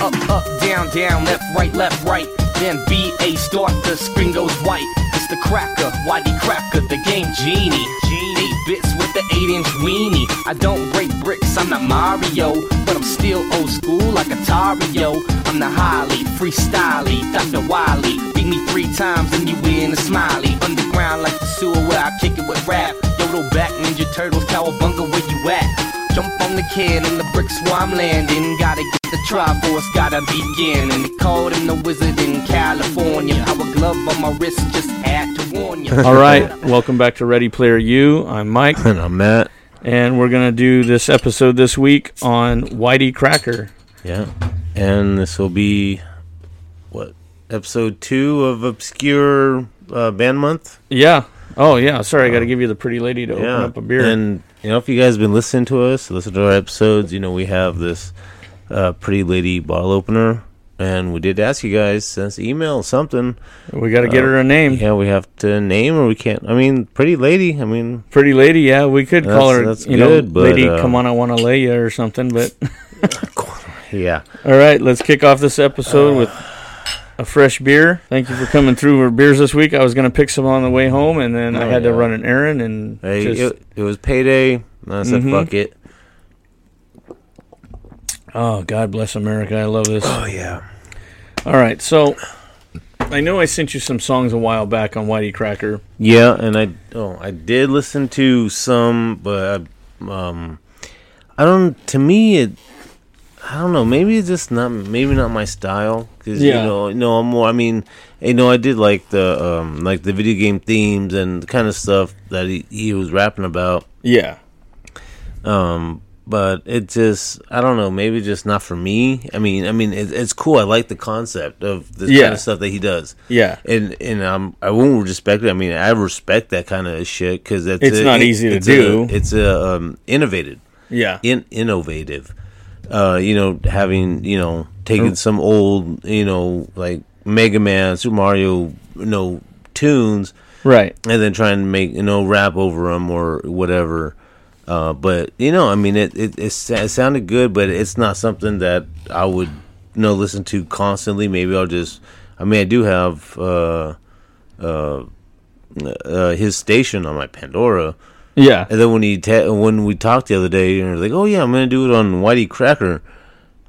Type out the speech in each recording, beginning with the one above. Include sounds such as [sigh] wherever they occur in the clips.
up, up, down, down, left, right, left, right. Then B A start, the screen goes white. It's the cracker, Waddy Cracker, the game genie. Genie bits with the eight inch weenie. I don't break bricks, I'm not Mario, but I'm still old school like Atario. I'm the highly freestyly Dr. Wiley. Beat me three times and you win a smiley. Underground like the sewer where I kick it with rap. Yodel back, Ninja Turtles, Cowabunga, where you at? Jump on the can and the bricks where I'm landing. Gotta get the triforce, gotta begin. And they called him the wizard in California. Our glove on my wrist just had to warn you. [laughs] [laughs] All right, welcome back to Ready Player U. I'm Mike, And I'm Matt. and we're gonna do this episode this week on Whitey Cracker. Yeah. And this will be what episode two of Obscure uh, Band Month. Yeah. Oh yeah. Sorry, I got to give you the pretty lady to yeah. open up a beer. And you know, if you guys been listening to us, listen to our episodes, you know we have this uh, pretty lady bottle opener. And we did ask you guys send us email something. we got to get her a name. uh, Yeah, we have to name or we can't. I mean, pretty lady. I mean, Pretty lady. Yeah, we could call That's- her. that's you know, good, but, lady, uh, come on, I want to lay you or something. But yeah. all right, let's kick off this episode with a fresh beer. Thank you for coming through for beers this week. I was gonna pick some on the way home, and then I Oh, had to yeah. run an errand and Hey, just, it, it was payday. and I said, Mhm. fuck it. oh, God bless America. I love this. Oh, yeah. All right, so I know I sent you some songs a while back on Whitey Cracker. Yeah, and I oh I did listen to some, but I, um, I don't. To me, it I don't know. Maybe it's just not maybe not my style. Cause Yeah. you know, no, I'm more. I mean, you know, I did like the um like the video game themes and the kind of stuff that he, he was rapping about. Yeah, Um, but it just I don't know. Maybe just not for me. I mean, I mean, it, it's cool. I like the concept of this Yeah. kind of stuff that he does yeah. and and um, I won't respect it. I mean, I respect that kind of shit because that's It's a- not easy to it's do. A, it's a um, innovated, Yeah. in innovative. Uh, you know, having you know Oh. taking some old you know like Mega Man, Super Mario, you know tunes, Right. and then trying to make you know rap over them or whatever. Uh, but you know, I mean, it it, it sa- it sounded good, but it's not something that I would you know listen to constantly. Maybe I'll just. I mean, I do have uh, uh, uh, his station on my Pandora, Yeah. and then when he ta- when we talked the other day, and like, oh yeah, I'm gonna do it on Whitey Cracker.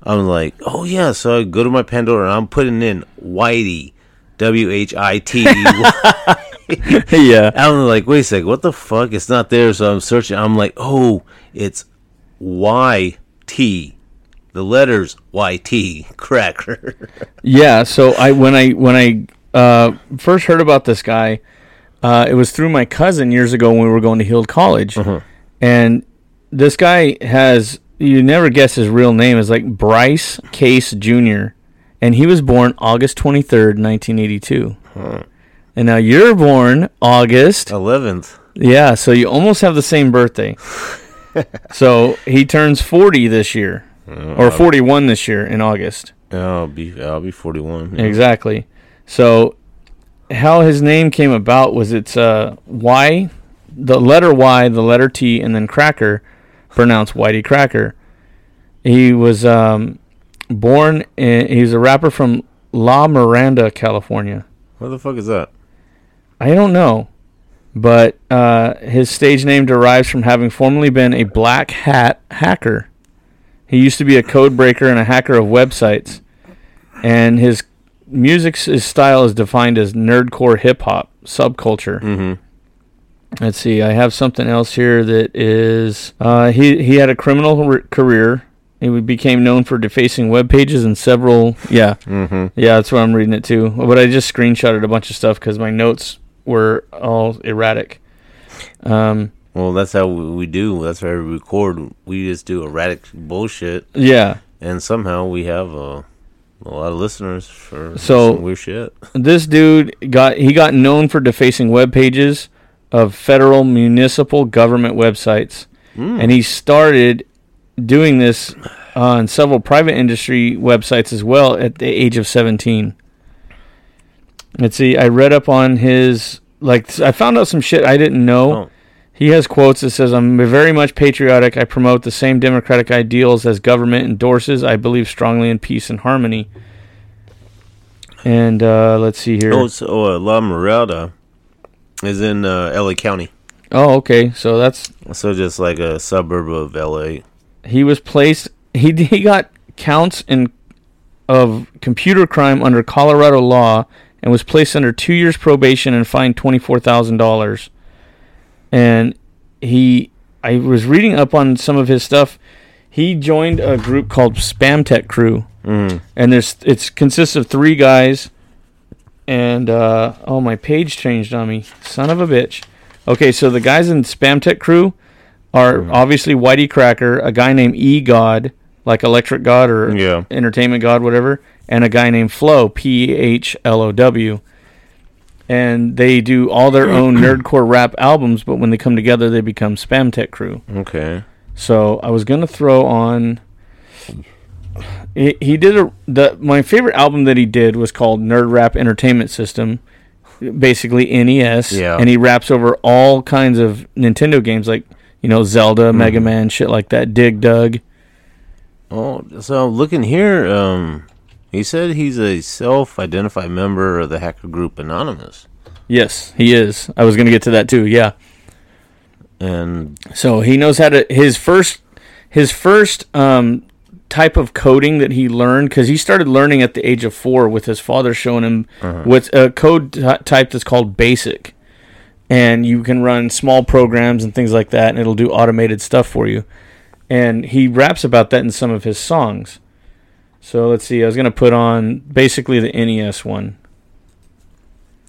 I'm like, oh yeah, so I go to my Pandora and I'm putting in Whitey, W H I T. E [laughs] yeah. I'm like, wait a sec, what the fuck? It's not there. So I'm searching. I'm like, oh, it's Y T, the letters Y T, [laughs] cracker. Yeah, so I when I when I uh, first heard about this guy, uh, it was through my cousin years ago when we were going to Hill College, and this guy has you never guess his real name is like Bryce Case Jr. and he was born August twenty third, nineteen eighty two. And now you're born August. Eleventh. Yeah, so you almost have the same birthday. so he turns 40 this year, or 41 this year in August. I'll be I'll be 41. Exactly. So, how his name came about was it's uh, Y, the letter Y, the letter T, and then Cracker, pronounced Whitey Cracker. He was um, born. In, he was a rapper from La Miranda, California. What the fuck is that? I don't know, but uh, his stage name derives from having formerly been a black hat hacker. He used to be a code breaker and a hacker of websites, and his music's his style is defined as nerdcore hip hop subculture. Mm. Mm-hmm. Let's see. I have something else here that is. Uh, he he had a criminal r- career. He would- became known for defacing web pages and several. Yeah, mm-hmm. yeah, that's what I'm reading it too. But I just screenshotted a bunch of stuff because my notes were all erratic. Um, Well, that's how we we do. That's how we record. We just do erratic bullshit, yeah, and somehow we have a, a lot of listeners for So- some weird shit. this dude got he got known for defacing web pages of federal municipal government websites, Hmm. and he started doing this on several private industry websites as well at the age of 17. Let's see, I read up on his like I found out some shit I didn't know. Oh. He has quotes that says, "I'm very much patriotic. I promote the same democratic ideals as government endorses. I believe strongly in peace and harmony." And uh, let's see here. Oh, it's, oh uh, La Mirada is in uh, LA County. Oh, okay. So that's So just like a suburb of LA. he was placed. He he got counts in of computer crime under Colorado law and was placed under two years probation and fined twenty four thousand dollars. And he, I was reading up on some of his stuff. He joined a group called Spam Tech Crew, Mm. and there's it's consists of three guys. And uh, oh, my page changed on me, son of a bitch. Okay, so the guys in Spam Tech Crew are Mm-hmm. obviously Whitey Cracker, a guy named E God, like Electric God or Yeah. Entertainment God, whatever, and a guy named Flo, P H L O W. And they do all their own nerdcore rap albums, but when they come together, they become Spam Tech Crew. Okay. So I was gonna throw on. He, he did a the my favorite album that he did was called Nerd Rap Entertainment System, basically NES. Yeah. And he raps over all kinds of Nintendo games like you know Zelda, Mega Man, shit like that. Dig Dug. Oh, so I'm looking here, um, he said he's a self-identified member of the hacker group Anonymous, Yes, he is. I was gonna get to that too. Yeah. and So he knows how to his first his first um, type of coding that he learned because he started learning at the age of four with his father showing him what's a code ty- type that's called BASIC, and you can run small programs and things like that, and it'll do automated stuff for you. And he raps about that in some of his songs. So let's see. I was gonna put on basically the NES one.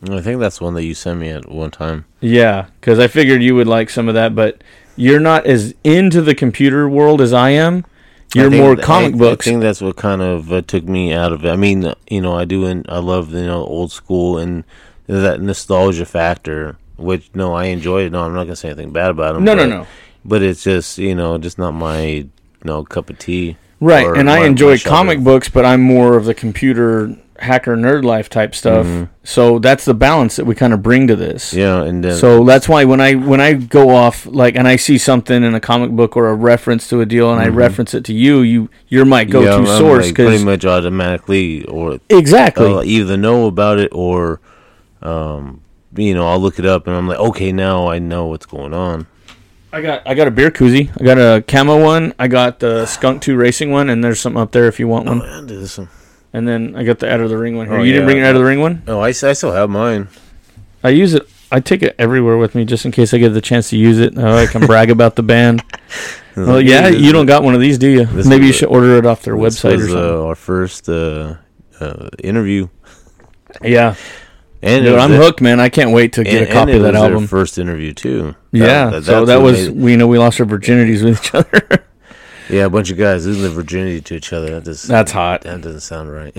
I think that's one that you sent me at one time. Yeah, because I figured you would like some of that, but you're not as into the computer world as I am. I You're think- more I- comic books. I think that's what kind of uh, took me out of it. I mean, uh, you know, I do, and I love you know old school and that nostalgia factor. Which no, I enjoy it. No, I'm not gonna say anything bad about them. No, no, but, no. But it's just you know, just not my you know cup of tea. right, or and I my- my enjoy genre. comic books, but I'm more of the computer hacker nerd life type stuff. So that's the balance that we kind of bring to this. Mm-hmm. Yeah, and then So that's why when I when I go off like and I see something in a comic book or a reference to a deal and I reference it to you, you you're my go-to Mm-hmm. yeah, I'm, source like, 'cause- pretty much automatically or exactly I'll either know about it or um, you know I'll look it up and I'm like, okay, now I know what's going on. I got I got a beer koozie. I got a camo one. I got the Skunk Two Racing one, and there's something up there if you want one. Man, this is- And then I got the Out of the Ring one here. Oh, you didn't yeah. bring an Out of the Ring one? Oh, I, I still have mine. I use it. I take it everywhere with me just in case I get the chance to use it. Oh, I can brag about the [laughs] band. Uh, Well, yeah, you don't got one of these, do you? This Maybe was you a- should order it off their This website or was, something. uh, our first uh, uh, interview, yeah, and it dude, was I'm their- hooked, man. I can't wait to And, get a and copy it of that was their album. first interview too. Uh, yeah, so that that's what was made- we know we lost our virginities with each other. [laughs] yeah, a bunch of guys losing their virginity to each other. That just That's hot. That doesn't [laughs] sound right.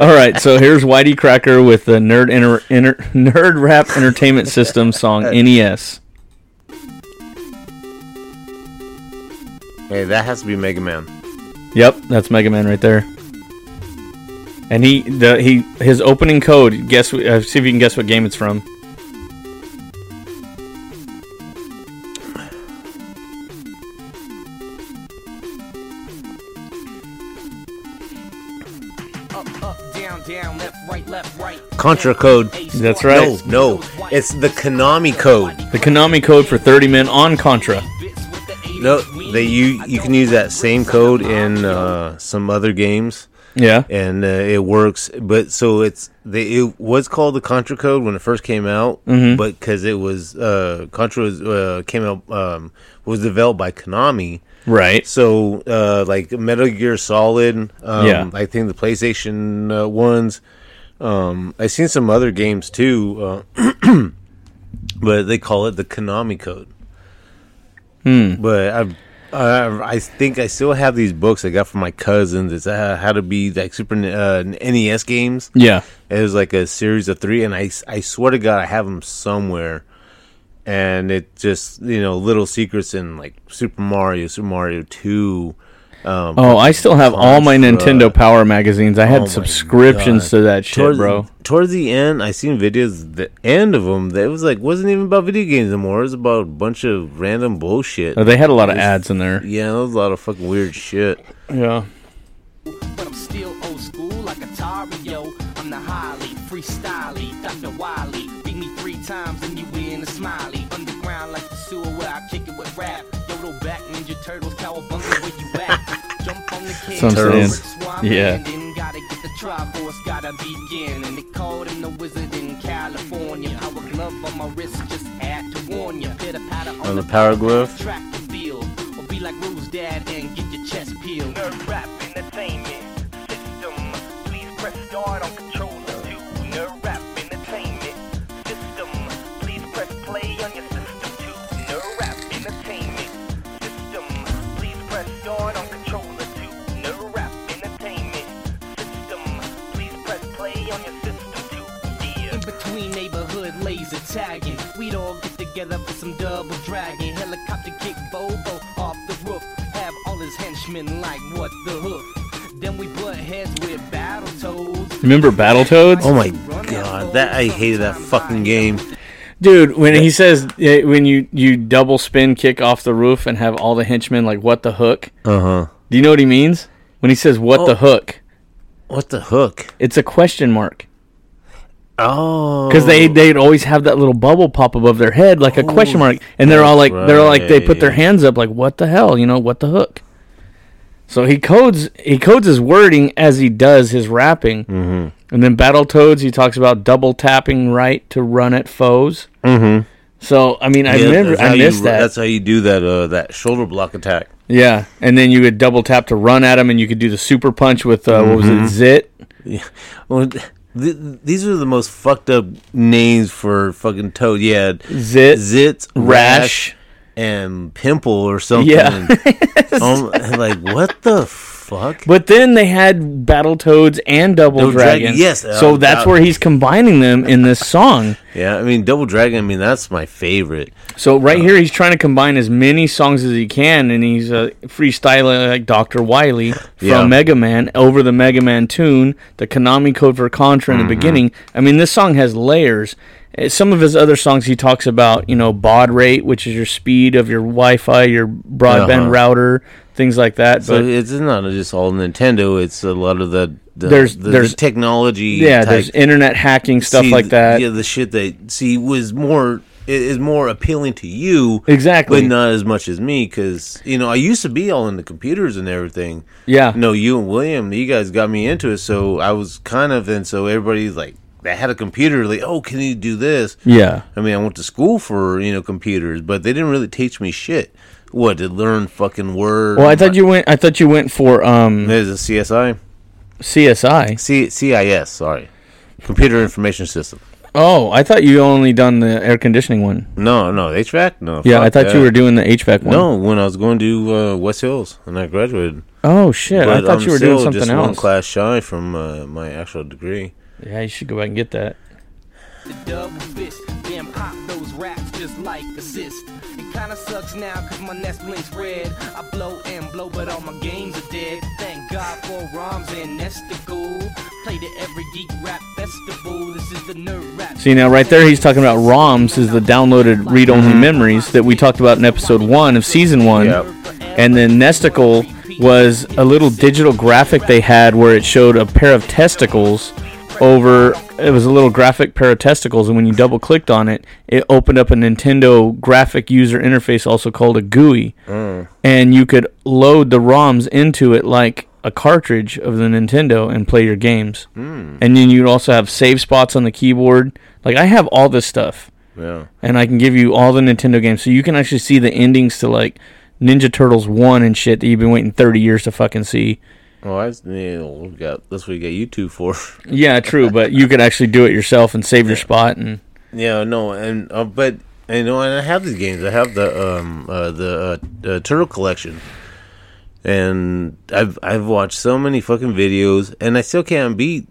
All right, so here's Whitey Cracker with the nerd inter- inter- nerd rap entertainment system [laughs] song E NES. hey, that has to be Mega Man. Yep, that's Mega Man right there. And he the he his opening code. Guess wh- uh, see if you can guess what game it's from. Up, up, down, down, left, right, left, right. Contra code. That's right. No, no, it's the Konami code. The Konami code for 30 men on Contra. No, they you you can use that same code in uh, some other games, Yeah. [laughs] and uh, it works. But so it's they it was called the Contra Code when it first came out, but because it was uh, Contra was, uh, came out um, was developed by Konami. Right. So uh, like Metal Gear Solid, um, Yeah. I think the PlayStation uh, ones. Um, I've seen some other games too, uh, [clears throat] but they call it the Konami code. Hmm. But I've. Uh, I think I still have these books I got from my cousins. It's uh, how to be like Super uh, NES games. Yeah. It was like a series of three, and I, I swear to God, I have them somewhere. And it just, you know, little secrets in like Super Mario, Super Mario 2, Um, Oh, I still have all my Contra. Nintendo Power magazines. I had Oh my subscriptions God. to that shit, toward- bro. Towards the end, I seen videos. The end of them, that was like wasn't even about video games anymore. It was about a bunch of random bullshit. Oh, they had a lot of ads in there. yeah, that was a lot of fucking weird shit. Yeah. But I'm still old school like Atari, yo. I'm the highly freestyly Dr. Wiley. Beat me three times and you win a smiley. Underground like the sewer where I kick it with rap. Yodel back, Ninja Turtles, cowabunga where you at. Jump on the kid, That's what I'm saying. Yeah. And then gotta get the Triforce, gotta begin. And they called him the wizard in California. Power glove on my wrist, just had to warn ya. Pitter patter on, On the power glove. track the field or be like Rue's dad and get your chest peeled. Nerd rap entertainment system. Please press start on controller two. Nerd rap entertainment system. Please press play on your system two. Nerd rap entertainment system. Please press start on controller two. Nerd rap entertainment system. Please press play on your system two. Yeah. In between neighborhood laser tagging, we'd all get together for some double dragon. Helicopter kick Bobo off the roof, have all his henchmen like what the hook. Then we butt heads with battle toads. Remember Battletoads? Oh my god, that I hated that fucking game. Dude, when he says eh, when you you double spin kick off the roof and have all the henchmen like what the hook? Uh huh. Do you know what he means? When he says what the Oh. hook, What the hook? it's a question mark Oh, Oh, because they they'd always have that little bubble pop above their head like a question mark, and they're all like they're all like they put their right. hands up like what the hell, you know what the hook. So he codes he codes his wording as he does his rapping, mm-hmm. and then Battletoads he talks about double tapping right to run at foes. Mm-hmm. So I mean I Yeah, remember that's how I you- missed that. That's how you do that. Uh, that shoulder block attack. Yeah, and then you would double tap to run at him, and you could do the super punch with uh, what was Mm-hmm. it, Zit? Well, th- th- these are the most fucked up names for fucking toad. Yeah, Zit, zit, rash. rash, and pimple or something. Yeah. [laughs] [laughs] Um, like what the fuck? But then they had Battletoads and Double Double Dragon. Dragon, yes, uh, so that's that- where he's combining them in this song. yeah, I mean Double Dragon. I mean that's my favorite. So right Uh-huh. here, he's trying to combine as many songs as he can, and he's uh, freestyling like Dr. [laughs] Wily from Yeah. Mega Man over the Mega Man tune, the Konami code for Contra in the Mm-hmm. beginning. I mean, this song has layers. Eh, Some of his other songs, he talks about you know baud rate, which is your speed of your Wi-Fi, your broadband Uh-huh. router, things like that. So but it's not just all Nintendo. It's a lot of the, the There's- the, there's- the technology. yeah, type there's internet hacking stuff see, like th- that. Yeah, the shit that see was more i- is more appealing to you Exactly. but not as much as me because you know I used to be all into computers and everything. Yeah. no, you and William, you guys got me into it, so I was kind of and so everybody's like that had a computer, like oh, can you do this? yeah. I mean, I went to school for you know computers, but they didn't really teach me shit. What to learn fucking word? Well, I thought you went. I thought you went for um, there's a CSI, CSI. C- CIS, sorry, computer information system. Oh, I thought you only done the air conditioning one. No, no, they track no. Yeah, I fuck thought you that. were doing the HVAC one. No, when I was going to uh, West Hills and I graduated. Oh shit! I But thought I'm you were doing still something just One else. class shy from uh, my actual degree. Yeah, you should go back and get that. the double fist, then pop those raps just like assist. It kinda sucks now cause my Nestlink's red. I blow and blow, but all my games are dead. Thank God for ROMs and Nesticle. Played at every geek rap festival. This is the nerd rap. See now, right there, he's talking about ROMs is the downloaded read-only Mm-hmm. memories that we talked about in episode one of season one. Yep. And then Nesticle was a little digital graphic they had where it showed a pair of testicles over. It was a little graphic pair of testicles, and when you double clicked on it, it opened up a Nintendo graphic user interface, also called a GUI, Mm. and you could load the ROMs into it like a cartridge of the Nintendo and play your games. And then you'd also have save spots on the keyboard. Like I have all this stuff Yeah. and I can give you all the Nintendo games, so you can actually see the endings to like Ninja Turtles one and shit that you've been waiting thirty years to fucking see. Well, I yeah, we got that's what we got YouTube for. [laughs] Yeah, true, but you could actually do it yourself and save your spot. And yeah, no, and uh, but you know, and I have these games. I have the um uh, the uh, uh, Turtle collection, and I've I've watched so many fucking videos, and I still can't beat E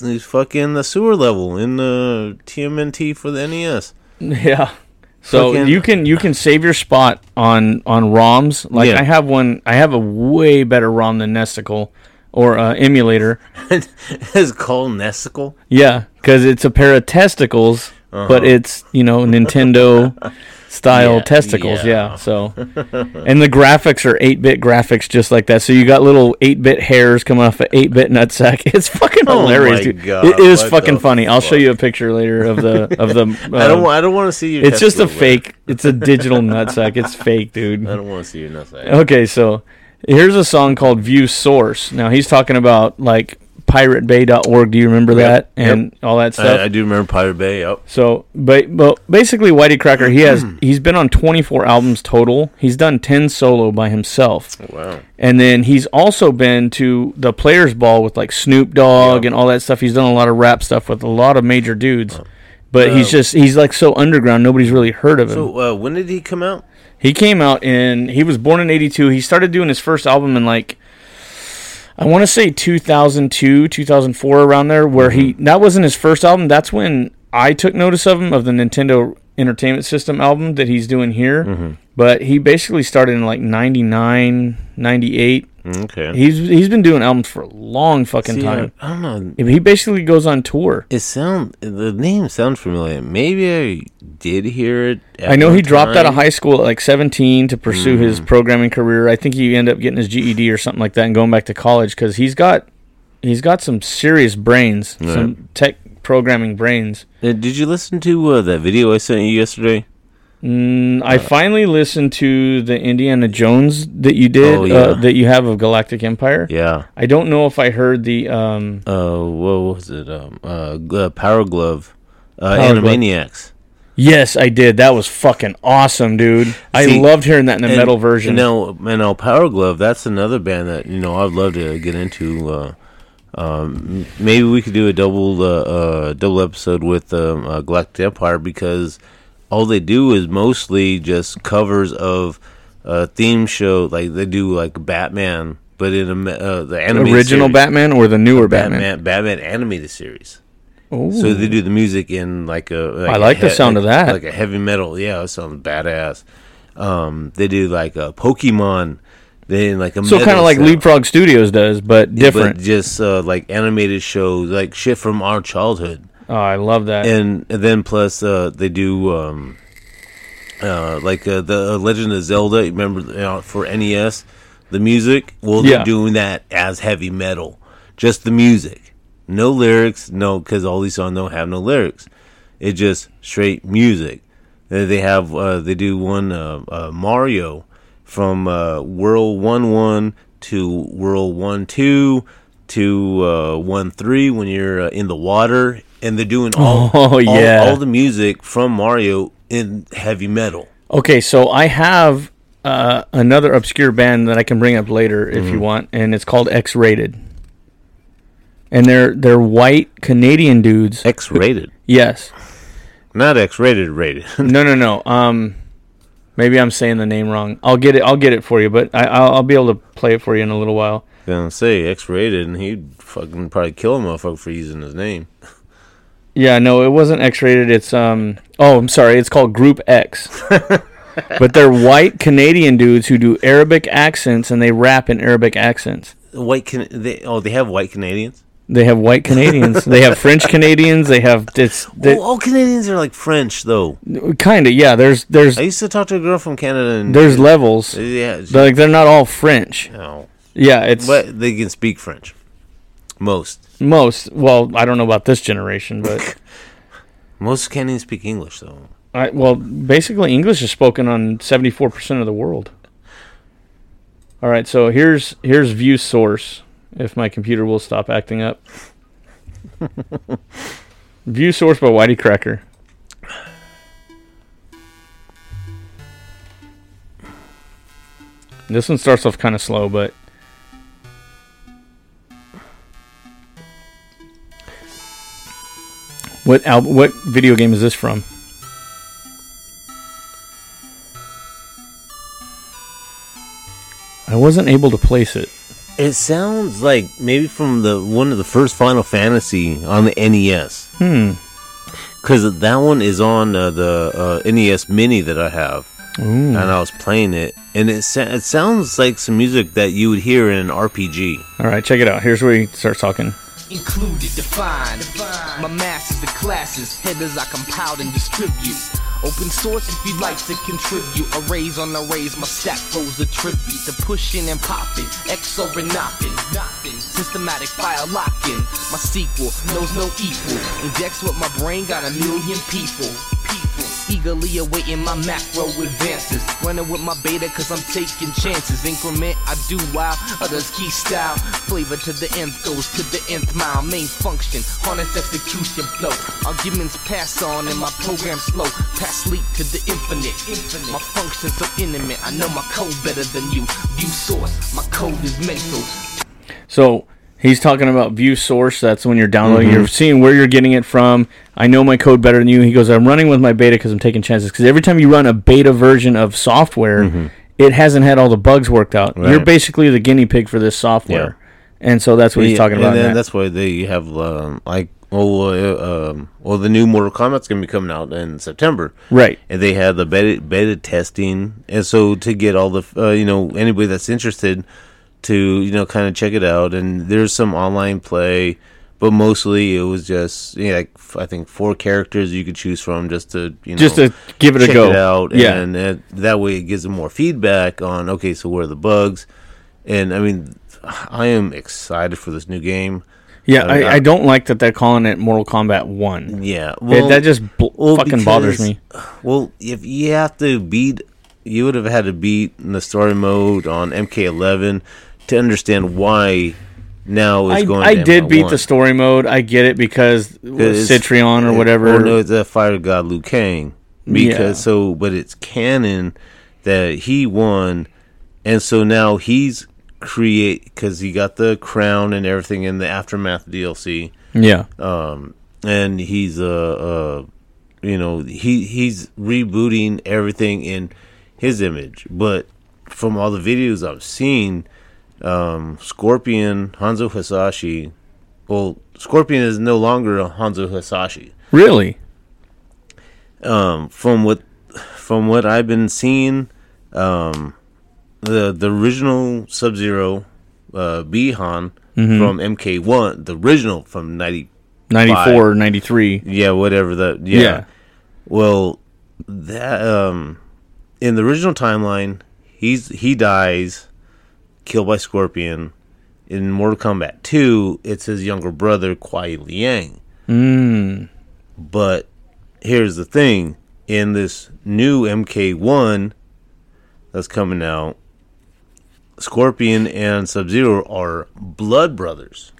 these fucking the sewer level in the TMNT for the NES. [laughs] yeah, So Fucking- you can you can save your spot on on ROMs. Like Yeah. I have one. I have a way better ROM than Nesticle or uh, emulator. [laughs] it's called Nesticle. Yeah, because it's a pair of testicles, but it's you know [laughs] Nintendo style Uh-huh. Yeah, testicles. yeah. Yeah. [laughs] So, and the graphics are eight bit graphics, just like that. So you got little eight bit hairs coming off an eight bit nutsack. [laughs] It's fucking Oh hilarious, my dude. God, it is what fucking the funny. I'll show fuck? you a picture later of the of the. [laughs] I don't. um, wa- I don't want to see your. it's just a testicle, bro. fake. It's a [laughs] digital nutsack. It's fake, dude. I don't want to see your nutsack. Okay, so here's a song called View Source. Now he's talking about like piratebay.org. Do you remember that yep. and all that stuff? I, I do remember Pirate Bay. Yep. So, but, but basically, Whitey Cracker, he [clears throat] has he's been on 24 albums total. He's done 10 solo by himself, Wow. and then he's also been to the Players Ball with like Snoop Dogg and all that stuff. He's done a lot of rap stuff with a lot of major dudes, but he's Oh. just he's like so underground, nobody's really heard of him. So uh, when did he come out? He came out in he was born in 82. He started doing his first album in like I want to say 2002, 2004 around there where he that wasn't his first album. That's when I took notice of him of the Nintendo Entertainment System album that he's doing here. But he basically started in like 99, 98. Okay. He's he's been doing albums for a long fucking Mm-hmm. See, I, time. uh, I don't know. He basically goes on tour. It sound the name sounds familiar. Maybe I did hear it. at I know he one dropped out of time. high school at like 17 to pursue Mm. his programming career. I think he ended up getting his GED or something like that and going back to college because he's got he's got some serious brains, some tech programming brains. Uh, Did you listen to uh, that video I sent you yesterday? Mm, I finally listened to the Indiana Jones that you did Oh, yeah. uh, that you have of Galactic Empire. Yeah. I don't know if I heard the um, Uh, what was it? Um, uh, gl- uh, Power Glove. Uh, Power Glove. Animaniacs. yes, I did. That was fucking awesome, dude. I See, loved hearing that in the And- metal version. And now, and now Power Glove. That's another band that you know I'd love to get into. Uh, um, maybe we could do a double uh, uh, double episode with um, uh, Galactic Empire because all they do is mostly just covers of uh, theme show. Like they do like Batman, but in a, ma- uh, the animated Original series. Batman or the newer Batman? Batman Batman animated series. Ooh. So they do the music in like a. Like I a like the sound of that. Like a heavy metal, yeah, it sounds badass. Um, they do like a Pokemon, then like a So kind metal of like sound, Leapfrog Studios does, but different. but just uh, like animated shows, like shit from our childhood, oh, I love that. and, and then plus uh, they do um, uh, like uh, the Legend of Zelda. you Remember you know, for NES, the music. Well, they're Yeah. doing that as heavy metal, just the music, no lyrics, no, because all these songs don't have no lyrics. It's just straight music. They they have uh, they do one uh, uh, Mario from uh, World One One to World One Two to uh, One Three when you're uh, in the water, and they're doing all [laughs] Oh, all- yeah. all the music from Mario in heavy metal. okay, so I have uh, another obscure band that I can bring up later if you want, and it's called X Rated. And they're they're white Canadian dudes. X rated, yes. [laughs] not X rated, rated. [laughs] No, no, no. Um, maybe I'm saying the name wrong. I'll get it. I'll get it for you, but I, I'll, I'll be able to play it for you in a little while. Gonna say X rated, and he'd fucking probably kill a motherfucker for using his name. Yeah, no, it wasn't X-rated. It's um. Oh, I'm sorry. It's called Group X. but they're white Canadian dudes who do Arabic accents and they rap in Arabic accents. White can they? Oh, they have white Canadians. They have white Canadians. they have French Canadians. They have it's well, Oh, all Canadians are like French, though. kind of yeah. There's there's I used to talk to a girl from Canada, and uh, there's levels. yeah, she- They're, like they're not all French. no. Yeah, it's but they can speak French. Most most. Well, I don't know about this generation, but most Canadians speak English, though. I, well, basically English is spoken on seventy four percent of the world. All right, so here's here's view source. If my computer will stop acting up. view source by Whitey Cracker. This one starts off kind of slow, but what al- what video game is this from? I wasn't able to place it. It sounds like maybe from the one of the first Final Fantasy on the NES. Hmm. because E that one is on uh, the uh, NES Mini that I have, and I was playing it, and it sa- it sounds like some music that you would hear in an RPG. All right, check it out. Here's where he starts talking. included defined. My master's the classes, headers I compiled and distribute. Open source if you'd like to contribute. Arrays on arrays, my stack goes a tribute to pushing and popping, X over nothing, nothing. Systematic file locking. My sequel knows no equal. Index with my brain got a million people. People eagerly awaiting my macro advances. Running with my beta cause I'm taking chances. Increment, I do wow, others key style. Flavor to the nth goes to the nth mile. Main function, harness execution flow. Arguments pass on and my program slow. Pass leap to the infinite. infinite. My function so intimate, I know my code better than you. View source, my code is mental. So he's talking about view source. That's when you're downloading. Mm-hmm. You're seeing where you're getting it from. I know my code better than you. He goes, I'm running with my beta because I'm taking chances. Because every time you run a beta version of software, it hasn't had all the bugs worked out. You're Mm-hmm. Right. basically the guinea pig for this software. And so that's what he's Yeah, talking about. And in then that. that's why they have um, like oh uh, um, well the new Mortal Kombat's gonna be coming out in September, Right. And they had the beta beta testing, and so to get all the uh, you know anybody that's interested to you know kind of check it out, and there's some online play. But mostly it was just yeah, like f- I think four characters you could choose from just to you know Just to give it a check go. it out, yeah. and it, that way it gives them more feedback on okay, so where are the bugs? And I mean, I am excited for this new game. yeah. I- I, I don't like that they're calling it Mortal Kombat 1. Yeah, It- that just bl- well, fucking bothers because- me. Well, if you have to beat, you would have had to beat in the story mode on MK11 to understand why now it's I, going. I to did beat ML1. the story mode. I get it because Citrion or it- whatever. Well, no, it's a fire god Liu Kang because Yeah. so, but it's canon that he won, and so now he's create because he got the crown and everything in the aftermath DLC, yeah. uh, and he's uh, uh you know he he's rebooting everything in his image, but from all the videos I've seen, um, Scorpion Hanzo Hasashi. Well, Scorpion is no longer a Hanzo Hasashi. Really? from what from what I've been seeing, um, the the original Sub Zero, uh, Bihan from MK One, the original from ninety, 94 93 yeah, whatever that, yeah. yeah. Well, that um, in the original timeline, he's he dies, killed by Scorpion. In Mortal Kombat Two, it's his younger brother Kuai Liang. Hmm. But here's the thing: in this new MK1 that's coming out, Scorpion and Sub Zero are blood brothers.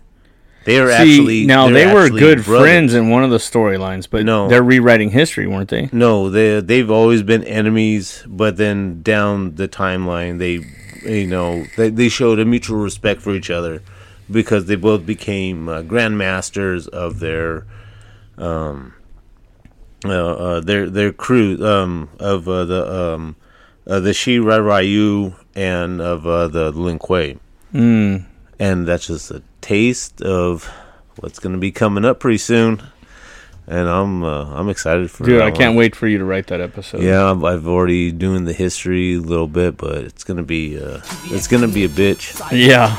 They are See, actually now they're they were actually good brothers. friends in one of the storylines but No. they're rewriting history weren't they No, they they've always been enemies, but then down the timeline, they you know they they showed a mutual respect for each other because they both became uh, grandmasters of their um uh, uh their their crew um of uh, the um uh, the Shira Ryu and of uh, the Lin Kuei. Mm. Hmm. And that's just a taste of what's going to be coming up pretty soon. And I'm uh, I'm excited for dude i that one. can't wait for you to write that episode Yeah, I've, I've already doing the history a little bit, but it's gonna be uh, it's gonna be a bitch. Yeah.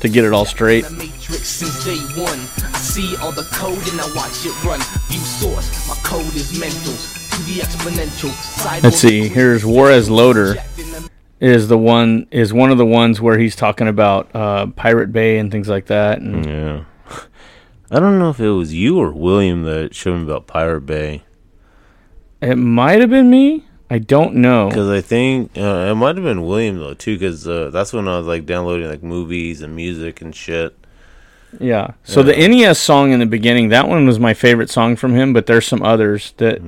To get it all straight. Matrix since day one. I see all the code and I watch it run. View source, my code is mental. To the exponential. Side Let's see, here's Juarez Loader. is the one is one of the ones where he's talking about uh, pirate bay and things like that and Yeah, [laughs] I don't know if it was you or William that showed me about Pirate Bay Mm. it might have been me i don't know because I think uh, it might have been William though too because uh, that's when I was like downloading like movies and music and shit. yeah so the nes song in the beginning that one was my favorite song from him but there's some others that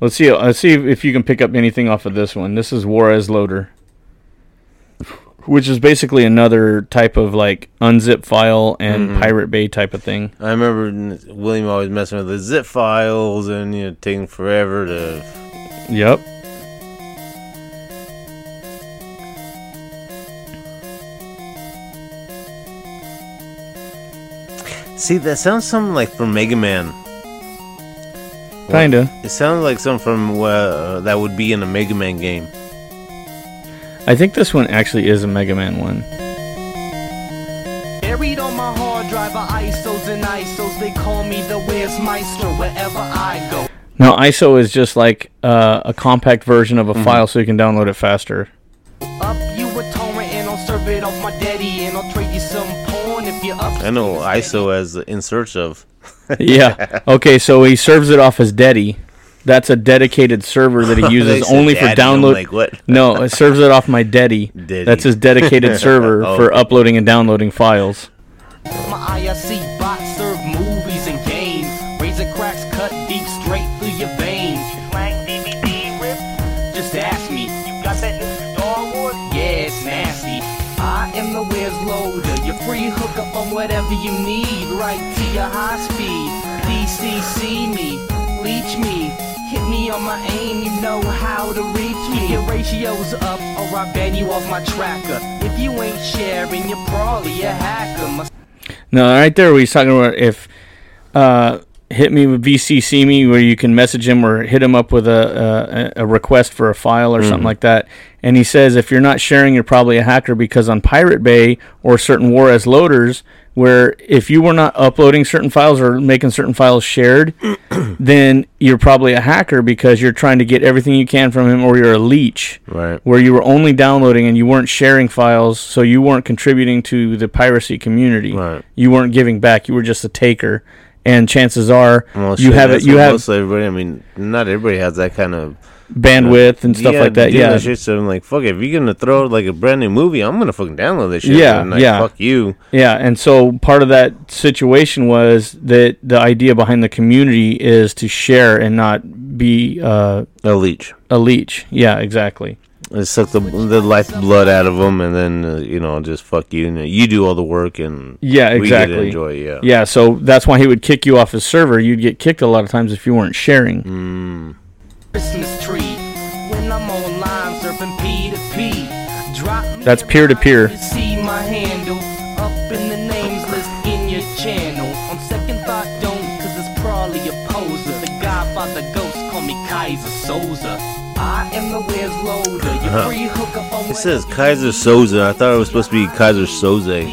let's see let's see if you can pick up anything off of this one this is juarez loader which is basically another type of like unzip file and pirate bay type of thing I remember n- William always messing with the zip files and you know taking forever to. Yep. See, that sounds something like from Mega Man. Kinda. It sounds like something from uh, that would be in a Mega Man game. I think this one actually is a Mega Man one. Buried on my hard drive are ISOs and ISOs. They call me the Wiz Meister wherever I go. Now ISO is just like uh, a compact version of a file, so you can download it faster. Up you a torrent and I'll serve it off my daddy and I'll trade you some porn if you're up. I know ISO as in search of. yeah. Okay, so he serves it off as Deddy. That's a dedicated server that he [laughs] They uses said only for daddy, I'm download. like, what? No, it serves it off my Deddy. Deddy. That's his [laughs] dedicated server Oh. for uploading and downloading files. My IRC bots serve movies and games. Razor cracks cut deep straight through your veins. Like DVD rip? Just ask me. You got that new Star Wars? Yeah, it's nasty. I am the Wiz Loader, your free hookup on whatever you need, right to your high speed. DCC me, leech me, hit me on my aim, you know how to reach me. Your ratio's up, or I ban you off my tracker. If you ain't sharing, you're probably a hacker. My No, right there, where he's talking about if uh, hit me with VCC me, where you can message him or hit him up with a a, a request for a file or something like that. And he says if you're not sharing, you're probably a hacker because on Pirate Bay or certain Juarez loaders, where if you were not uploading certain files or making certain files shared, then you're probably a hacker because you're trying to get everything you can from him, or you're a leech Right. where you were only downloading and you weren't sharing files, so you weren't contributing to the piracy community. Right. You weren't giving back. You were just a taker, and chances are you Well, shit, have it. that's You what have most everybody. I mean, not everybody has that kind of bandwidth and stuff Yeah, like that. doing Yeah, shit, so I'm like, fuck. If you're gonna throw like a brand new movie, I'm gonna fucking download this shit. Yeah, and, like, yeah. Fuck you. yeah. And so part of that situation was that the idea behind the community is to share and not be uh, A leech. a leech. Yeah, exactly. It suck the the lifeblood out of them, and then uh, you know just fuck you. And you do all the work, and Yeah, we get to exactly. enjoy. it, Yeah. Yeah, so that's why he would kick you off his server. You'd get kicked a lot of times if you weren't sharing. Mm. Christmas tree. When I'm online surfing P2P, drop me That's a peer-to-peer. line to See my handle up in the names list in your channel. On second thought, don't, cause it's probably a poser. The godfather ghost call me Kaiser Soza. I am the Wiz Loader, Uh-huh. your free hookup on It says Kaiser Soze. I thought it was supposed to be Kaiser Soze.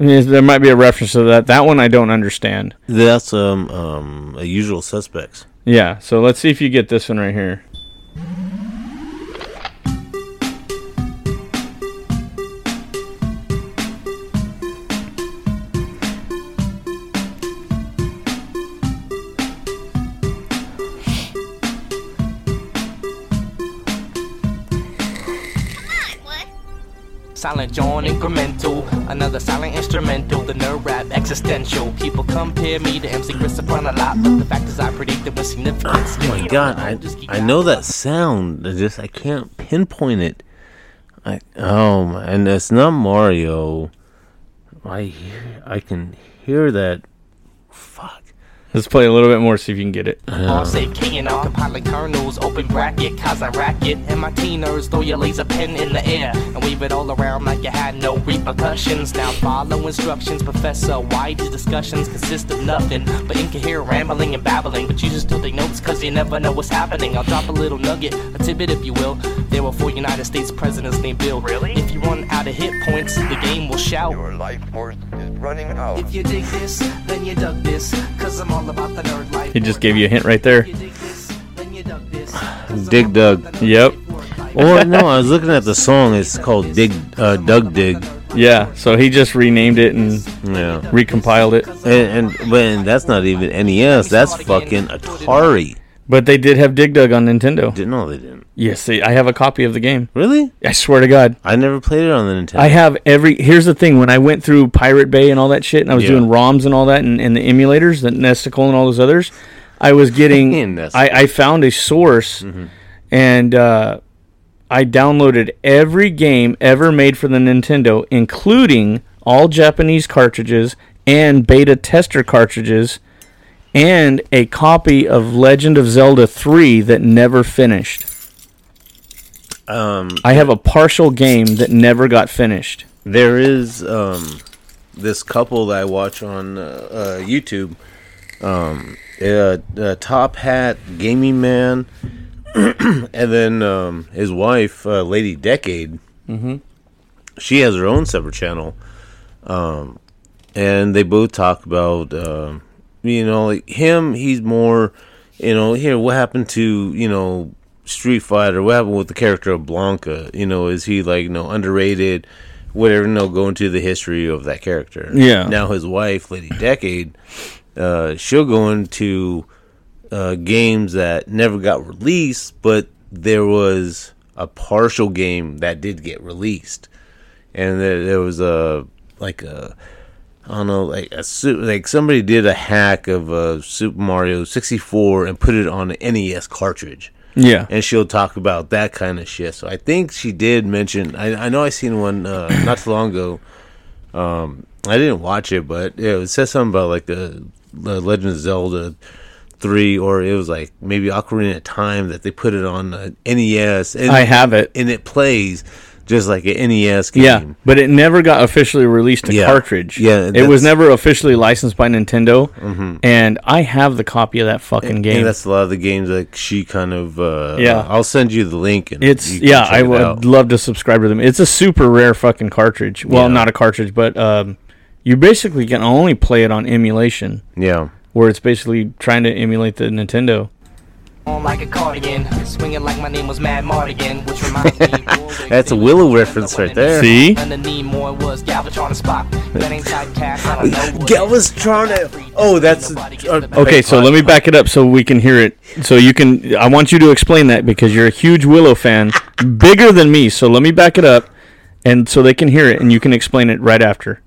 Yes, There might be a reference to that. That one I don't understand. That's um um a usual suspects. Yeah, so let's see if you get this one right here. Silent John incremental, another silent instrumental, the nerve rap existential. People compare me to MC Chris upon a lot, but the fact is I predicted with significance. Oh my god, I I know that sound. I just I can't pinpoint it. I oh, my- and it's not Mario. I hear- I can hear that. Fuck. Let's play a little bit more, see if you can get it. All say K and R, compiling kernels, open bracket, cause I racket. And my teeners throw your laser pen in the air and wave it all around like you had no repercussions. Now follow instructions, Professor. Why these discussions consist of nothing but incoherent rambling and babbling? But you just don't take notes, cause you never know what's happening. I'll drop a little nugget, a tidbit if you will. There were four United States presidents named Bill. Really? If you run out of hit points, the game will shout. Your life force is running out. If you dig this, then you dug this, cause I'm all about the nerd life. He just gave you a hint right there. [sighs] Dig Dug. Yep. Or no, I was looking at the song. It's called Dig uh, Dug Dig. Yeah, so he just renamed it and Yeah. recompiled it. And and but and that's not even NES. That's fucking Atari. But they did have Dig Dug on Nintendo. Didn't no, they didn't. Yes, they, I have a copy of the game. Really? I swear to God. I never played it on the Nintendo. I have every. Here's the thing: when I went through Pirate Bay and all that shit, and I was Yeah. doing ROMs and all that, and, and the emulators, the Nesticle and all those others, I was getting. I, Nesticle. I found a source, and uh, I downloaded every game ever made for the Nintendo, including all Japanese cartridges and beta tester cartridges, and a copy of Legend of Zelda 3 that never finished. Um, I have a partial game that never got finished. There is um, this couple that I watch on uh, uh, YouTube. Um, uh, uh, Top Hat, Gaming Man, [clears throat] and then um, his wife, uh, Lady Decade. Mm-hmm. She has her own separate channel, um, and they both talk about um you know like him. He's more you know here. What happened to you know Street Fighter? What happened with the character of Blanca? You know, is he like you know underrated? Whatever, no, go into the history of that character. Yeah. Now his wife, Lady Decade, uh, she'll go into uh, games that never got released, but there was a partial game that did get released, and there, there was a like a I don't know like a su- like somebody did a hack of a Super Mario 64 and put it on an NES cartridge. Yeah. And she'll talk about that kind of shit. So I think she did mention. I, I know I seen one uh, [coughs] not too long ago. Um, I didn't watch it, but yeah, it says something about like the, the Legend of Zelda three, or it was like maybe Ocarina of Time that they put it on uh, NES. And, I have it. and it plays just like an NES game. Yeah, but it never got officially released to Yeah. cartridge. Yeah, it was that's- Mm-hmm. never officially licensed by Nintendo, and I have the copy of that fucking And game. that's a lot of the games that she kind of. Uh, Yeah. I'll send you the link. And It's you can yeah, check I it would out. love to subscribe to them. It's a super rare fucking cartridge. Well, Yeah. not a cartridge, but um, you basically can only play it on emulation, Yeah. where it's basically trying to emulate the Nintendo. On like a cardigan, swinging like my name was Mad Mardigan, which reminds [laughs] me. That's a Willow reference right there. See? Galvatron. Oh, that's. Uh, Okay, so let me back it up so we can hear it. So you can. I want you to explain that because you're a huge Willow fan, bigger than me. So let me back it up, and so they can hear it, and you can explain it right after.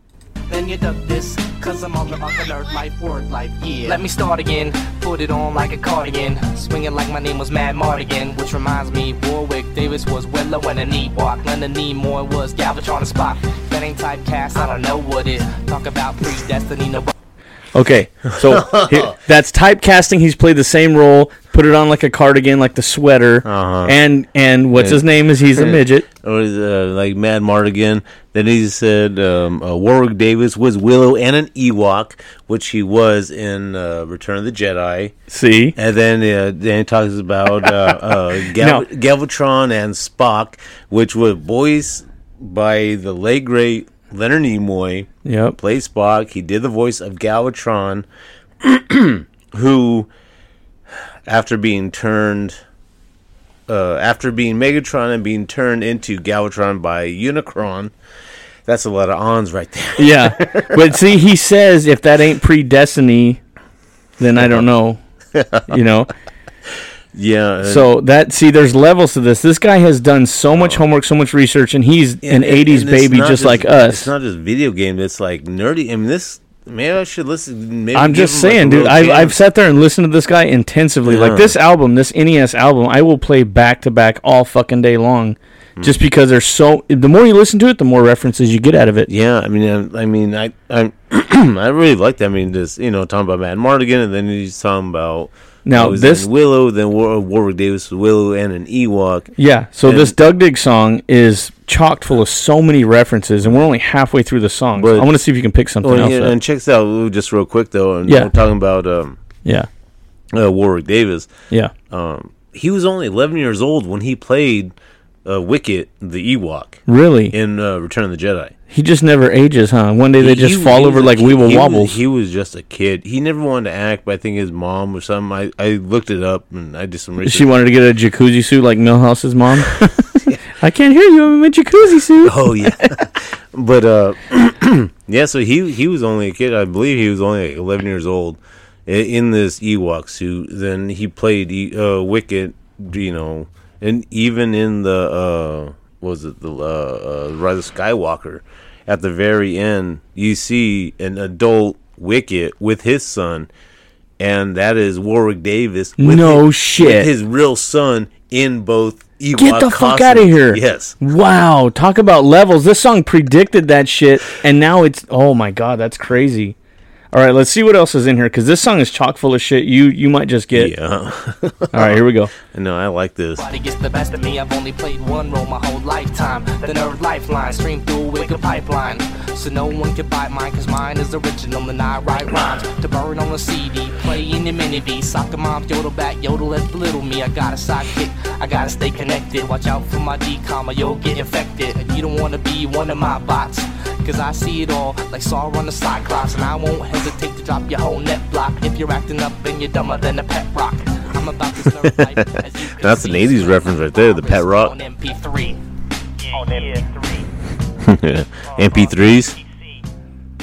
Then you dub this, cause I'm all about the nerd life, word life, yeah. Let me start again, put it on like a cardigan. Swinging like my name was Mad Mardigan, which reminds me, Warwick Davis was Willow and a knee walk. Leonard Nimoy was Galvatron and Spock. That ain't typecast, I don't know what is. Talk about predestiny, no. Okay, so here, that's typecasting. He's played the same role. Put it on like a cardigan, like the sweater, Uh-huh. and and what's his name? Is he's a midget? or is, uh, like Mad Mardigan. Then he said um, uh, Warwick Davis was Willow and an Ewok, which he was in uh, Return of the Jedi. See, And then uh, then he talks about uh, [laughs] uh, Gal- No. Galvatron and Spock, which were voiced by the late great Leonard Nimoy. yep. Played Spock. He did the voice of Galvatron, [clears throat] who, after being turned, uh, after being Megatron and being turned into Galvatron by Unicron, that's a lot of ons right there. [laughs] Yeah, but see, he says if that ain't predestiny, then I don't know. You know, Yeah. and- Oh. so that see, there's levels to this. This guy has done so much homework, so much research, and he's an and- and '80s it's baby, not just, like It's us. not just video game. It's like nerdy. I mean, this. Maybe I should listen. Maybe I'm give just him, like, a saying, dude. little I've, I've chance. sat there and listened to this guy intensively. Like Yeah. this album, this NES album, I will play back to back all fucking day long, Hmm. just because there's so. The more you listen to it, the more references you get out of it. Yeah, I mean, I, I mean, I, I, [clears throat] I really like that. I mean, just you know, talking about Matt Mardigan, and then he's talking about Now, it was this- in Willow, then War, uh, Warwick Davis was Willow and an Ewok. Yeah. So And- this Doug Dig song is chocked full of so many references, and we're only halfway through the song. So But- I want to see if you can pick something Well, else. yeah, up. and checks out ooh, just real quick though, and Oh, Yeah. we're talking about um, yeah. uh, Warwick Davis. Yeah. Um, he was only 11 years old when he played uh, Wicket the Ewok Really? in uh, Return of the Jedi. he just never ages, huh? One day they just He- fall he over was a like kid. Weeble He was- Wobbles. he was just a kid. He never wanted to act, but I think his mom or something. I, I looked it up and I did some research. she wanted to get a jacuzzi suit like Millhouse's [laughs] mom. I can't hear you. I'm in a jacuzzi suit. Oh yeah, [laughs] but uh, [clears throat] yeah. So he he was only a kid. I believe he was only like eleven years old i- in this Ewok suit. Then he played E- uh, Wicket. You know, and even in the uh, what was it the uh, uh, Rise of Skywalker, at the very end, you see an adult Wicket with his son. And that is Warwick Davis. With No his, shit. With his real son in both Ewok Get the fuck costumes. out of here. Yes. Wow. Talk about levels. This song predicted that shit, and now it's. Oh my god, that's crazy. All right, let's see what else is in here because this song is chock full of shit. You you might just get. Yeah. All right, here we go. no, I like this. [laughs] Body gets the best of me. I've only played one role my whole lifetime. The nerd lifeline streamed through a wicked pipeline. So no one can buy mine, cause mine is original and I write rhymes. To burn on a CD, play in the mini V. Soccer mom, yodel back, yodel at little me. I got a sidekick, I gotta stay connected. Watch out for my D comma, you'll get infected. And you don't wanna be one of my bots. Cause I see it all, like saw on the cyclops. And I won't hesitate to drop your whole net block. If you're acting up, then you're dumber than a pet rock. I'm about this nerd life, as you can That's an 80s reference right there, the Pet Rock. on MP3. On MP3. MP3s,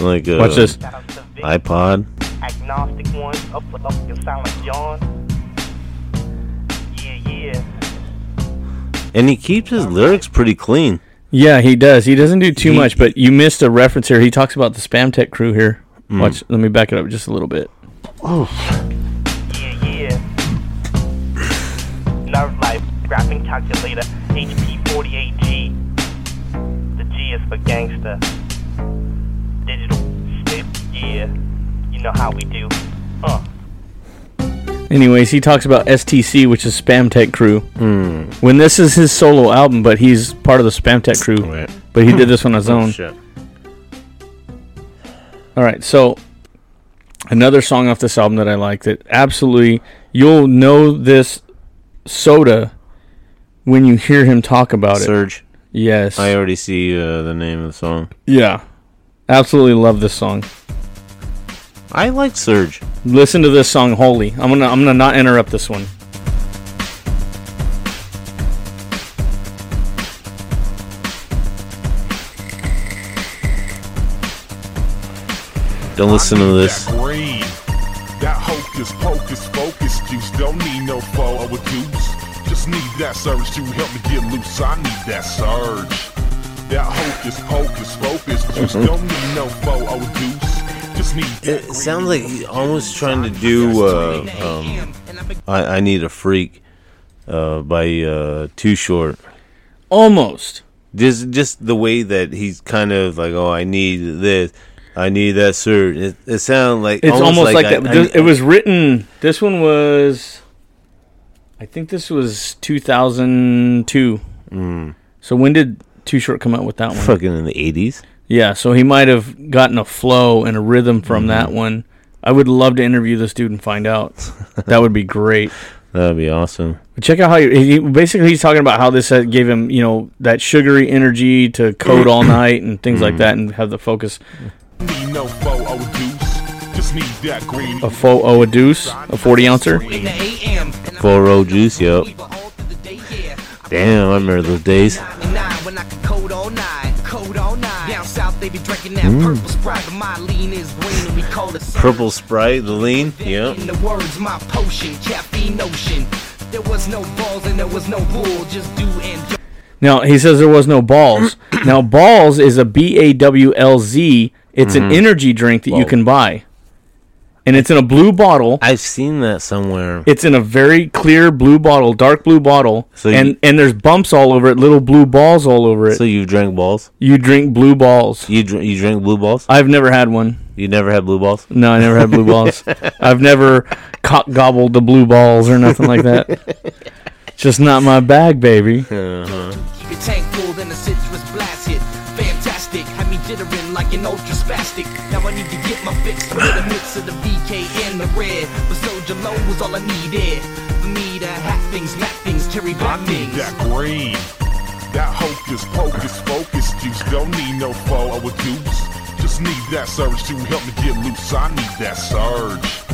like uh, Watch this. Shout out to Vic, iPod. agnostic one, up with up your silent John. Yeah, yeah. And he keeps his lyrics pretty clean. Yeah, he does. He doesn't do too He- much, but you missed a reference here. He talks about the Spam Tech crew here. Mm. Watch. Let me back it up just a little bit. Yeah, yeah. Nerve life, graphing calculator, HP 48G. The G is for gangster. Digital stick, yeah. You know how we do. Uh. Anyways, he talks about STC, which is Spam Tech Crew. Hmm. When this is his solo album, but he's part of the Spam Tech Crew. Right. Oh, But he did this on [coughs] his own. Shit. All right, so another song off this album that I like that absolutely you'll know this soda when you hear him talk about it. Surge. Yes. I already see uh, the name of the song. yeah. Absolutely love this song. I like Surge. Listen to this song wholly. I'm gonna I'm gonna not interrupt this one. Don't listen to this. That green, that hocus pocus focus juice. Don't need no foe or juice. Just need that surge to help me get loose. I need that surge. That hocus pocus focus juice. Mm-hmm. Don't need no foe or juice. Just need that It green sounds like he's almost trying to do uh, um, I, I Need a Freak uh, by uh, Too Short. Almost. Just just the way that he's kind of like, oh, I need this, I need that surge. It, it sounds like It's almost, like, I- that. I- Th- it was written. This one was, I think this was 2002. So when did Too Short come out with that one? [laughs] fucking in the eighties. Yeah, so he might have gotten a flow and a rhythm from that one. I would love to interview this dude and find out. that would be [laughs] great. That'd be awesome. But check out how he, he basically he's talking about how this had- gave him, you know, that sugary energy to code [clears throat] all night and things like that, and have the focus. need no foe or juice. Just need that green. A fo oh a deuce, a forty ouncer. In the AM. Full roll juice, yep. Damn, I remember those days. When I could code all night, code all night. Down south, they be drinking that purple sprite. But my lean is green, and we call it surge. Purple Sprite, the lean. Yep. In the words, my potion, caffeine notion. There was no balls and there was no bull, just do and do. Now he says there was no balls. now balls is a B A W L Z. It's Mm-hmm. an energy drink that you can buy, and it's in a blue bottle. I've seen that somewhere. It's in a very clear blue bottle, dark blue bottle, So and you- and there's bumps all over it, little blue balls all over it. So you drank balls? you drink blue balls. You dr- you drank blue balls? I've never had one. You never had blue balls? No, I never had blue [laughs] balls. I've never cock gobbled the blue balls or nothing like that. [laughs] Just not my bag, baby. Keep your tank full, then a citrus blast hit. Fantastic, had me jittering like an ultra spastic. Now I need to get my fix. I'm in the mix of the BK and the red. But Soldier Low was all I needed. For me to hack things, map things, cherry I bomb need things. that green. That hocus pocus focus juice. Don't need no foe or juice. Just need that surge to help me get loose. I need that surge.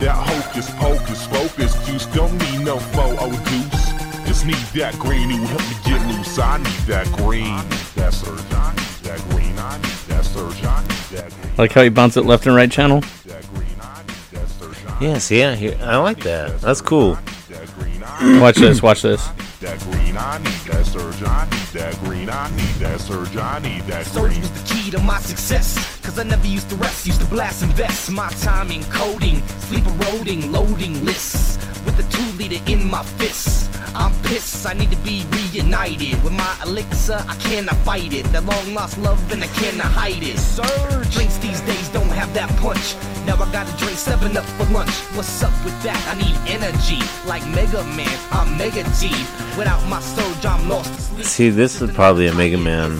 That hocus pocus focus juice. Don't need no foe or juice. Just need that green to help me get loose. I need that green. I need that surge. I need that green. I need that surge. I need that green. Like how you bounce it left and right channel. that green. I need that surge. I need Yes, yeah, here I like that. That's cool. that green. I need Watch this. Watch this. that green, I need that surge, I need that green, I need that surge, I need that Surge green. was the key to my success. Cause I never used to rest, used to blast and vest. My time in coding, sleep eroding, loading lists. With a two liter in my fist. I'm pissed, I need to be reunited. With my elixir, I cannot fight it. That long lost love, and I cannot hide it. Surge! Drinks these days don't have that that punch. Now I gotta drink 7 up for lunch. What's up with that? I need energy. Like Mega Man, I'm Mega G. Without my surge, I'm lost to sleep. See, this is probably a Mega Man.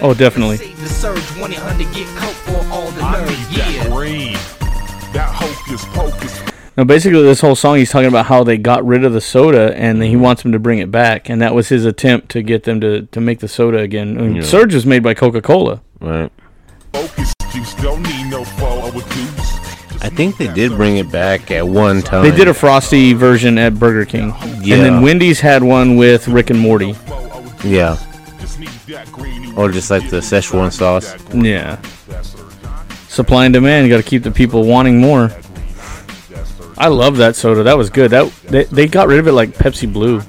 Oh, definitely. Save the surge, 1-800, get coke for all the I nerds, need that yeah. green. That hocus pocus. Now, basically, this whole song he's talking about how they got rid of the soda and he wants them to bring it back, and that was his attempt to get them to, to make the soda again. I mean, Yeah. Surge was made by Coca Cola. Right. Focus juice. Don't need no overdose. I think they did bring it back at one time. They did a frosty version at Burger King, Oh, Yeah. and then Wendy's had one with Rick and Morty. Yeah. Just need that green. Or just like the Szechuan sauce. Yeah, supply and demand. You got to keep the people wanting more. I love that soda. That was good. That they, they got rid of it like Pepsi Blue.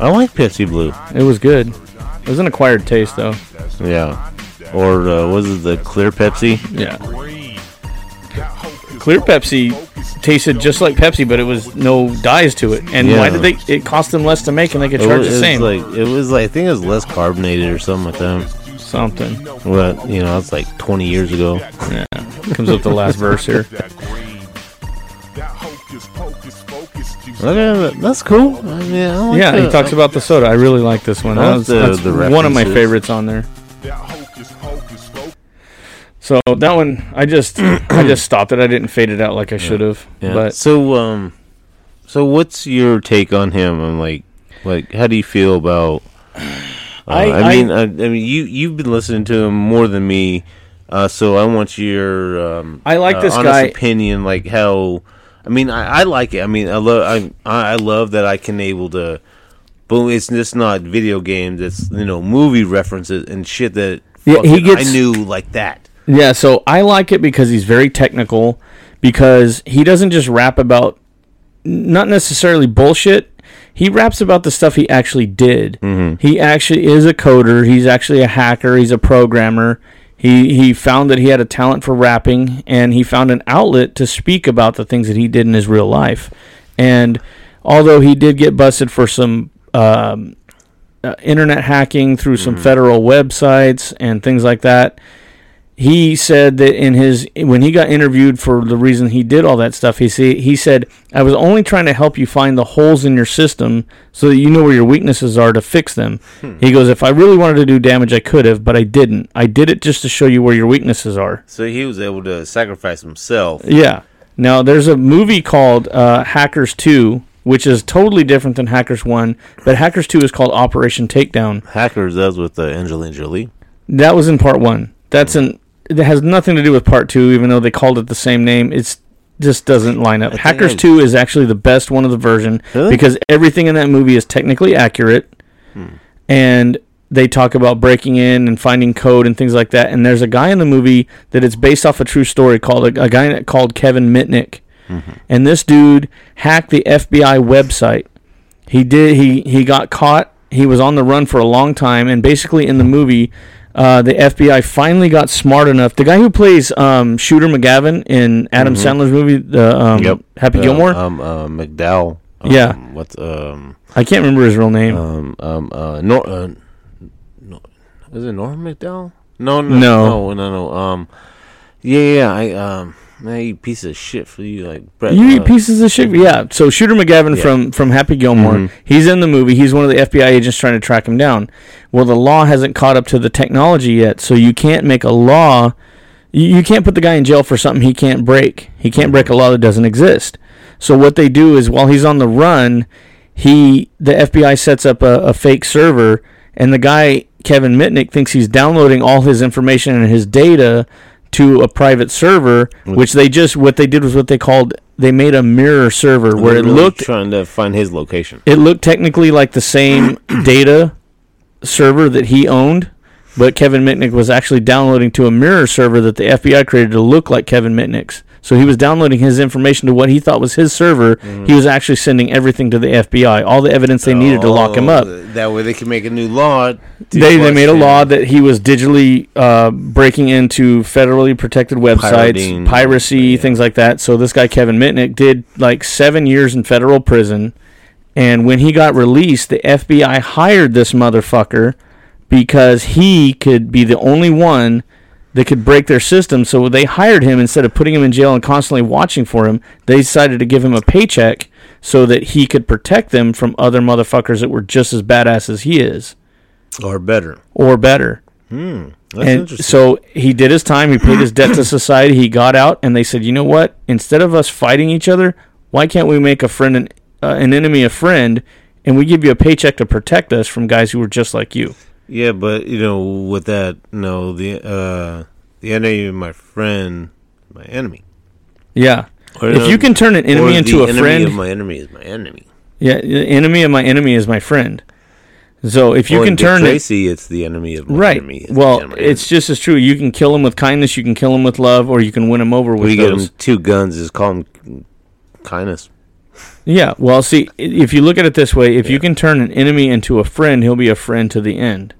I like Pepsi Blue. It was good. It was an acquired taste though. Yeah. Or uh, was it the clear Pepsi? Yeah. Clear Pepsi tasted just like Pepsi, but it was no dyes to it. And why Yeah. did they? It cost them less to make, and they could It charge was, the same. like it was like I think it was less carbonated or something like that. Something. But you know, it's like 20 years ago. Yeah. Comes up the last verse here. Look at that. That's cool. I mean, I [laughs] like Yeah, he that. talks about the soda. I really like this one. I That like was, the- that's the one of my references. favorites on there. So that one, I just, I just stopped it. I didn't fade it out like I should have. Yeah. But so um, so what's your take on him? I'm like, like, how do you feel about? uh, I- I mean, I, I mean, you you've been listening to him more than me, uh, so I want your um, I like uh, this honest guy. opinion, like how. I mean, I, I like it. I mean, I love I I love that I can able to. But it's just not video games. It's you know movie references and shit that Yeah, he fucking gets- I knew like that. yeah, so I like it because he's very technical, because he doesn't just rap about, not necessarily bullshit. He raps about the stuff he actually did. He actually is a coder. He's actually a hacker. He's a programmer. He he found that he had a talent for rapping, and he found an outlet to speak about the things that he did in his real life. And although he did get busted for some um, uh, internet hacking through some federal websites and things like that, he said that in his when he got interviewed for the reason he did all that stuff, he see, he said, "I was only trying to help you find the holes in your system so that you know where your weaknesses are to fix them." He goes, "If I really wanted to do damage, I could have, but I didn't. I did it just to show you where your weaknesses are." So he was able to sacrifice himself. Yeah. Now there's a movie called uh, Hackers Two, which is totally different than Hackers One, but Hackers Two is called Operation Takedown. Hackers, that was with uh, Angelina Jolie. That was in part one. That's an that has nothing to do with part two, even though they called it the same name. It's just doesn't line up. think Hackers I- two is actually the best one of the version Really? because everything in that movie is technically accurate, and they talk about breaking in and finding code and things like that. And there's a guy in the movie that it's based off a true story called a, a guy called Kevin Mitnick, and this dude hacked the FBI website. He did. He he got caught. He was on the run for a long time, and basically in the movie, uh, the FBI finally got smart enough. The guy who plays um, Shooter McGavin in Adam Sandler's movie, the um, Happy Uh, Gilmore. Um, uh, McDowell. Um, Yeah. What's um I can't remember his real name. um um uh Nor uh, Nor- is it Norm McDowell? No, no, No. no, no, no. Um, yeah, yeah. I um, I eat piece of shit for you, like Brett. you uh, eat pieces of shit. Yeah. So Shooter McGavin from from Happy Gilmore, he's in the movie. He's one of the FBI agents trying to track him down. Well, the law hasn't caught up to the technology yet, so you can't make a law. You, you can't put the guy in jail for something he can't break. He can't break a law that doesn't exist. So what they do is while he's on the run, he the FBI sets up a, a fake server, and the guy Kevin Mitnick thinks he's downloading all his information and his data to a private server, which they just what they did was what they called they made a mirror server I'm where it really looked trying to find his location. it looked technically like the same data server that he owned, but Kevin Mitnick was actually downloading to a mirror server that the FBI created to look like Kevin Mitnick's. So he was downloading his information to what he thought was his server. He was actually sending everything to the FBI, all the evidence they needed to lock him Oh, up. That way they can make a new law. to They, they bust made a him. law that he was digitally uh, breaking into federally protected websites, Pirating. piracy, Yeah. things like that. So this guy Kevin Mitnick did like seven years in federal prison, and when he got released, the FBI hired this motherfucker because he could be the only one They could break their system, so they hired him instead of putting him in jail and constantly watching for him. They decided to give him a paycheck so that he could protect them from other motherfuckers that were just as badass as he is or better. or better. That's and interesting. so he did his time. He paid his debt [coughs] to society. He got out, and they said, "You know what? Instead of us fighting each other, why can't we make a friend an, uh, an enemy a friend, and we give you a paycheck to protect us from guys who were just like you?" Yeah, but you know, with that, no, the uh, the enemy of my friend, my enemy. Yeah. Or, if you um, can turn an or enemy into the a enemy friend, of my enemy is my enemy. yeah, the enemy of my enemy is my friend. So if you Or can in Dick turn it, Tracy, it's the enemy of my right? enemy. is the Well, enemy. it's just as true. You can kill him with kindness. You can kill him with love, or you can win him over with we get those. him two guns. Just call him kindness. Yeah, well, see, i- if you look at it this way, if you Yeah. can turn an enemy into a friend, he'll be a friend to the end.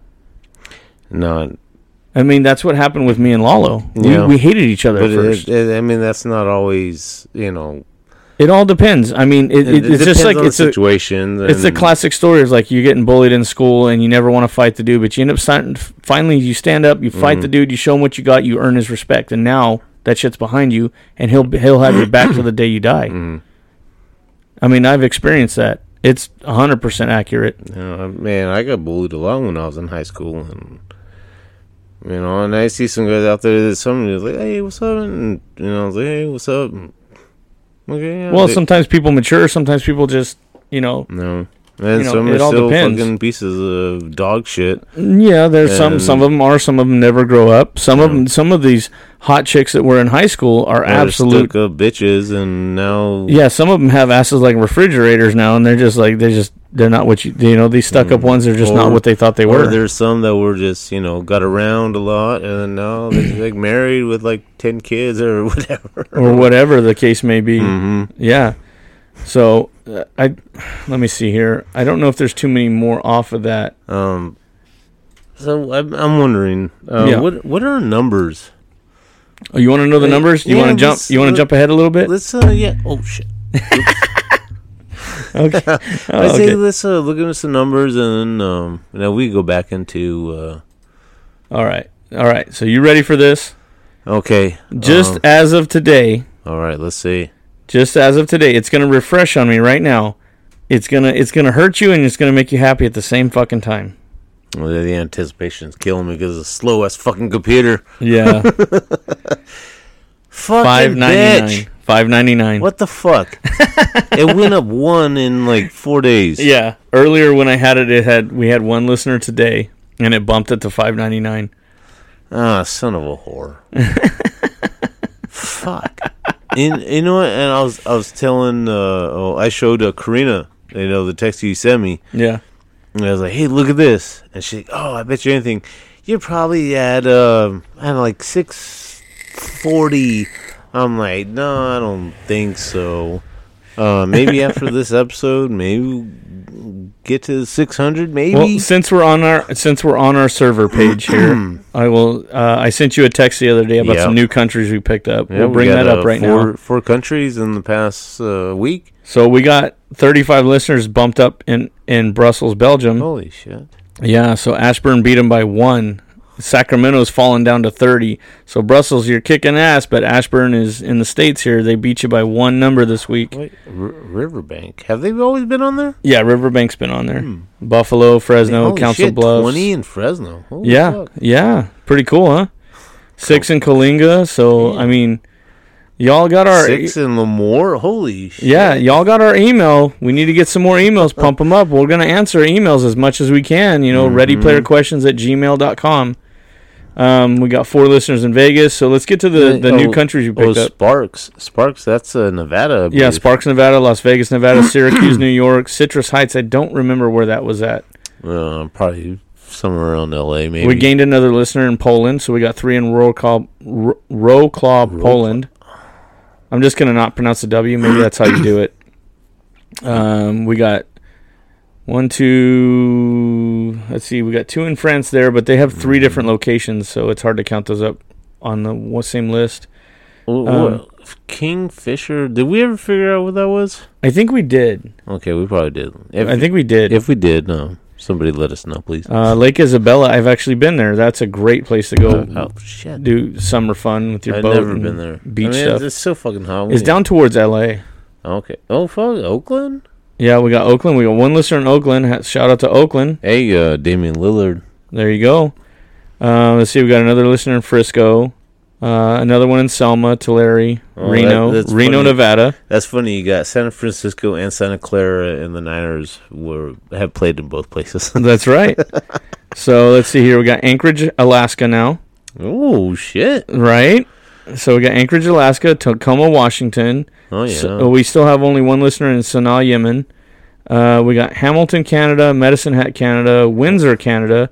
No, I mean, that's what happened with me and Lalo. Yeah. We, we hated each other but at it, first. It, it, I mean that's not always you know. all depends. I mean, it, it, it's just depends like on it's the a situation. it's the and- classic story of like you're getting bullied in school and you never want to fight the dude, but you end up starting, finally you stand up, you Mm. fight the dude, you show him what you got, you earn his respect, and now that shit's behind you, and he'll he'll have your back till the day you die. Mm. I mean, I've experienced that. It's 100% accurate. You know, man, I got bullied a lot when I was in high school, and you know, and I see some guys out there that somebody was like, "Hey, what's up?" And you know, I was like, "Hey, what's up?" And, okay, yeah, Well, they- sometimes people mature. Sometimes people just, you know, no, and you know, some it are all still depends. fucking pieces of dog shit. yeah. There's some. And- Some of them are. Some of them never grow up. Some of them. Some of these hot chicks that were in high school are absolute. up bitches, and now Yeah, some of them have asses like refrigerators now, and they're just like they just they're not what you you know these stuck up ones. They're just Mm. Or- not what they thought they Or were. there's some that were just you know got around a lot, and then [clears throat] now they're like married with like ten kids or [laughs] whatever. or whatever the case may be. Mm-hmm. Yeah. So uh, I let me see here. I don't know if there's too many more off of that. Um, so I'm, I'm wondering, uh, Yeah. what what are numbers? Oh, you want to know the numbers? You yeah, want to jump? let's- You want to let- jump ahead a little bit? [laughs] Let's uh, yeah. Oh shit. [laughs] Okay. I Oh, say okay. let's uh, look at some numbers, and then, um, now we go back into uh, All right. All right. So you ready for this? okay. Just um, as of today, all right. Let's see. just as of today, it's gonna refresh on me right now. It's gonna it's gonna hurt you and it's gonna make you happy at the same fucking time. Well, the anticipation's killing me because it's slow ass fucking computer. [laughs] Yeah. Fucking Five ninety bitch. nine. Five ninety nine. What [laughs] the fuck? it went up one in like four days. Yeah. Earlier when I had it it had we had one listener today and it bumped it to five ninety nine. Ah, son of a whore. Fuck. And you know what? And I was I was telling uh, oh, I showed uh, Karina, you know, the text you sent me, Yeah. and I was like, "Hey, look at this," and she's like, "Oh, I bet you anything, you're probably at um, I don't know, like six forty. I'm like, "No, I don't think so." Uh, [laughs] maybe after this episode, maybe we'll get to six hundred. Maybe Well, since we're on our since we're on our server page [clears throat] here, I will. Uh, I sent you a text the other day about Yeah. some new countries we picked up. Yeah, we'll we bring got, that uh, up right four, now. Four countries in the past uh, week. So we got 35 listeners bumped up in in Brussels, Belgium. Holy shit! Yeah, so Ashburn beat them by one. Sacramento's fallen down to 30. So Brussels, you're kicking ass, but Ashburn is in the states here. They beat you by one number this week. Wait, R- Riverbank. Have they always been on there? Yeah, Riverbank's been on there. Buffalo, Fresno, Hmm. Holy Council shit, Bluffs. Twenty in Fresno. Holy Yeah, fuck. yeah, pretty cool, huh? Six in Kalinga. So I mean, y'all got our Six in Lemoore. Holy shit! yeah, y'all got our email. We need to get some more emails. Pump them up. We're gonna answer emails as much as we can. You know, Mm-hmm. ready player questions at gmail.com. Um, we got four listeners in Vegas, so let's get to the, the new Oh, countries we Oh, picked up. Sparks. Sparks. That's uh, Nevada. I Yeah, believe. Sparks, Nevada, Las Vegas, [coughs] Nevada, Syracuse, New York, Citrus Heights. I don't remember where that was at. Uh, probably somewhere around L.A. Maybe. We gained another listener in Poland, so we got three in Roclaw, Ro- Roclaw, Poland. I'm just gonna not pronounce the W. Maybe that's how you do [coughs] it. Um, we got one, two. Let's see, we got two in France there, but they have Mm. three different locations, so it's hard to count those up on the one- same list. um, Wh- wh- Kingfisher. Did we ever figure out what that was? I think we did. Okay, we probably did. If, I think we did. if we did, no. Somebody let us know, please. Uh, Lake Isabella, I've actually been there. That's a great place to go oh shit! do summer fun with your I've boat. never and been there. Beach I mean, stuff. It's so fucking hot. It's down towards L.A. Okay. Oh fuck, Oakland. Yeah, we got Oakland. We got one listener in Oakland. Ha- Shout out to Oakland. Hey, uh, Damian Lillard. There you go. Uh, let's see. We got another listener in Frisco. Uh, another one in Selma, Tulare, Oh, Reno, that- that's Reno, funny. Nevada. That's funny. You got San Francisco and Santa Clara, and the Niners were have played in both places. [laughs] That's right. so let's see here. We got Anchorage, Alaska now, oh shit! right? So we got Anchorage, Alaska, Tacoma, Washington. Oh yeah. So we still have only one listener in Sanaa, Yemen. Uh, we got Hamilton, Canada, Medicine Hat, Canada, Windsor, Canada,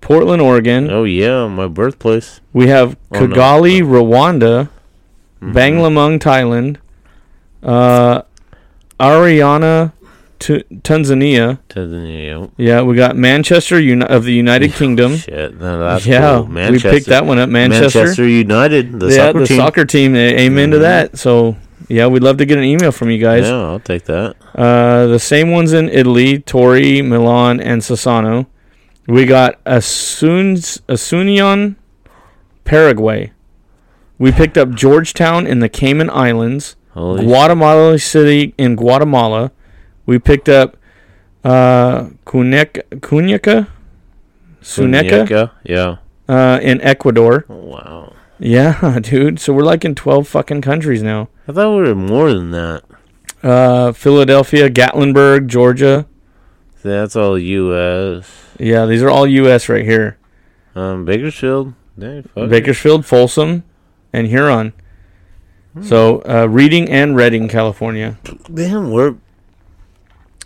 Portland, Oregon. oh yeah, my birthplace. We have Oh, no. Mm-hmm. Kigali, Rwanda, Banglamung, Thailand, uh, Ariana, Tu Tanzania. Tanzania. Yeah, we got Manchester Uni- of the [laughs] United Kingdom. Shit, no, that's yeah, cool. Manchester. we picked that one up. Manchester, United, the yeah, soccer the team. soccer team. a- Amen to Mhm. that. So yeah, we'd love to get an email from you guys. Yeah, I'll take that. Uh, the same ones in Italy, Tori, Milan, and Sassano. We got Asuns, Asunion, Paraguay. We picked up Georgetown in the Cayman Islands, Holy Guatemala City in Guatemala. We picked up uh, Cuneca, Cuneca, Suneca Suneca, Yeah. uh, in Ecuador. Oh, wow. Yeah, [laughs] dude. So we're like in 12 fucking countries now. I thought we were more than that. Uh, Philadelphia, Gatlinburg, Georgia. That's all U.S. Yeah, these are all U.S. right here. Um, Bakersfield. Dang, fuck. Bakersfield, Folsom, and Huron. Hmm. So uh, Reading and Reading, California. Damn, we're.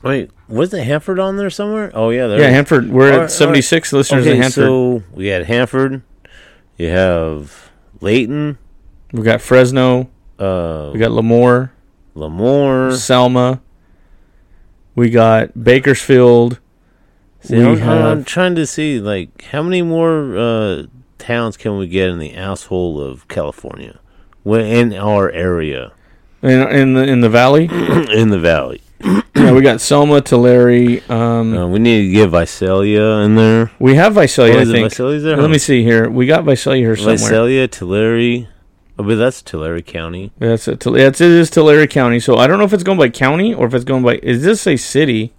Wait, wasn't Hanford on there somewhere? Oh yeah, there. Yeah, is. Hanford. We're All right, all at seventy six listeners in Okay, Hanford. so we had Hanford. You have Layton. we got Fresno. Uh, We got Lemoore, Lamore. Selma. We got Bakersfield. See, we I'm, I'm have trying to see like how many more uh, towns can we get in the asshole of California, We're in our area, in, in the in the [clears throat] valley. in the valley. yeah, we got Selma, Tulare. Um, Uh, we need to get Visalia in there. we have Visalia. Oh, I is it think. Visalia's there? Let Huh. me see here. We got Visalia here somewhere. Visalia, Tulare. Oh, but that's Tulare County. That's it. Tula- That's it is Tulare County. So I don't know if it's going by county or if it's going by. Is this a city?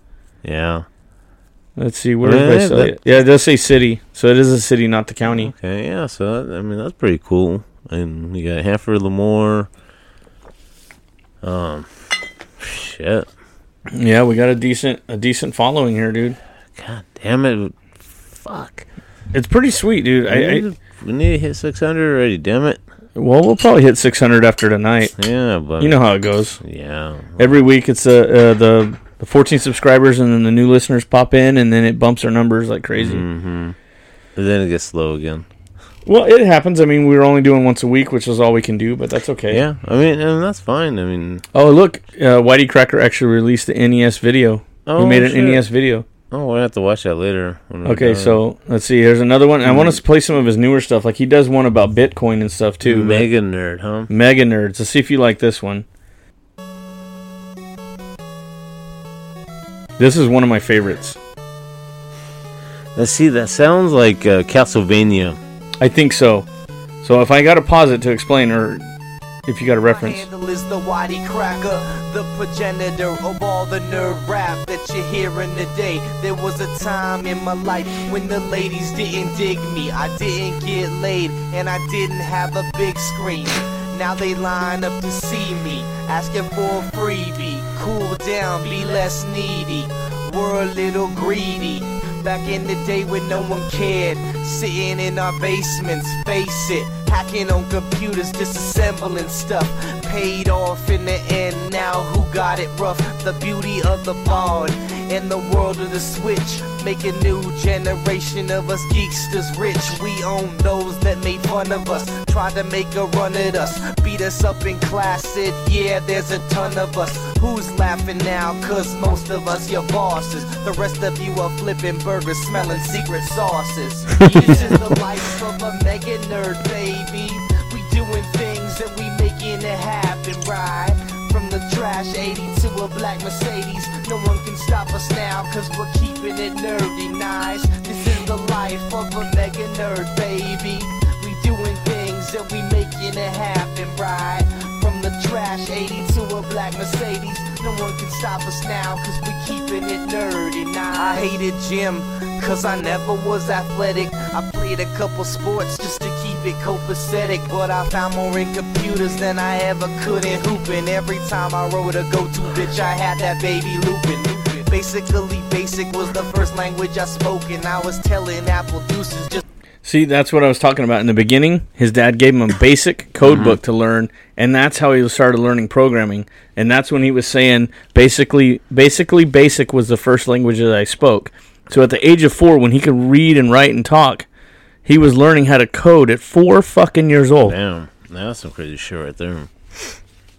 Yeah. Let's see. Where Yeah, is Visalia? that- yeah, it does say city. So it is a city, not the county. Okay. Yeah. So that, I mean, that's pretty cool. And you got Hanford, Lemoore. Um, shit. Yeah, we got a decent a decent following here, dude. God damn it. Fuck. It's pretty sweet, dude. we, I, need to, we need to hit 600 already. Damn it. I well, we'll probably hit 600 after tonight. Yeah, but You know how it goes. Yeah. Every week, it's uh, uh, the the 14 subscribers, and then the new listeners pop in, and then it bumps our numbers like crazy. Mm-hmm. But then it gets slow again. Well, it happens. I mean, we were only doing once a week, which is all we can do, but that's okay. Yeah. I mean, and that's fine. I mean, Oh, look, uh, Whitey Cracker actually released the NES video. Oh, he made an shit. NES video. oh, we'll have to watch that later. when we're Okay, done. so let's see. Here's another one. I want to play some of his newer stuff. Like he does one about Bitcoin and stuff too. Mega nerd, huh? Mega nerds. Let's see if you like this one. This is one of my favorites. Let's see. That sounds like uh, Castlevania. I think so. So if I got to pause it to explain, or if you got a reference, handle is the Waddy Cracker, the progenitor of all the nerd rap that you're hearing today. There was a time in my life when the ladies didn't dig me, I didn't get laid, and I didn't have a big screen. Now they line up to see me, asking for a freebie. Cool down, be less needy. We're a little greedy. Back in the day when no one cared, sitting in our basements, face it, hacking on computers, disassembling stuff. Paid off in the end, now who got it rough? The beauty of the bond and the world of the switch. Make a new generation of us geeksters rich. We own those that made fun of us, try to make a run at us, beat us up in class. Said, yeah, there's a ton of us. Who's laughing now? Cause most of us, your bosses. The rest of you are flipping burgers, smelling secret sauces. this is the life of a mega nerd, baby. We doing things and we making it happen, right? From the trash 82 a black Mercedes. No one can stop us now, cause we're keeping it nerdy nice. This is the life of a mega nerd, baby. We doing things and we making it happen right. From the trash 80 to a black Mercedes. No one can stop us now, cause we keeping it nerdy nice. I hated gym, cause I never was athletic. I played a couple sports just to keep it copacetic. But I found more in computers than I ever could in hooping. Every time I rode a go-to bitch, I had that baby looping. Basically, basic was the first language I spoke, and I was telling Apple Deuces just. See, that's what I was talking about in the beginning. His dad gave him a basic code book to learn, and that's how he started learning programming. And that's when he was saying basically, basically, basic was the first language that I spoke. So at the age of four, when he could read and write and talk, he was learning how to code at four fucking years old. Damn, that's some crazy shit right there.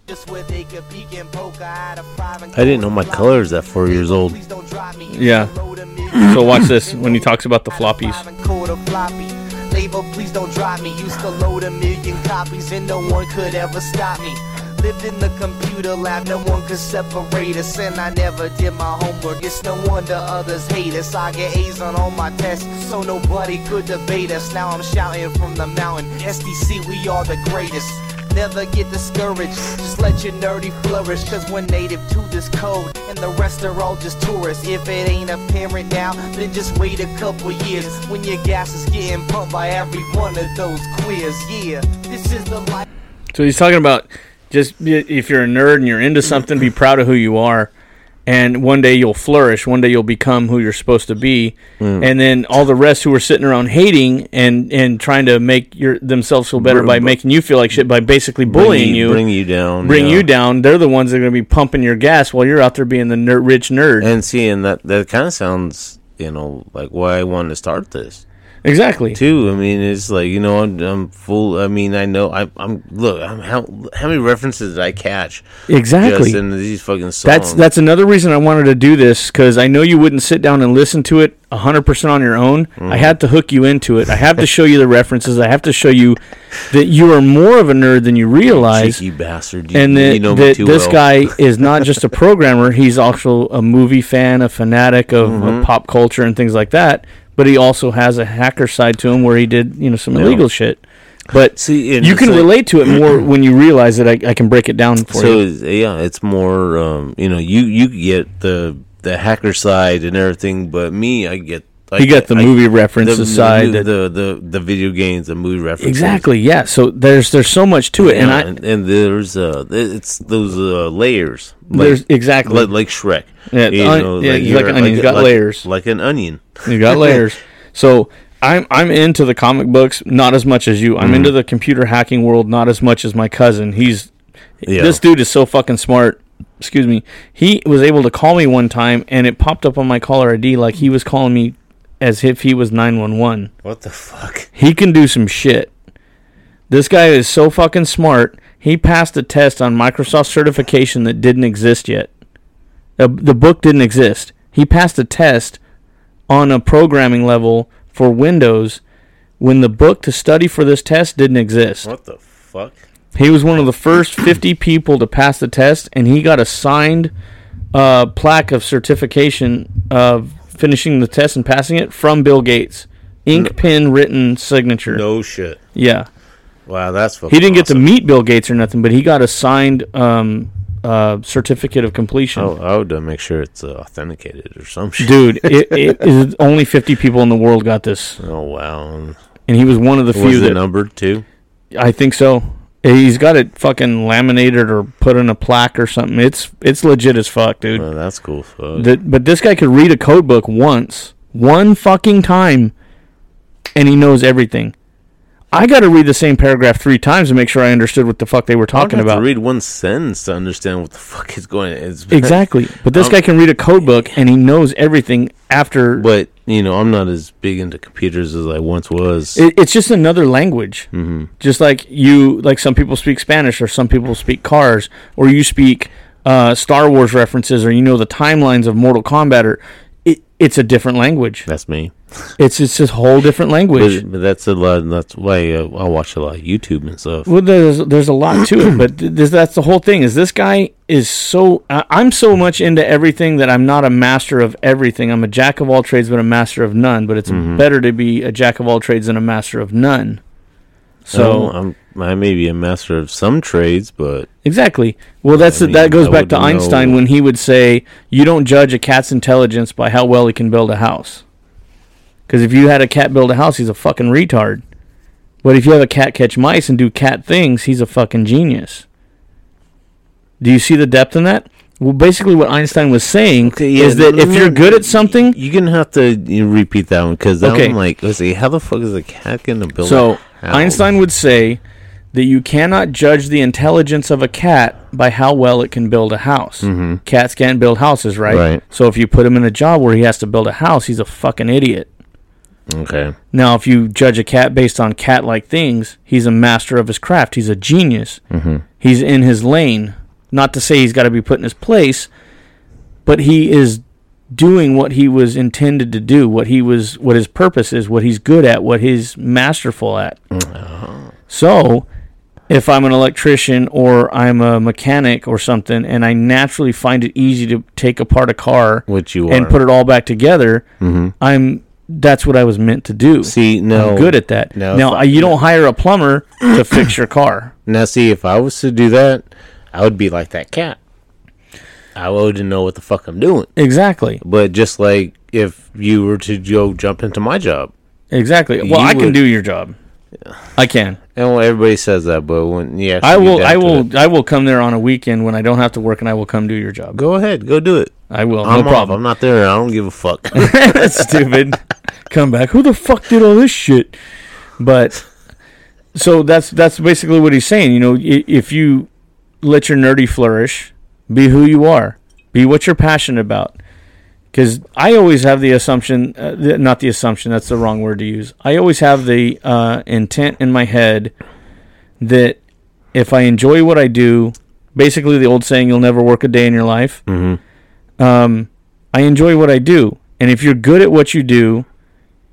Just where they could peek and poke, I had a five and I didn't know my colors at four years old. Please don't drop me. Yeah. So watch this when he talks about the floppies. Five and quarter floppy. Label, please don't drop me. Used to load a million copies and no one could ever stop me. Lived in the computer lab, no one could separate us, and I never did my homework. It's no wonder others hate us. I get A's on all my tests, so nobody could debate us. Now I'm shouting from the mountain, SDC, we are the greatest. Never get discouraged, just let your nerdy flourish. Cause we're native to this code, and the rest are all just tourists. If it ain't apparent now, then just wait a couple years when your gas is getting pumped by every one of those queers. Yeah, this is the life. So he's talking about just y- if you're a nerd and you're into something, be proud of who you are, and one day you'll flourish. One day you'll become who you're supposed to be, Mm. and then all the rest who are sitting around hating and and trying to make your themselves feel better Br- by br- making you feel like shit by basically bullying bring you, bring you down, bring yeah. you down. They're the ones that are going to be pumping your gas while you're out there being the ner- rich nerd. And seeing that that kind of sounds, you know, like why I wanted to start this exactly. too. I mean, it's like you know, I'm, I'm full. I mean, I know I, I'm look. I'm, how how many references did I catch? Exactly. Just in these fucking songs. That's that's another reason I wanted to do this because I know you wouldn't sit down and listen to it 100% on your own. Mm-hmm. I had to hook you into it. I have to show you the references. I have to show you that you are more of a nerd than you realize. cheeky bastard. You, And that, you know me that too this well. [laughs] guy is not just a programmer, he's also a movie fan, a fanatic of, of Mm-hmm. pop culture and things like that. But he also has a hacker side to him where he did, you know, some illegal shit. But See, and you it's can like- relate to it [clears throat] more when you realize that I, I can break it down for so you. it's- yeah, it's more um, you know you you get the the hacker side and everything, but me I get I You got the I- movie references side the, that- the, the the video games, the movie references, Exactly. Yeah. So there's there's so much to it, Yeah, and and, I and, there's uh, it's those uh, layers. Like, There's- exactly. like, like Shrek. Yeah, the on- yeah, he's like you're- an onion, he's got layers. like [laughs] an onion. you got layers. So I'm I'm into the comic books not as much as you. I'm into the computer hacking world not as much as my cousin. He's Yeah. this dude is so fucking smart. Excuse me. He was able to call me one time, and it popped up on my caller ID like he was calling me as if he was nine one one. What [laughs] the fuck? He can do some shit. This guy is so fucking smart. He passed a test on Microsoft certification that didn't exist yet. Uh, the book didn't exist. He passed a test on a programming level for Windows when the book to study for this test didn't exist. What the fuck? He was one of the first 50 people to pass the test, and he got a signed uh, plaque of certification of finishing the test and passing it from Bill Gates. Ink pen written signature. No shit. Yeah. Wow, that's fucking. He didn't get to awesome. meet Bill Gates or nothing, but he got a signed um, uh, certificate of completion. I, I would uh, make sure it's uh, authenticated or some shit. Dude, [laughs] it, it is only 50 people in the world got this, Oh wow. and he was one of the few Was um, it that numbered too? I think so. He's got it fucking laminated or put in a plaque or something. It's it's legit as fuck, dude. Oh, that's cool. Fuck. That, but this guy could read a code book once, one fucking time, and he knows everything. I got to read the same paragraph three times to make sure I understood what the fuck they were I don't talking have about. to read one sentence to understand what the fuck is going. [laughs] It's Exactly. But this Um, guy can read a code book and he knows everything after. But you know, I'm not as big into computers as I once was. It, it's just another language. Mm-hmm. Just like you, like some people speak Spanish or some people speak cars or you speak uh, Star Wars references or you know the timelines of Mortal Kombat or. It, it's a different language. That's me. It's it's a whole different language. But, but that's a lot. That's why uh, I watch a lot of YouTube and stuff. Well, there's there's a lot to it, but th- this, that's the whole thing. Is this guy is so I I'm so much into everything that I'm not a master of everything. I'm a jack of all trades, but a master of none. But it's better to be a jack of all trades than a master of none. So So I'm, I may be a master of some trades, but Exactly. Well, that's I mean, that goes I back to wouldn't Einstein know. when he would say, "You don't judge a cat's intelligence by how well he can build a house." Because if you had a cat build a house, he's a fucking retard. But if you have a cat catch mice and do cat things, he's a fucking genius. Do you see the depth in that? Well, basically, what Einstein was saying yeah, is that no, if no, you're no, good at something, you're gonna have to you know, repeat that one because that Okay. one, like, let's see, how the fuck is a cat gonna build? so a house? Einstein would say that you cannot judge the intelligence of a cat by how well it can build a house. Cats can't build houses, right? Mm-hmm. Right. So if you put him in a job where he has to build a house, he's a fucking idiot. Okay, Now, if you judge a cat based on cat like things, he's a master of his craft. He's a genius. He's in his lane. Not to say he's got to be put in his place, but he is doing what he was intended to do, what he was, what his purpose is, what he's good at, what he's masterful at. So, if I'm an electrician or I'm a mechanic or something, and I naturally find it easy to take apart a car Which you and are. Mm-hmm. put it all back together, I'm that's what I was meant to do. see, no, I'm good at that. No, now if I- you don't hire a plumber to fix your [coughs] car. Now, see, if I was to do that, I would be like that cat. I wouldn't know what the fuck I'm doing. Exactly. But just like if you were to go jump into my job, Exactly. Well, You I can would- do your job. I can. and well, everybody says that, but when yeah, I will. I will. I will come there on a weekend when I don't have to work, and I will come do your job. Go ahead, go do it. I will. I'm Oh, no off. problem. I'm not there. I don't give [laughs] a fuck. That's stupid. Come back. Who the fuck did all this shit? But so that's that's basically what he's saying. You know, i- if you let your nerdy flourish, be who you are, be what you're passionate about. Because I always have the assumption, uh, th- not the assumption, that's the wrong word to use. I always have the uh, intent in my head that if I enjoy what I do, basically the old saying, you'll never work a day in your life. I enjoy what I do. And if you're good at what you do,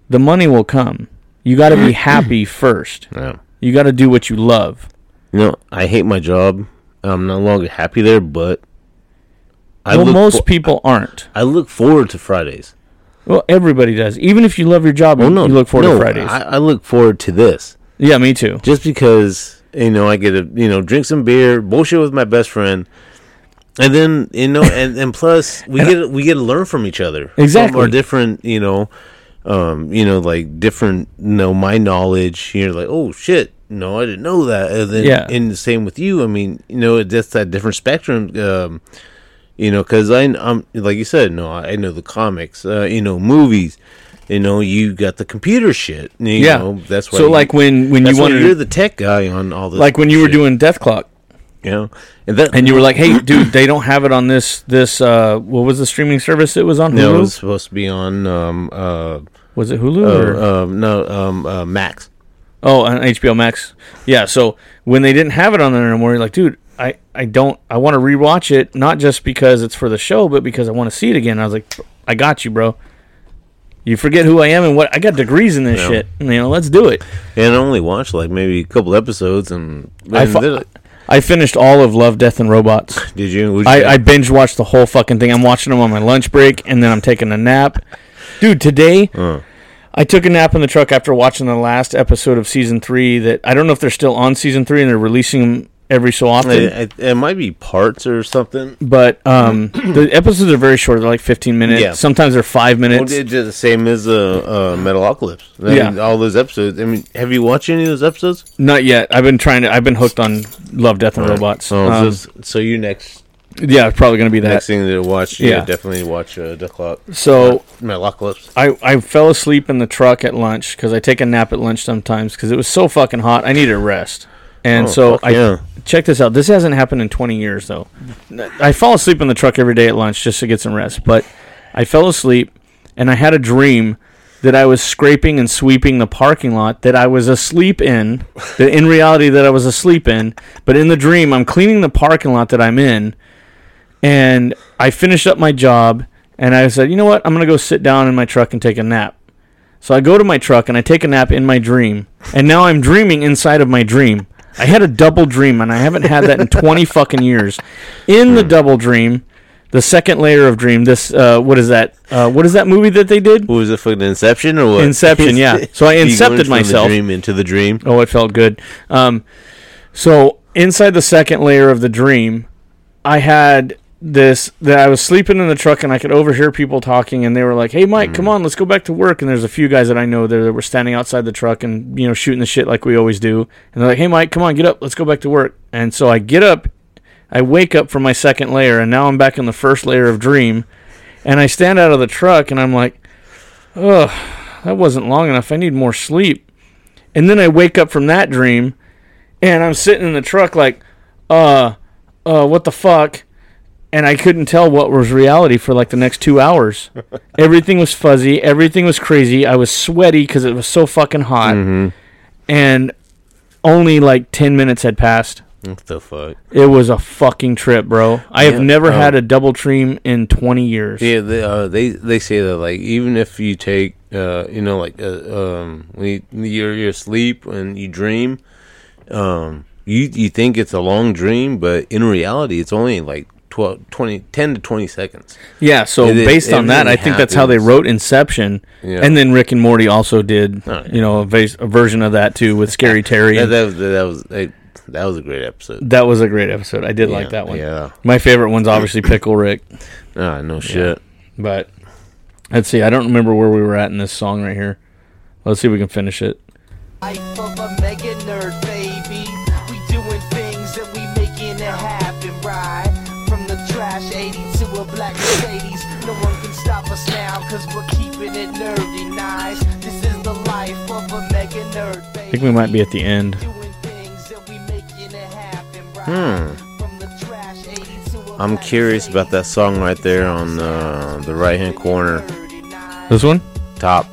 the money will come. You got to [clears throat] be happy first. no. You got to do what you love. no, I hate my job. I'm no longer happy there, but I well, look most fo- people aren't. I look forward to Fridays. Well, everybody does. Even if you love your job, Oh you- no, you look forward no, to Fridays. I, I look forward to this. yeah, me too. just because you know I get to you know drink some beer, bullshit with my best friend, and then you know, and, and plus we get we get to learn from each other Exactly. or different you know, um, you know like different you know my knowledge. You're like oh shit. No, I didn't know that. And then, Yeah. And the same with you. I mean, you know, it's just that different spectrum. Um, you know, because I, I'm like you said, no, I know the comics. Uh, you know, movies. You know, you got the computer shit. You yeah. Know, that's why. so, you- like when when that's you why wanted, you're the tech guy on all this. like when you were shit, doing Death Clock, you know, and that and you were like, "Hey, dude, they don't have it on this this uh, what was the streaming service it was on? Hulu? no, it was was, supposed to be on um uh, it Hulu? or? uh um no um uh, Max. Oh, on HBO Max. Yeah. So when they didn't have it on there anymore, you're like, dude, I, I don't, I want to rewatch it, not just because it's for the show, but because I want to see it again. I was like, I got you, bro. You forget who I am and what I got degrees in this Yeah. shit. You know, let's do it. And I only watched like maybe a couple episodes, and, I and fu- did, I finished all of Love, Death, and Robots. did you? Would you I, I binge watched the whole fucking thing. I'm watching them on my lunch break, and then I'm taking a nap. Dude, today Uh. I took a nap in the truck after watching the last episode of season three. That I don't know if they're still on season three and they're releasing them every so often. I- I- it might be parts or something. but um, [clears throat] the episodes are very short. They're like 15 minutes. Yeah. Sometimes they're five Well, minutes. they did the same as uh, uh, Metalocalypse. I mean, Yeah. all those episodes. I mean, have you watched any of those episodes? Not yet. I've been trying to. I've been hooked on Love, Death, and Robots. Oh, Um, so, so you next yeah, it's probably gonna be that. next thing to watch? Yeah, Yeah. definitely watch uh, Death Clock. So Metalocalypse. I, I fell asleep in the truck at lunch because I take a nap at lunch sometimes because it was so fucking hot. I needed a rest. And Oh, so fuck I yeah. check this out. This hasn't happened in 20 years though. I fall asleep in the truck every day at lunch just to get some rest. But I fell asleep and I had a dream that I was scraping and sweeping the parking lot that I was asleep in. That in reality that I was asleep in, but in the dream I'm cleaning the parking lot that I'm in and I finished up my job And I said, you know what? I'm going to go sit down in my truck and take a nap. So I go to my truck and I take a nap in my dream. And now I'm dreaming inside of my dream. I had a double dream and I haven't had that in 20 fucking years. In the double dream, the second layer of dream, this, uh, what is that? Uh, what is that movie that they did? What was it fucking Inception or what? Inception, [laughs] yeah. So I You incepted going from myself. The dream into the dream. Oh, it felt good. Um, so inside the second layer of the dream, I had this that I was sleeping in the truck and I could overhear people talking and they were like, "Hey, Mike, come on, let's go back to work." And there's a few guys that I know there that were standing outside the truck and you know shooting the shit like we always do. And they're like, "Hey, Mike, come on, get up, let's go back to work." And so I get up, I wake up from my second layer, and now I'm back in the first layer of dream, and I stand out of the truck and I'm like, "Ugh, that wasn't long enough. I need more sleep." And then I wake up from that dream and I'm sitting in the truck like, uh, uh, what the fuck? And I couldn't tell what was reality for like the next two [laughs] hours. everything was fuzzy. Everything was crazy. I was sweaty because it was so fucking hot. Mm-hmm. And only like 10 minutes had passed. What the fuck? It was a fucking trip, bro. I have Yeah, never um, had a double dream in 20 years. Yeah, they, uh, they they say that like even if you take uh, you know like uh, um, when you, you're you're asleep and you dream, um, you you think it's a long dream, but in reality, it's only like 12, 20, 10 to twenty seconds. Yeah, so It- it- based on that, I everything think that's how they happens. wrote Inception, Yeah. and then Rick and Morty also did, Oh, yeah. you know, a, vas- a version of that too with [laughs] Scary Terry. Yeah, that, that, that, that was that, that was a great episode. was a great episode. I did like Yeah, that one. yeah. My favorite one's obviously Pickle Rick, Ah, no shit. but let's see. I don't remember where we were at in this song right here. Let's see if we can finish it. Life of a mega nerd, baby. We doing things and we making it happen, right? From the trash 80 to a black Mercedes. No one can stop us now, cause we're keeping it nerdy nice. This is the life of a mega nerd, baby. I think we might be at the end. Doing things and we making it happen, right? From the trash 80 to a Hmm. I'm black curious about that song right there on uh, the right hand corner Mercedes. Nerdy nice. This one? top.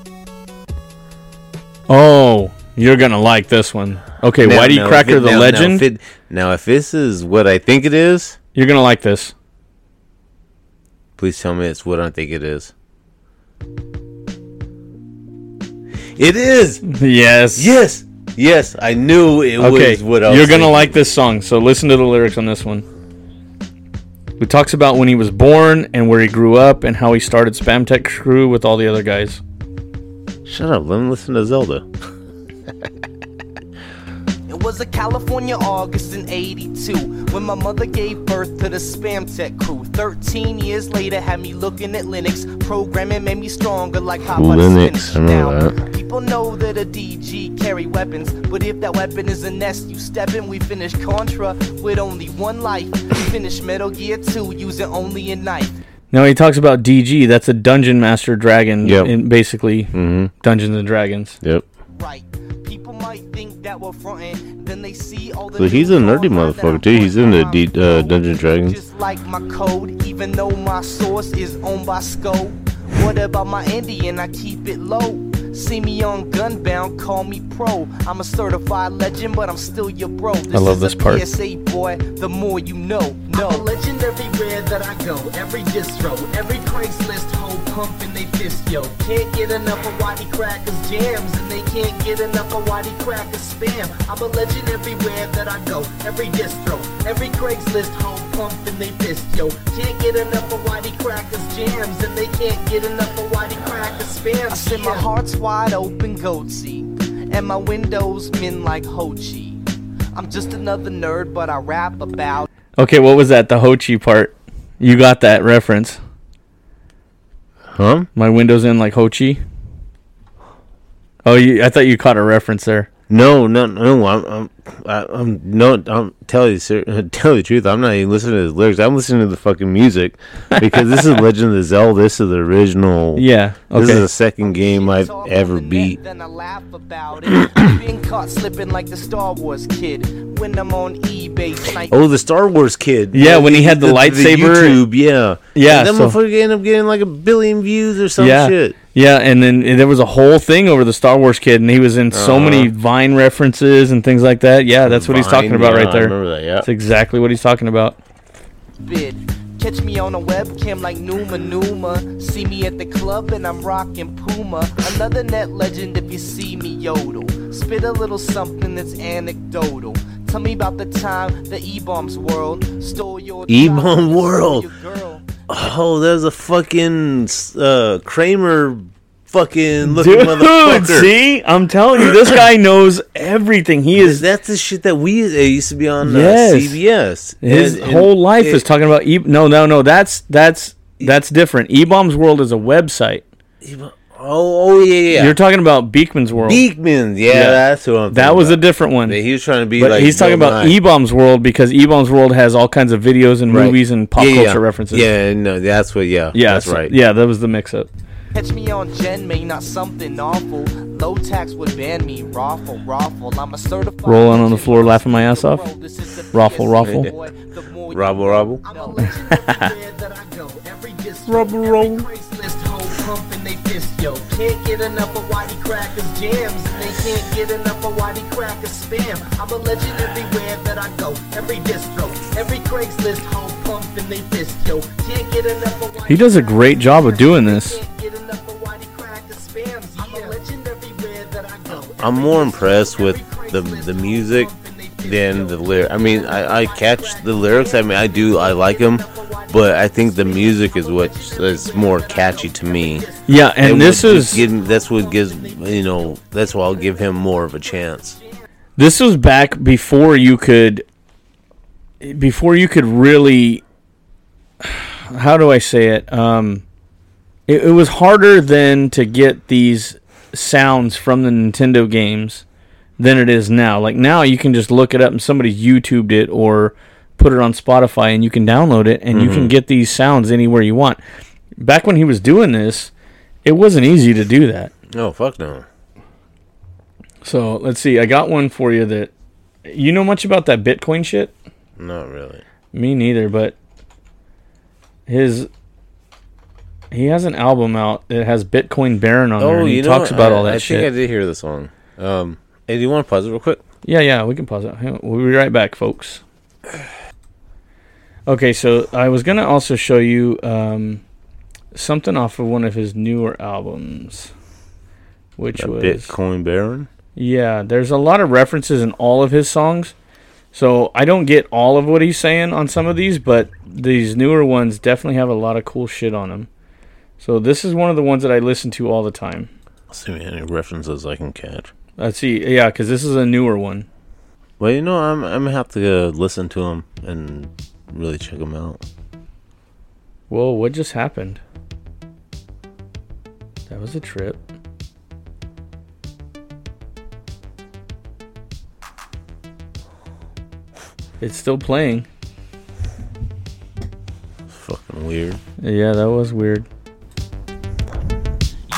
Oh, you're gonna like this one. Okay, Now- Whitey now, if Cracker it- the now- now, if Legend. it- now, if this is what I think it is, you're gonna like this. [laughs] Please tell me it's what I think it is. It is. Yes. Yes. Yes. I knew it Okay, was what I was you're gonna thinking. like this song. So listen to the lyrics on this one. It talks about when he was born and where he grew up and how he started Spam Tech Crew with all the other guys. Shut up. Let me listen to Zelda. It was a California August in 82 when my mother gave birth to the Spam Tech crew. 13 years later, had me looking at Linux. Programming made me stronger like hot butter Linux, spinach. I remember Now, people know that a DG carry weapons, but if that weapon is a nest you step in, we finish Contra with only one [laughs] life. We finish Metal Gear 2 using only a knife. Now he talks about DG. That's a Dungeon Master Dragon, Yep. Mm-hmm. in basically Dungeons and Dragons. Yep. Right. People might think that we're frontin', then they see all the So he's a nerdy motherfucker, too. He's into D- uh, Dungeons and Dragons. Just like my code, even though my source is owned by Sco. What about my Indian? I keep it low. See me on Gunbound, call me pro. I'm a certified legend, but I'm still your bro. This love is this a part. PSA boy, the more you know. No. I'm a legend everywhere that I go. Every distro, every Craigslist hoe pumping they fist, yo. Can't get enough of Waddy Crackers jams, and they can't get enough of Waddy Crackers spam. I'm a legend everywhere that I go. Every distro, every Craigslist hoe pumping they fist, yo. Can't get enough of Waddy Crackers jams, and they can't get enough of Waddy Crackers spam. I said my heart's wide open, goatsy, and my windows men like Ho Chi. I'm just another nerd, but I rap about Okay, what was that? The Ho Chi part. You got that reference. Huh? My windows in like Ho Chi. Oh, you, I thought you caught a reference there. No, no, no. I'm, I'm, I- I'm no. I'm tell you, sir, [laughs] tell you the truth. I'm not even listening to the lyrics. I'm listening to the fucking music [laughs] because this is Legend of Zelda. This is the original. Yeah. This is Okay. the second game I've talk ever on the beat. Net, then I laugh about it. I've been caught slipping like the Star Wars kid when I'm on eBay. snipe- Oh, the Star Wars kid. Yeah, when he had the lightsaber. YouTube, yeah, Yeah, And that so- motherfucker ended up getting like a billion views or some yeah. shit. Yeah, and then and there was a whole thing over the Star Wars kid, and he was in so many Vine references and things like that. Yeah, that's what he's Uh-huh. Vine, talking about yeah, right I there. remember that, yeah. That's exactly what he's talking about. bid. Catch me on a webcam like Numa Numa. See me at the club and I'm rocking Puma. Another net legend if you see me yodel. Spit a little something that's anecdotal. Tell me about the time the E-bombs world stole your E-bomb job and stole world. your girl. Oh, there's a fucking uh, Kramer fucking looking Dude, [laughs] motherfucker. see, I'm telling you, this guy knows everything. He is That's the shit that we it used to be on uh, Yes. CBS. his And- and whole life it- is talking about e. No, no, no. That's that's that's different. E Bomb's World is a website. Oh, oh yeah, yeah. You're talking about Beekman's World. Beekman. Yeah, Yeah. that's who I'm. that thinking was a about. different one. He was trying to be but like. he's talking Bill about Nye. E Bomb's World because E Bomb's World has all kinds of videos and Right. movies and pop Yeah, yeah, culture references. Yeah, no, that's what. Yeah, yeah, that's so- right. Yeah, that was the mix-up. Catch me on Gen May, not something awful. Low tax would ban me. Raffle, raffle. I'm a certified. Rolling on the floor, legend. laughing my ass off. This is the Raffle, PS4 raffle. boy. The more you Robble, robble. I'm a legend everywhere that I go. Every disco, every Craigslist hoe pumping they fist, yo. Can't get enough of Whitey Crackers jams, and they can't get enough of Whitey Crackers spam. I'm a legend everywhere that I go. Every distro, every Craigslist hoe pumping they fist, yo. Can't get enough of Whitey He does a great job of doing this. Can't get enough of Whitey Crackers spams. I'm a legend everywhere that I go. I'm more impressed with the the music than the lyrics. I mean, I, I catch the lyrics. I mean, I do. I like them, but I think the music is what is more catchy to me. Yeah, and, what this just is give him- that's what gives you know. That's why I'll give him more of a chance. this was back before you could before you could really how do i say it um it, it was harder than to get these sounds from the nintendo games than it is now like now you can just look it up and somebody youtubed it or put it on spotify and you can download it and you can get these sounds anywhere you want back when he was doing this it wasn't easy to do that No, fuck no. so let's see. I got one for you that you know much about that Bitcoin shit. Not really. Me neither, but his he has an album out that has Bitcoin Baron on there. Oh, and you he know, talks about I, all that I shit. think I did hear the song. Um, hey, do you want to pause it real quick? Yeah, yeah, we can pause it. Hang on, We'll be right back, folks. [sighs] Okay, so I was gonna also show you um, something off of one of his newer albums, which was Bitcoin Baron. Yeah, there's a lot of references in all of his songs. So I don't get all of what he's saying on some of these, but these newer ones definitely have a lot of cool shit on them. So this is one of the ones that I listen to all the time. Let's see any references I can catch. Let's see. Yeah, because this is a newer one. Well, you know, I'm I'm gonna have to uh, listen to him and really check him out. Whoa, what just happened? That was a trip. It's still playing. Fucking weird. Yeah, that was weird.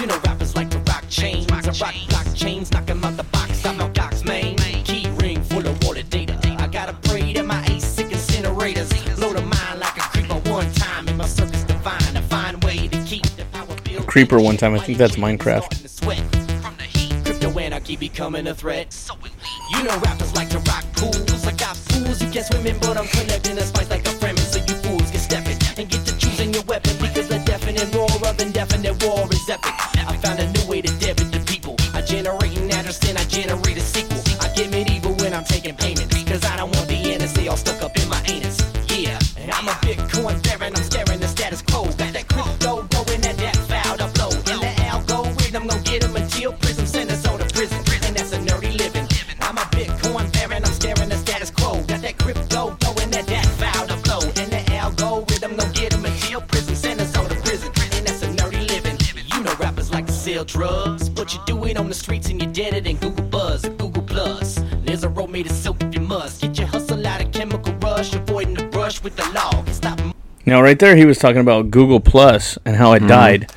You know rappers like to rock chains, I rock block chains, knock 'em out the box, I'm a Doc's main. Key ring full of water data. I got a braid in my ASIC incinerators. Load a mine like a creeper one time in my circus divine. A fine way to keep the power bill. Creeper one time, I think that's Minecraft. Starting to sweat from the heat. Crypto anarchy becoming a threat. So we You know rappers like to rock pools. I got fools who can't swim in, but I'm connecting a spice like a Fremen. So you fools get stepping and get to choosing your weapon because the deafening roar of indefinite war is epic. I found a new way to debit the people. I generate an address and I generate a sequel. I get medieval when I'm taking payments because I don't want the NSA all stuck up in my anus. Yeah, and I'm a Bitcoin baron. I'm staring the status quo. Got that crypto going at that foul to blow. And the algorithm gon' get him until prison sentence on to prison. And that's a nerdy living. I'm a Bitcoin baron. I'm staring the status quo. Got that crypto going at that foul to blow. And the algorithm gon' get him until prison sentence on to prison. And that's a nerdy living. You know rappers like to sell drugs, but you do it on the streets and you're deader than Google Buzz or Google Plus. There's a road made of silk if you must. Get your hustle out of chemical rush, avoiding the brush with the law. Stop Now, right there, he was talking about Google Plus and how it died.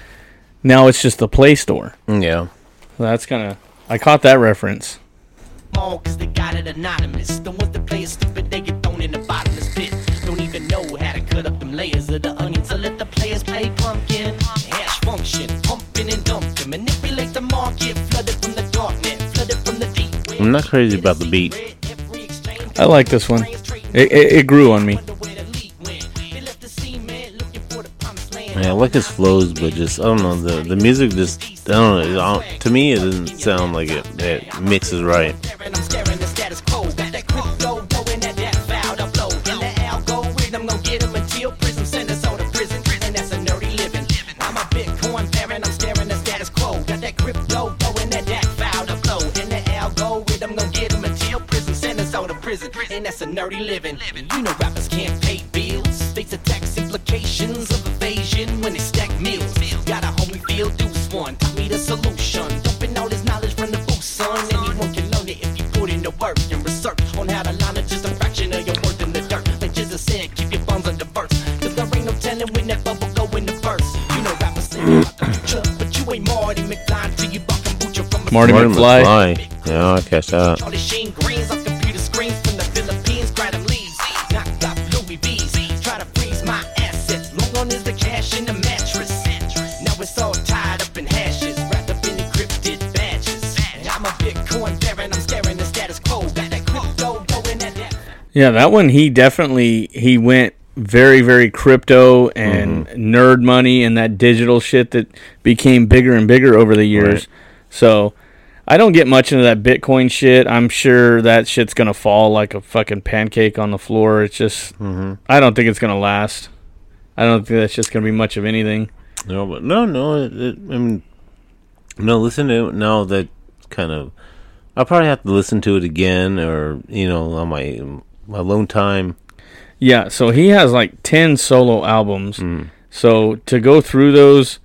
Now it's just the Play Store. Yeah. So that's kind of. I caught that reference. small cause they got it anonymous. The ones that play it stupid, they get thrown in the bottomless pit. Don't even know how to cut up them layers of the onion. So let the players play pumpkin. Hash function, pumping and dumping. Manipulate the market, flooded from the darknet, flooded from the deep. web. I'm not crazy about the beat. I like this one. It, it, it grew on me. Wonder where the leak went. They left the scene, man. Yeah, I like his flows, but just I don't know the the music just I don't know. I don't- to me, it doesn't sound like it it mixes right. I'm scaring the status quo. Got that crypto going at that foul to flow. In the algorithm, gon' get 'em until prison send us all to prison. And that's a nerdy living. I'm a Bitcoin parent, I'm staring the status quo. Got that crypto going at that foul to flow. In the algorithm, gon' get 'em until prison send us all to prison. And that's a nerdy living. You know rappers can't pay bills. Face the tax implications of evasion when they stack meals. Got a homie feel deuce one. I need a solution. Dumping all this knowledge from the booth, son. Anyone can learn it if you put in the work and research on how to line up just a fraction of your worth in the dirt. Like Jesus said, keep your funds under verse. Cause there ain't no telling when that bubble go in the verse. You know rappers say [coughs] about the future, but you ain't Marty McFly till you buckin' butcher from a Marty Marty McFly. McFly. Yeah, I catch that. all the sheen greens off computer screens from the Philippines. Cry them leaves. Knocked off Louis V's. Try to freeze my assets. Long on is the cash in the mattress. Now it's all tied up in hashes. Wrapped up in encrypted badges. I'm a Bitcoin baron. I'm staring the status quo. Got that crypto going at that. Yeah, that one he definitely he went very very crypto and nerd money and that digital shit that became bigger and bigger over the years. Right. So I don't get much into that Bitcoin shit. I'm sure that shit's gonna fall like a fucking pancake on the floor. It's just I don't think it's gonna last. I don't think that's just gonna be much of anything. No, but no, no. It, it, I mean, no. Listen to it now. That kind of. I probably have to listen to it again, or you know, on my my lone time. Yeah, so he has like ten solo albums. So to go through those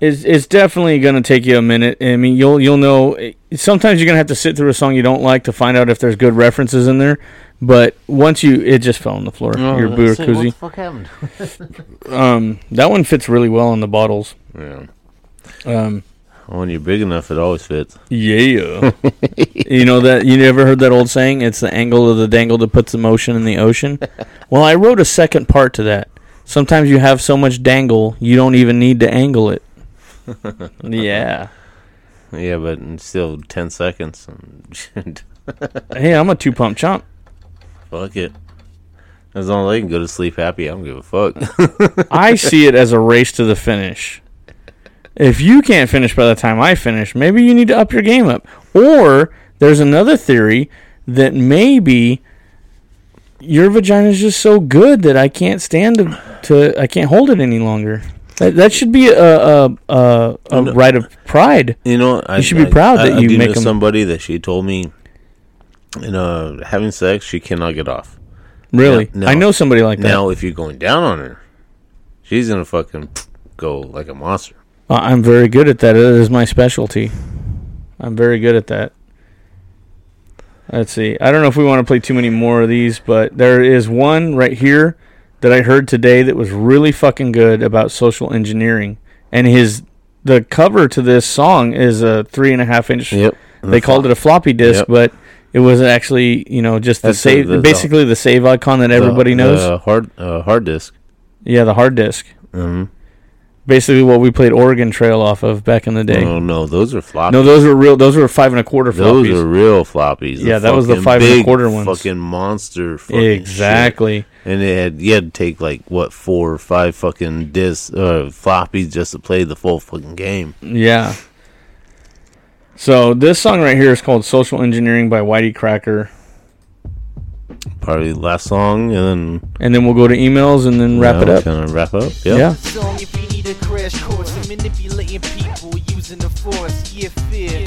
is it's definitely gonna take you a minute. I mean, you'll you'll know. eh, Sometimes you're gonna have to sit through a song you don't like to find out if there's good references in there. But once you, it just fell on the floor. Oh, Your booer koozie. fuck happened? Um, that one fits really well on the bottles. Yeah. Um, When you're big enough, it always fits. yeah. you know that you never heard that old saying? It's the angle of the dangle that puts the motion in the ocean. well, I wrote a second part to that. Sometimes you have so much dangle, you don't even need to angle it. yeah. Yeah, but in still ten seconds. and [laughs] Hey, I'm a two pump chomp. fuck it. As long as I can go to sleep happy, I don't give a fuck. [laughs] I see it as a race to the finish. If you can't finish by the time I finish, maybe you need to up your game up. Or there's another theory that maybe your vagina is just so good that I can't stand to, to I can't hold it any longer. That, that should be a a, a, a No. right of pride. You know, I You should be proud that you do make know 'em- somebody that she told me, you know, having sex she cannot get off. Really, No, no. I know somebody like that. Now, if you're going down on her, she's gonna fucking go like a monster. Uh, I'm very good at that. It is my specialty. I'm very good at that. Let's see. I don't know if we want to play too many more of these, but there is one right here that I heard today that was really fucking good about social engineering. And his the cover to this song is a three and a half inch. Yep. They called it a floppy disk, Yep. but it was actually you know just the That's save, the- the- basically the save icon that everybody The- knows. the hard uh, hard disk. yeah, the hard disk. Mhm. Basically, what we played Oregon Trail off of back in the day. Oh no, those are floppy. No, those were real. Those were five and a quarter those floppies. are real floppies. Yeah, that was the fucking five and a big quarter ones. Fucking monster. Fucking shit. exactly. And it had you had to take like what four or five fucking discs uh, floppies just to play the full fucking game. Yeah. So this song right here is called "Social Engineering" by Whitey Cracker, Probably last song, and then and then we'll go to emails and then wrap yeah, it we're up. Gonna wrap up. Yep. Yeah. song if you need a crash course in manipulating people using the force. Yeah, fear.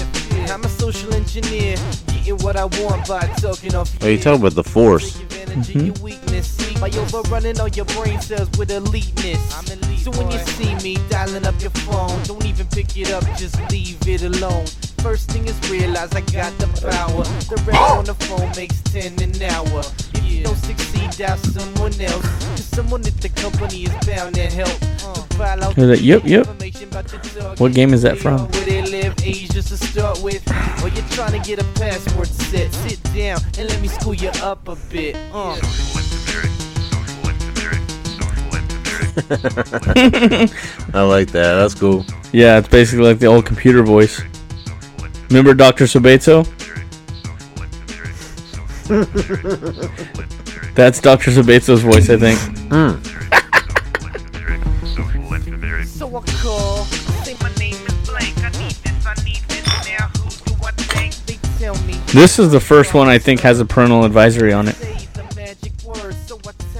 I'm a social engineer, getting what I want by talking off Are you talking about the force? your weakness by overrunning all your brain cells with eliteness. Mm-hmm. I'm elite, so when you see me dialing up your phone, don't even pick it up, just leave it alone. First thing is realize I got the power. The rap on the phone makes ten an hour. If you don't succeed, dial someone else. 'Cause someone at the company is bound to help. To file out Is it- yep, yep. information about your target. What game is that from? Where they live, Asia's to start with. Or you're trying to get a password set. Sit down and let me school you up a bit. Uh. I like that. That's cool. Yeah, it's basically like the old computer voice. Remember Dr. Sobeto? That's Dr. Sobeto's voice, I think. Social This is the first one I think has a parental advisory on it.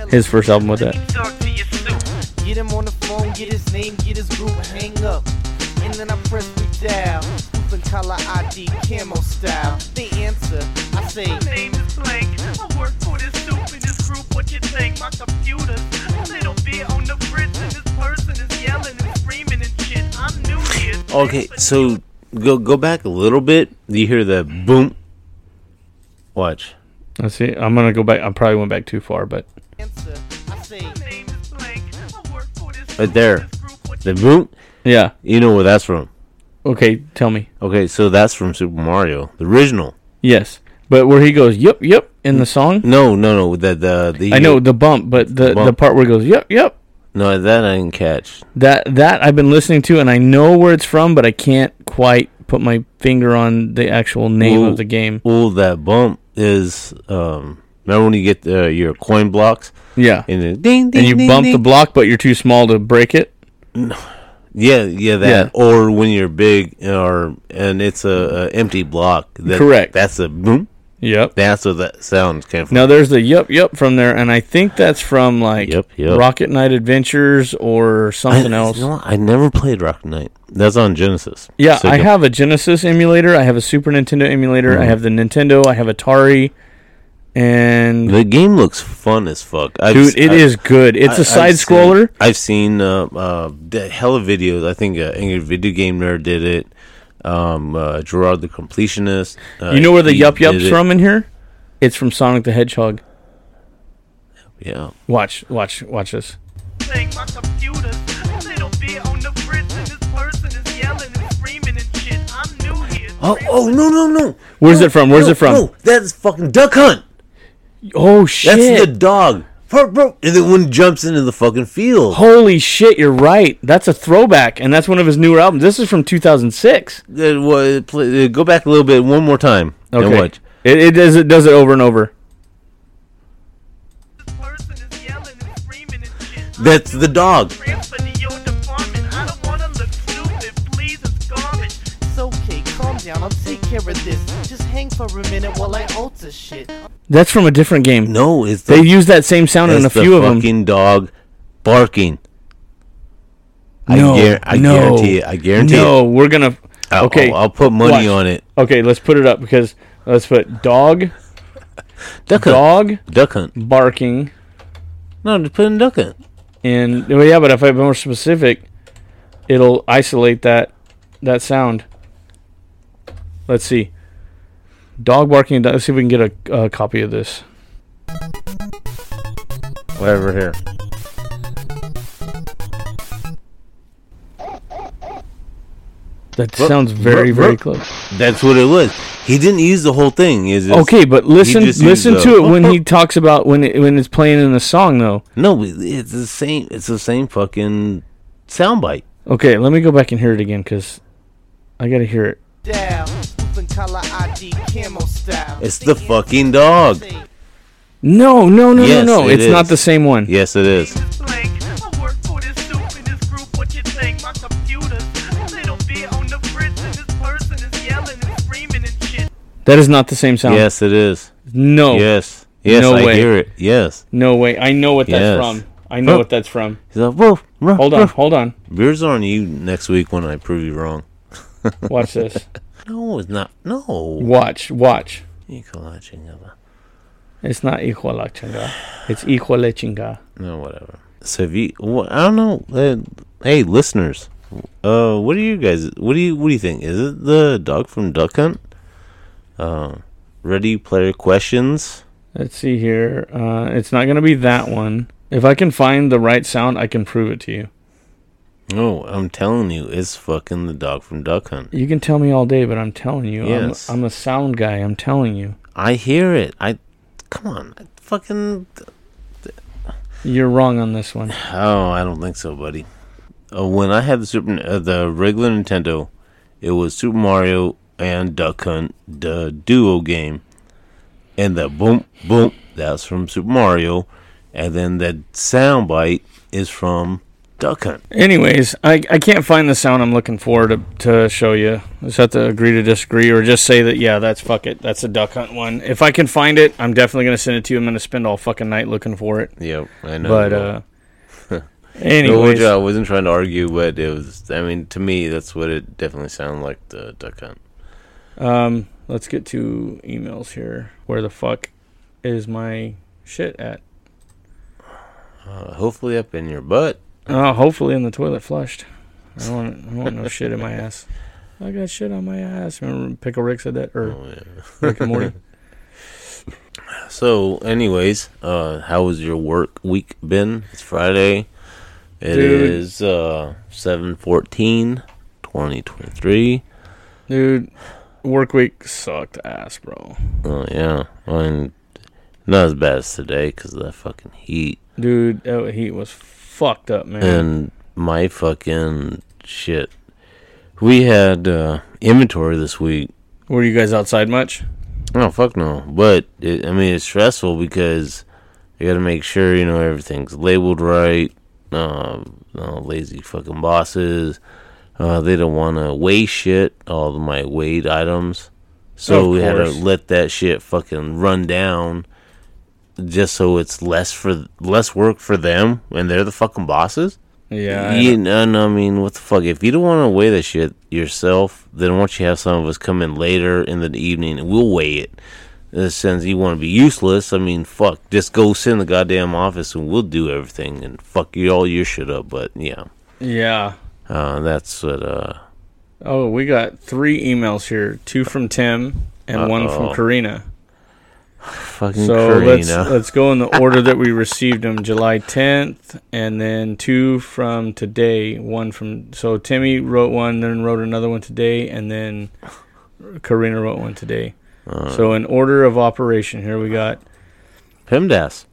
His first album with that. Talk to your suit. Get him on the phone, get his name, get his group, hang up. And then I press redial. Open color ID, camo style. They answer, I say, My name is Blank. I work for this stupidest group. What you think? My computer's a little bit on the fritz, and this person is yelling and screaming and shit. I'm new here. Okay, so go go back a little bit. You hear the boom. Watch. Let's see. I'm gonna go back. I probably went back too far, but answer, I say, My name is Blank. I work for this Right there. stupidest group. What The boom. yeah. You know where that's from. Okay, tell me. Okay, so that's from Super Mario, the original. Yes, but where he goes, yep, yep, in the song. No, no, no. The the, the I know the bump, but the the Bump. part where he goes, yep, yep. No, that I didn't catch. That that I've been listening to, and I know where it's from, but I can't quite put my finger on the actual name Well- of the game. Well, that bump is. Um, remember when you get the, your coin blocks Yeah, and then ding ding and you ding, bump the ding. block, but you're too small to break it. Yeah, yeah, that. Or when you're big, or and it's a, a empty block. That, Correct. That's a boom. Yep. That's where that sound came from. Now there's the yup yup from there, and I think that's from like Yup, yup. Rocket Knight Adventures or something I, else. You know what? I never played Rock Knight. That's on Genesis. Yeah, So I go- have a Genesis emulator. I have a Super Nintendo emulator. Mm-hmm. I have the Nintendo. I have Atari, and The game looks fun as fuck, I've, dude, it I- is good. It's a I- side I've seen- scroller. I've seen uh, uh, the hella videos. I think uh, Angry Video Game Nerd did it. Um, uh, Gerard the Completionist. Uh, You know where the he yup did yup's it. from in here? It's from Sonic the Hedgehog. Yeah. Watch, watch, watch this. you think? My computer's a little bit on the fritz, and this person is yelling and screaming and shit. I'm new here. Oh, oh no no no! Where's No, it from? Where's no, it from? No, that's fucking Duck Hunt. Oh That's shit! the dog. Bro, bro. And then one jumps into the fucking field. Holy shit! You're right. That's a throwback, and that's one of his newer albums. This is from 2006. It was- play- uh, go back a little bit one more time. Okay, And watch. It, it does it does it over and over. This person is yelling and screaming and shit. I'm That's the dog. transferred to your department. I don't wanna look stupid. Please, it's garbage. it's okay, calm down, I'll take care of this. Just hang for a minute while I alter shit. That's from a different game. No, it's the, They use that same sound in it's a few the of them. fucking dog barking. no, I, guar- I no, guarantee it. I guarantee it. No, we're gonna. I'll- okay, I'll, I'll put money watch. on it. Okay, let's put it up because let's put [laughs] dog Duck hunt. dog Duck hunt. barking No, just put in duck hunt. and well, yeah, but if I'm more specific, it'll isolate that that sound. Let's see. Dog barking. and dog- Let's see if we can get a, a copy of this. Whatever here. That Ruh, sounds very, ruh, very ruh. close. That's what it was. He didn't use the whole thing. Is Okay, but listen, just listen used to a- it when [laughs] he talks about when it, when it's playing in the song though. No, but it's the same. It's the same fucking soundbite. Okay, let me go back and hear it again because I gotta hear it. Down, open color ID, camo style. It's the fucking dog. Say, No, no, no, Yes, no, no. it it's not is. the same one. Yes, it is. Blank. I work for this stupidest group. What you think? My computer's a little bit on the fritz, and this person is yelling and screaming and shit. That is not the same sound. Yes, it is. No. Yes. Yes, No I way. hear it. Yes. No way. I know what that's Yes. from. I know Huh. what that's from. He's like, whoa, ruh, Hold on, ruh." hold on. Beers on you next week when I prove you wrong. Watch this. No, it's not. No. [laughs] Watch, watch. You can lie, Chingaba. It's not hijo de la chinga. It's hijo de chinga. No, whatever. So if you, wh- I don't know. Uh, hey, listeners, uh, what do you guys? What do you? What do you think? Is it the dog from Duck Hunt? Uh, ready player questions. Let's see here. Uh, it's not gonna be that one. If I can find the right sound, I can prove it to you. No, I'm telling you, it's fucking the dog from Duck Hunt. You can tell me all day, but I'm telling you, Yes. I'm, I'm a sound guy. I'm telling you, I hear it. I come on, I fucking. you're wrong on this one. Oh, I don't think so, buddy. Uh, when I had the super, uh, the regular Nintendo, it was Super Mario and Duck Hunt, the duo game, and the boom boom. That's from Super Mario, and then that sound bite is from duck hunt. Anyways, I, I can't find the sound I'm looking for to, to show you. I just have to agree to disagree or just say that, yeah, that's fuck it. That's a duck hunt one. If I can find it, I'm definitely going to send it to you. I'm going to spend all fucking night looking for it. Yep, I know. But, uh, [laughs] No, anyways, which I wasn't trying to argue, but it was. I mean, to me, that's what it definitely sounded like the duck hunt. um, let's get to emails here. Where the fuck is my shit at? Uh, hopefully, up in your butt. Uh, hopefully in the toilet flushed. I don't want, I don't want no shit in my [laughs] ass. I got shit on my ass. Remember Pickle Rick said that? Or Oh, yeah. Rick and [laughs] Morty? So, anyways, uh, how was your work week been? It's Friday. It Dude. is uh, 7-14, 2023. Dude, work week sucked ass, bro. Oh, yeah. Mine, not as bad as today because of that fucking heat. Dude, that heat was fucked up, man. And my fucking shit. We had uh, inventory this week. Were you guys outside much? Oh, fuck no. But, it, I mean, it's stressful because you got to make sure, you know, everything's labeled right. Um, no lazy fucking bosses. Uh, they don't want to weigh shit, all of my weighed items. So Of we had to course. let that shit fucking run down just so it's less for less work for them and they're the fucking bosses. Yeah. I You know, and I mean, what the fuck? If you don't want to weigh the shit yourself, then why don't you have some of us come in later in the evening and we'll weigh it? Uh, Since you want to be useless, I mean, fuck, just go sit in the goddamn office and we'll do everything and fuck you all your shit up. But yeah, Yeah. uh, that's what. uh Oh, we got three emails here two from Tim and one from Uh-oh. Karina. Fucking So let's Karina. let's go in the order that we received them. July 10th, and then two from today. One from so Timmy wrote one, then wrote another one today, and then Karina wrote one today. Uh. so in order of operation, here we got PEMDAS.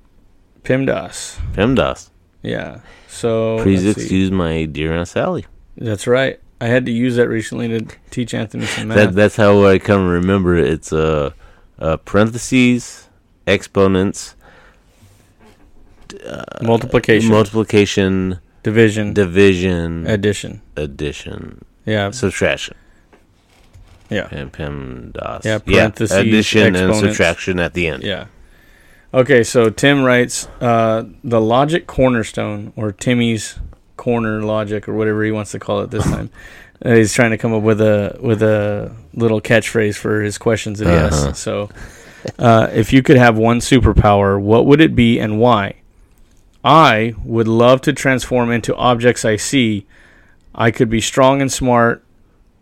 PIMDAS. PEMDAS. Yeah. So Please let's see. excuse my dear Aunt Sally. That's right. I had to use that recently to teach Anthony some math. That, that's how I come to remember it. It's uh, uh, parentheses, exponents, Multiplication, multiplication, division, division, addition. addition, Yeah. subtraction, yeah. and PEMDAS. Yeah, parentheses, addition and exponents. subtraction at the end. Yeah. Okay, so Tim writes uh, the logic cornerstone or Timmy's corner logic or whatever he wants to call it this time. Uh, he's trying to come up with a with a little catchphrase for his questions that he Uh-huh. asks. So, uh, if you could have one superpower, what would it be and why? I would love to transform into objects I see. I could be strong and smart.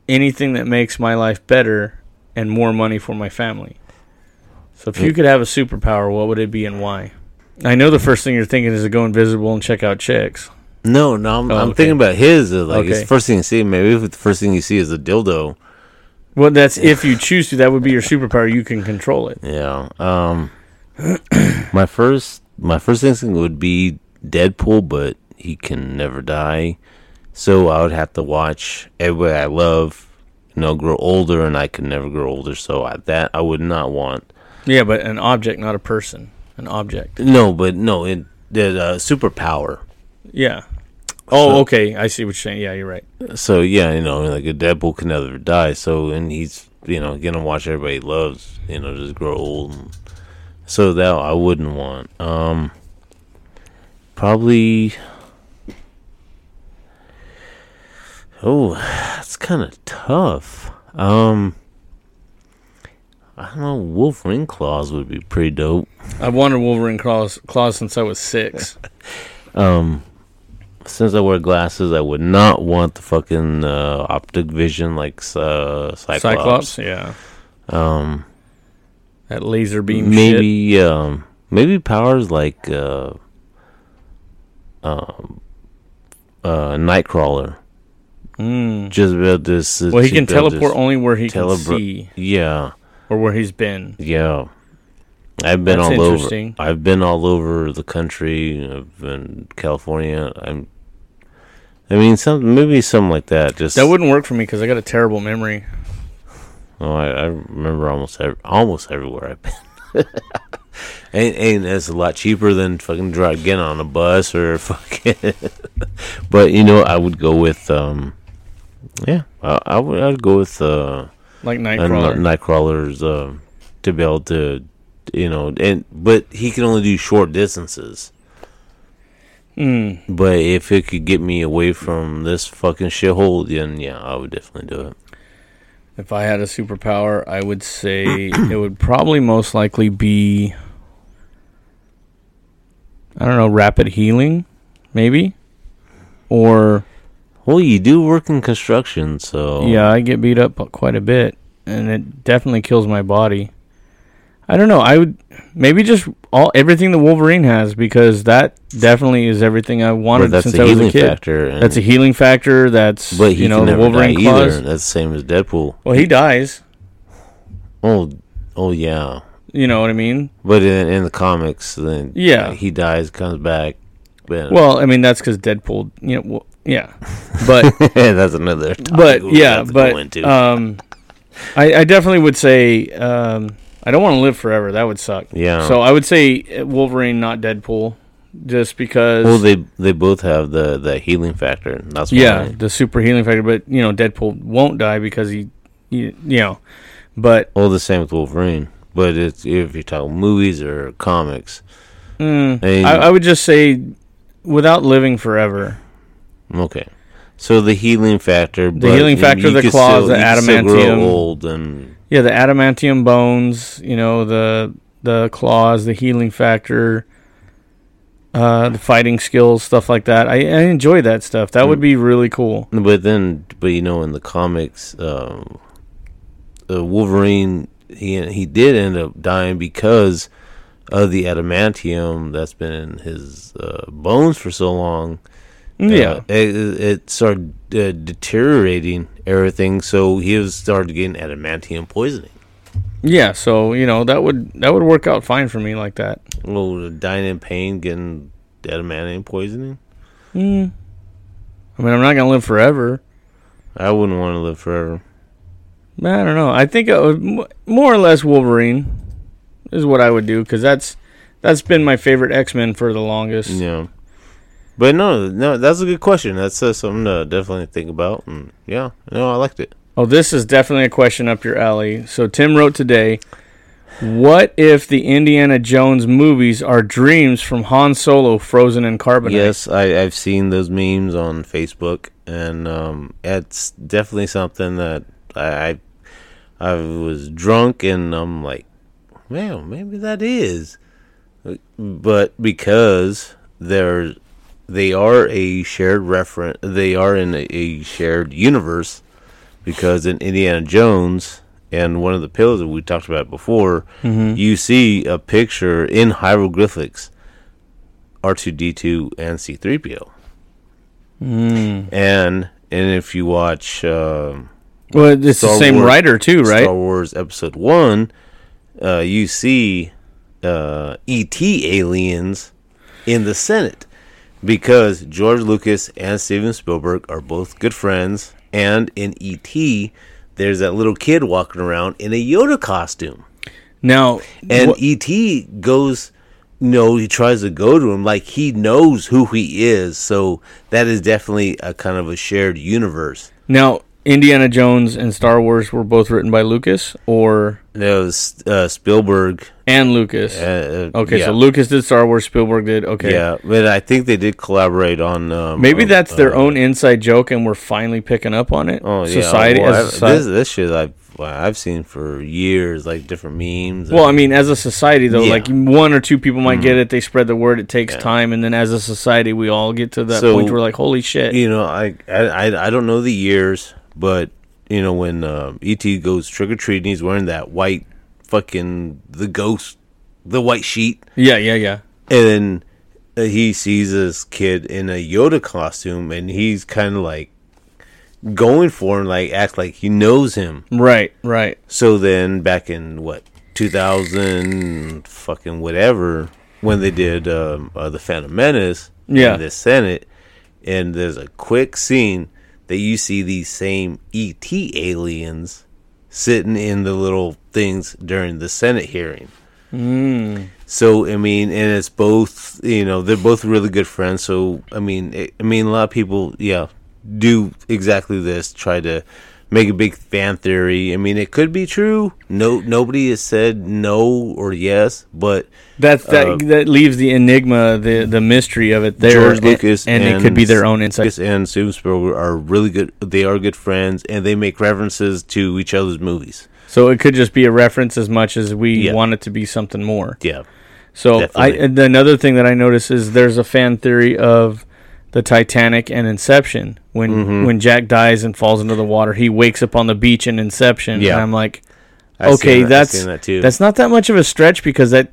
Anything that makes my life better and more money for my family. So if you could have a superpower, what would it be and why? I know the first thing you're thinking is to go invisible and check out chicks. No, no, I'm, Oh, I'm okay. thinking about his. uh, Like, it's Okay. the first thing you see. Maybe if the first thing you see is a dildo. Well, that's if you choose to. That would be [laughs] your superpower. You can control it. Yeah. Um, [clears throat] my first, my first instinct would be Deadpool, but he can never die. So I would have to watch everybody I love, you know, grow older, and I could never grow older. So I, that I would not want. Yeah, but an object, not a person. An object. No, but no, it the uh, superpower. Yeah. Oh, okay. I see what you're saying. Yeah, you're right. So yeah, you know, like a Deadpool can never die. So and he's you know gonna watch everybody he loves you know just grow old. And so that I wouldn't want. Um, probably. Oh, that's kind of tough. Um, I don't know. Wolf ring claws would be pretty dope. I've wanted Wolverine claws, claws since I was six. Um, since I wear glasses, I would not want the fucking uh, optic vision like uh, Cyclops. Cyclops. Yeah. Um, That laser beam. Shit. maybe um, maybe powers like uh, um, uh, Nightcrawler. Mm. Just about this. Well, he can teleport only where he can see Yeah, or where he's been. yeah. I've been That's all over. interesting. I've been all over the country. I've been California. I'm. I mean, some maybe something like that. Just That wouldn't work for me because I got a terrible memory. Oh, I, I remember almost ev- almost everywhere I've been. [laughs] and, and that's a lot cheaper than fucking dri getting on a bus or [laughs] fucking. but you know, I would go with um, yeah, I, I would I'd go with uh, Like and Nightcrawler. Nightcrawler's uh, to be able to, you know, and but he can only do short distances. Mm. But if it could get me away from this fucking shithole, then yeah, I would definitely do it. If I had a superpower, I would say [clears throat] it would probably most likely be I don't know, rapid healing, maybe? Or Well, you do work in construction, so yeah, I get beat up quite a bit and it definitely kills my body. I don't know, I would maybe just all everything the Wolverine has because that definitely is everything I but wanted that's since a I was healing a kid. factor. and- That's a healing factor, that's but he you know, can the never Wolverine die claws. either. That's the same as Deadpool. Well, he dies, Oh, oh yeah. you know what I mean? But in, in the comics, then Yeah. he dies, comes back. but- Well, I mean that's because Deadpool. You know, well, yeah, [laughs] but [laughs] that's another. Topic but we'll yeah, have to go but into. um, I, I definitely would say um, I don't want to live forever. That would suck. Yeah. So I would say Wolverine, not Deadpool, just because. Well, they they both have the the healing factor. That's why. yeah, the super healing factor, but you know Deadpool won't die because he, you, you know, but Well, the same with Wolverine, but it's if you're talking movies or comics. mm, And- I, I would just say without living forever. Okay. So the healing factor, the healing factor, the claws, the adamantium. old and Yeah, the adamantium bones, you know, the the claws, the healing factor, uh, the fighting skills, stuff like that. I, I enjoy that stuff. That would be really cool. but then but you know in the comics, um, uh, Wolverine he he did end up dying because of the adamantium that's been in his uh, bones for so long. yeah. Uh, it, it started uh, deteriorating everything, so he was started getting adamantium poisoning. Yeah, so, you know, that would that would work out fine for me like that. Well, dying in pain, getting adamantium poisoning. I mean, I'm not going to live forever. I wouldn't want to live forever. I don't know. I think I would, m- more or less Wolverine is what I would do cuz that's that's been my favorite X-Men for the longest. Yeah, but no, no, that's a good question. That's uh, something to definitely think about. And yeah, no, I liked it. Oh, this is definitely a question up your alley. So Tim wrote today, "What if the Indiana Jones movies are dreams from Han Solo frozen in carbonite?" Yes, I, I've seen those memes on Facebook, and um, it's definitely something that I, I I was drunk, and I'm like, man, maybe that is, but because they're they are a shared reference, they are in a, a shared universe, because in Indiana Jones. And one of the pillars that we talked about before, you see a picture in hieroglyphics R2D2 and C3PO. Hmm. And and if you watch um Well, it's Star the same Wars- writer too, right? Star Wars Episode 1, uh, you see uh, ET aliens in the Senate because George Lucas and Steven Spielberg are both good friends and in ET there's that little kid walking around in a Yoda costume. now, And wha- ET goes, no, he tries to go to him like he knows who he is. So that is definitely a kind of a shared universe. now Indiana Jones and Star Wars were both written by Lucas or There was uh, Spielberg. and Lucas. Uh, okay, yeah. so Lucas did Star Wars, Spielberg did. Okay. Yeah, but I think they did collaborate on. Um, Maybe uh, that's their uh, own inside joke and we're finally picking up on it. Oh yeah, Society as well, a I've- society. This, this shit I've I've seen for years, like different memes. Well, I and- mean, as a society, though, Yeah. Mm-hmm. like one or two people might get it. They spread the word. It takes time, and then as a society, we all get to that So- point where, like, holy shit! you know, I, I I I don't know the years, but you know when um, ET goes trick or treating, he's wearing that white fucking the ghost, the white sheet, yeah, yeah, yeah. and uh, he sees this kid in a Yoda costume, and he's kind of like going for him, like act like he knows him. Right, right. So then, back in what two thousand fucking whatever, when they did um, uh, the Phantom Menace, Yeah. in the Senate, and there's a quick scene that you see these same E ET aliens sitting in the little things during the Senate hearing. So I mean, and it's both. You know, they're both really good friends. So I mean, it, I mean, a lot of people, yeah, do exactly this. Try to make a big fan theory. I mean, it could be true. No, nobody has said no or yes, but That's that Uh, that leaves the enigma, the the mystery of it there. George and- Lucas and, it could be their own insight. Lucas and Steven Spielberg are really good. They are good friends, and they make references to each other's movies. So it could just be a reference as much as we Yeah. want it to be something more. Yeah. So I, Definitely. and another thing that I notice is there's a fan theory of the Titanic and Inception. When Mm-hmm. when Jack dies and falls into the water, he wakes up on the beach in Inception. Yeah. And I'm like, I've okay, seen that- I've that's seen that too. that's not that much of a stretch because that.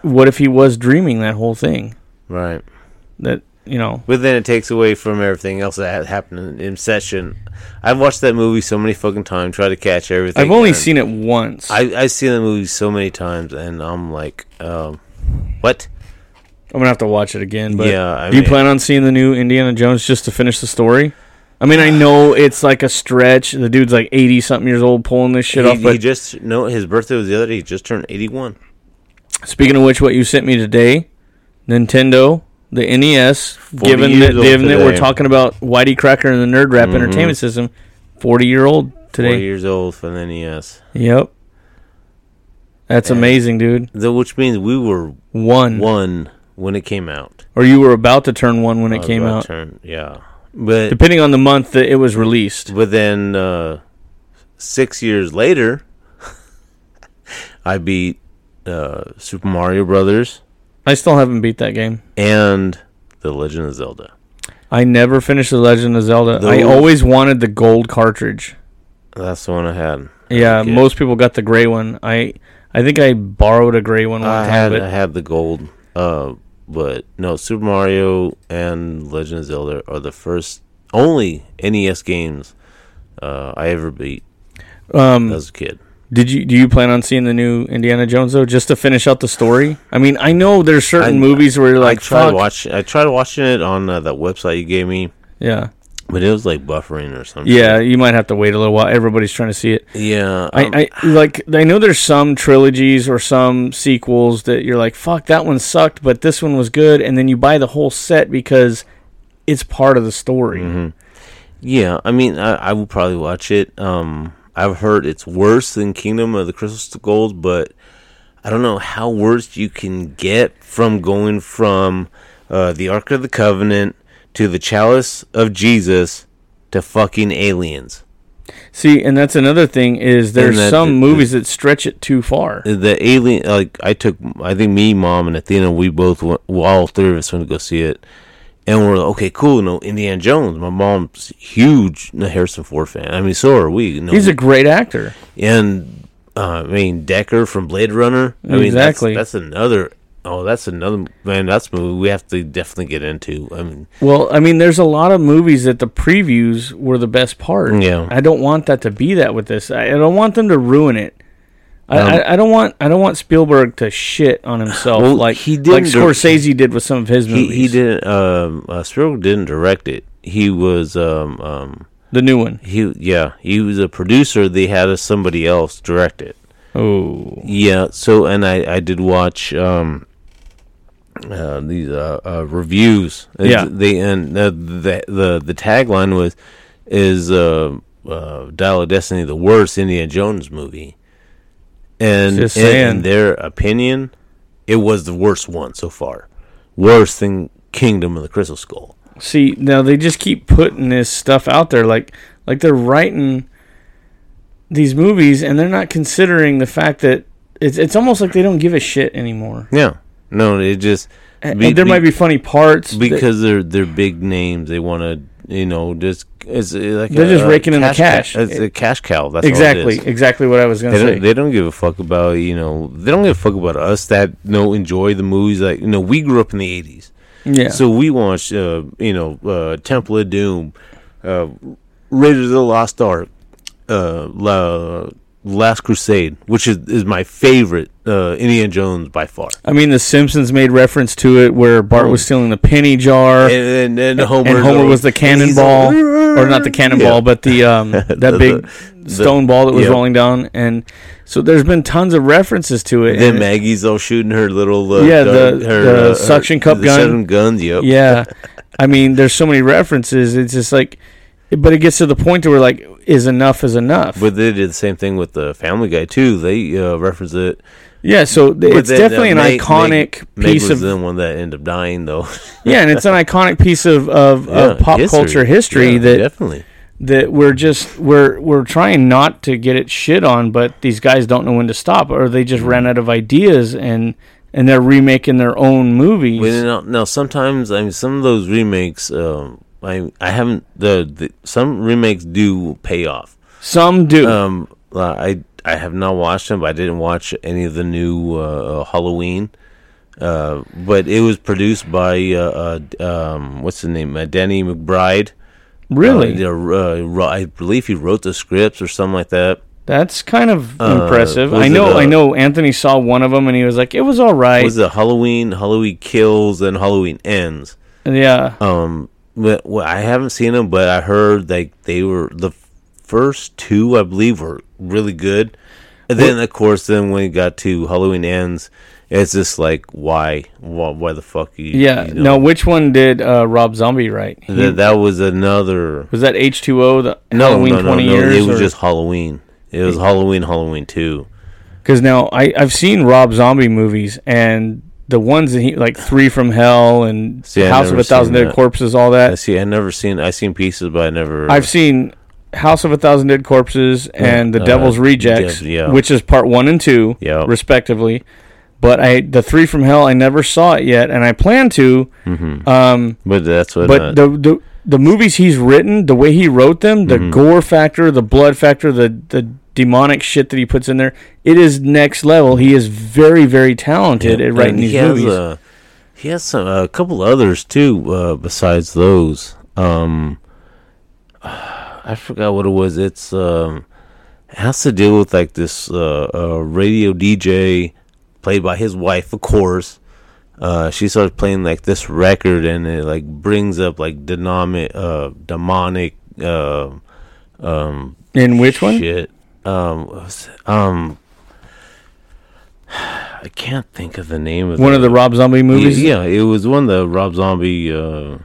What if he was dreaming that whole thing? right. That you know, But then it takes away from everything else that had happened in, in session. I've watched that movie so many fucking times, try to catch everything. I've only and seen it once. I, I I've seen the movie so many times, and I'm like, um, what? am gonna have to watch it again. But Yeah, I do you mean- plan on seeing the new Indiana Jones just to finish the story? I mean, I know it's like a stretch. The dude's like eighty something years old, pulling this shit He, off. But he just no, his birthday was the other day. He just turned 81. Speaking of which, what you sent me today, Nintendo, the E NES, given years that, old given that we're today. talking about Whitey Cracker and the Nerd Rap Entertainment System, 40 year old Four today. years old for the NES. Yep. That's amazing, dude. The, which means we were One. one when it came out. Or you were about to turn one when I it was came about out. to turn- yeah, but Depending on the month that it was released. But then uh, six years later, [laughs] I beat uh, Super Mario Brothers I still haven't beat that game. and The Legend of Zelda. I never finished The Legend of Zelda. I Those- always wanted the gold cartridge. That's the one I had. Yeah, Okay. most people got the gray one. I I think I borrowed a gray one one I time. had but I had the gold, uh, but no Super Mario and Legend of Zelda are the first only NES games uh, I ever beat um, as a kid. Did you do you plan on seeing the new Indiana Jones though, just to finish out the story? I mean, I know there's certain I- movies where you're like, I tried "Fuck." watch I tried watching it on uh, that website you gave me, yeah, but it was like buffering or something. yeah, you might have to wait a little while. Everybody's trying to see it. yeah. um, I, I like I know there's some trilogies or some sequels that you're like, fuck, that one sucked, but this one was good, and then you buy the whole set because it's part of the story. Mm-hmm. Yeah, I mean, I, I will probably watch it. Um, I've heard it's worse than Kingdom of the Crystal Skulls, but I don't know how worse you can get from going from uh, the Ark of the Covenant to the Chalice of Jesus to fucking aliens. See, and that's another thing is there's that- some that- movies that stretch it too far. The alien, like I took, I think me, mom, and Athena, we both went, well, all three of us went to go see it, and we're like, okay, cool. No, Indiana Jones. My mom's huge Harrison Ford fan. I mean, so are we. No, He's a great actor. and uh, I mean Decker from Blade Runner. I mean, Exactly. That's, that's another. Oh, that's another man. That's a movie we have to definitely get into. I mean, Well, I mean, there's a lot of movies that the previews were the best part. Yeah. I don't want that to be that with this. I, I don't want them to ruin it. I, Um, I, I don't want I don't want Spielberg to shit on himself Well, like he like didn't dir- Scorsese did with some of his he movies. he didn't. Um, uh, Spielberg didn't direct it. He was um, um the new one. he yeah he was a producer. They had somebody else direct it. Oh, Yeah. So, and I I did watch um uh, these uh, uh reviews. And Yeah. They and uh, the the the tagline was is uh, uh Dial of Destiny the worst Indiana Jones movie. And Just in- saying. in their opinion, it was the worst one so far. Worse than Kingdom of the Crystal Skull. see now they just keep putting this stuff out there like like they're writing these movies and they're not considering the fact that it's it's almost like they don't give a shit anymore. Yeah. No, it just And, be- and there be- might be funny parts that- because they're they're big names. They want to you know just it's uh, like They're a- just a raking in the cow. cash. It's a cash cow. That's all Oh, it Exactly, is. exactly what I was gonna They say. don't, they don't give a fuck about you know they don't give a fuck about us that you know enjoy the movies like you know we grew up in the eighties yeah. so we watched uh, you know uh, Temple of Doom uh, Raiders of the Lost Ark uh, La- Last Crusade which is, is my favorite uh, Indiana Jones by far I mean, The Simpsons made reference to it where Bart was stealing the penny jar, and, Oh. and, and, and Homer Homer was the cannonball, or not the cannonball, Yeah. but the um, that [laughs] The- big the- stone ball that was yeah. rolling down. And So there's been tons of references to it. and Then it- Maggie's all shooting her little uh, Yeah, dart- the- her, the uh, her- suction cup the gun. suction guns. [laughs] Yep. yeah, I mean, there's so many references. It's just like, but it gets to the point to where like, is enough is enough. But they did the same thing with the Family Guy too. They uh, reference it. yeah, so th- But it's then, uh, definitely an Meg- iconic Meg- Meg piece was of the one that ended up dying though. [laughs] yeah, and [laughs] it's an iconic piece of of, of Yeah, pop culture history Yeah, that definitely. that we're just we're we're trying not to get it shit on, but these guys don't know when to stop, or they just ran out of ideas and and they're remaking their own movies. But now, now sometimes I mean some of those remakes. Um, I I haven't the, the some remakes do pay off. Some do. Um, I I have not watched them. But I didn't watch any of the new uh, Halloween. Uh, but it was produced by uh, uh, um, what's the name? Uh, Danny McBride. Uh, really, the, uh, ro- I believe he wrote the scripts or something like that. that's kind of uh, impressive. was I it, know. uh, I know. Anthony saw one of them and he was like, "It was all right." was the Halloween, Halloween Kills, and Halloween Ends. yeah. Um, but well, I haven't seen them, but I heard like they were the first two, I believe, were really good. And then, of course, then when it got to Halloween Ends, it's just like why, why, why the fuck you? yeah. you No. Which one did uh, Rob Zombie write? He- Th- that was another. was that H two O? The No, Halloween no, no, twenty no. years. It was just Halloween. It was Halloween, Halloween two. Because now I, I've seen Rob Zombie movies, and the ones that he like Three from Hell and See, I've House of never a Thousand seen Dead that. Corpses, all I that. see. I never seen. I seen pieces, but I never. I've seen House of a Thousand Dead Corpses and The uh, Devil's Rejects, Dev- yeah. which is part one and two, Yeah. respectively. But I the Three from Hell, I never saw it yet, and I plan to. Um, But that's what. uh, but the the the movies he's written, the way he wrote them, Mm-hmm. the gore factor, the blood factor, the the demonic shit that he puts in there, it is next level. He is very very talented at and writing these he has, movies. uh, he has some, a couple others too uh, besides those. Um, [sighs] I forgot what it was. It's um, it has to deal with like this uh, uh, radio DJ played by his wife, of course. Uh, she starts playing like this record, and it like brings up like demonic, uh, demonic. Uh, In which one? Shit. Um, what was it? um, [sighs] I can't think of the name of One of the Rob Zombie movies. Yeah, it was one of the Rob Zombie. Uh,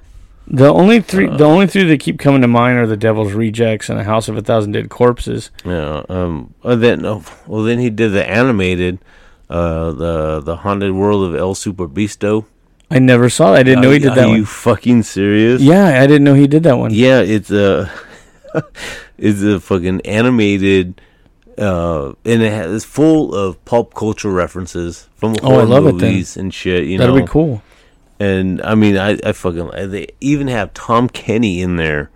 The only three, the only three that keep coming to mind are The Devil's Rejects and The House of a Thousand Dead Corpses. yeah. Um. uh, then, oh, well, then he did the animated, uh, the the haunted world of El Super Bisto. I never saw. That. I didn't know he did are, that Are one. you fucking serious? Yeah, I didn't know he did that one. Yeah, it's a [laughs] it's a fucking animated uh and it has it's full of pop culture references from Oh, I horror love it then. movies and shit, you That'll know. be cool. And I mean, I I fucking they even have Tom Kenny in there.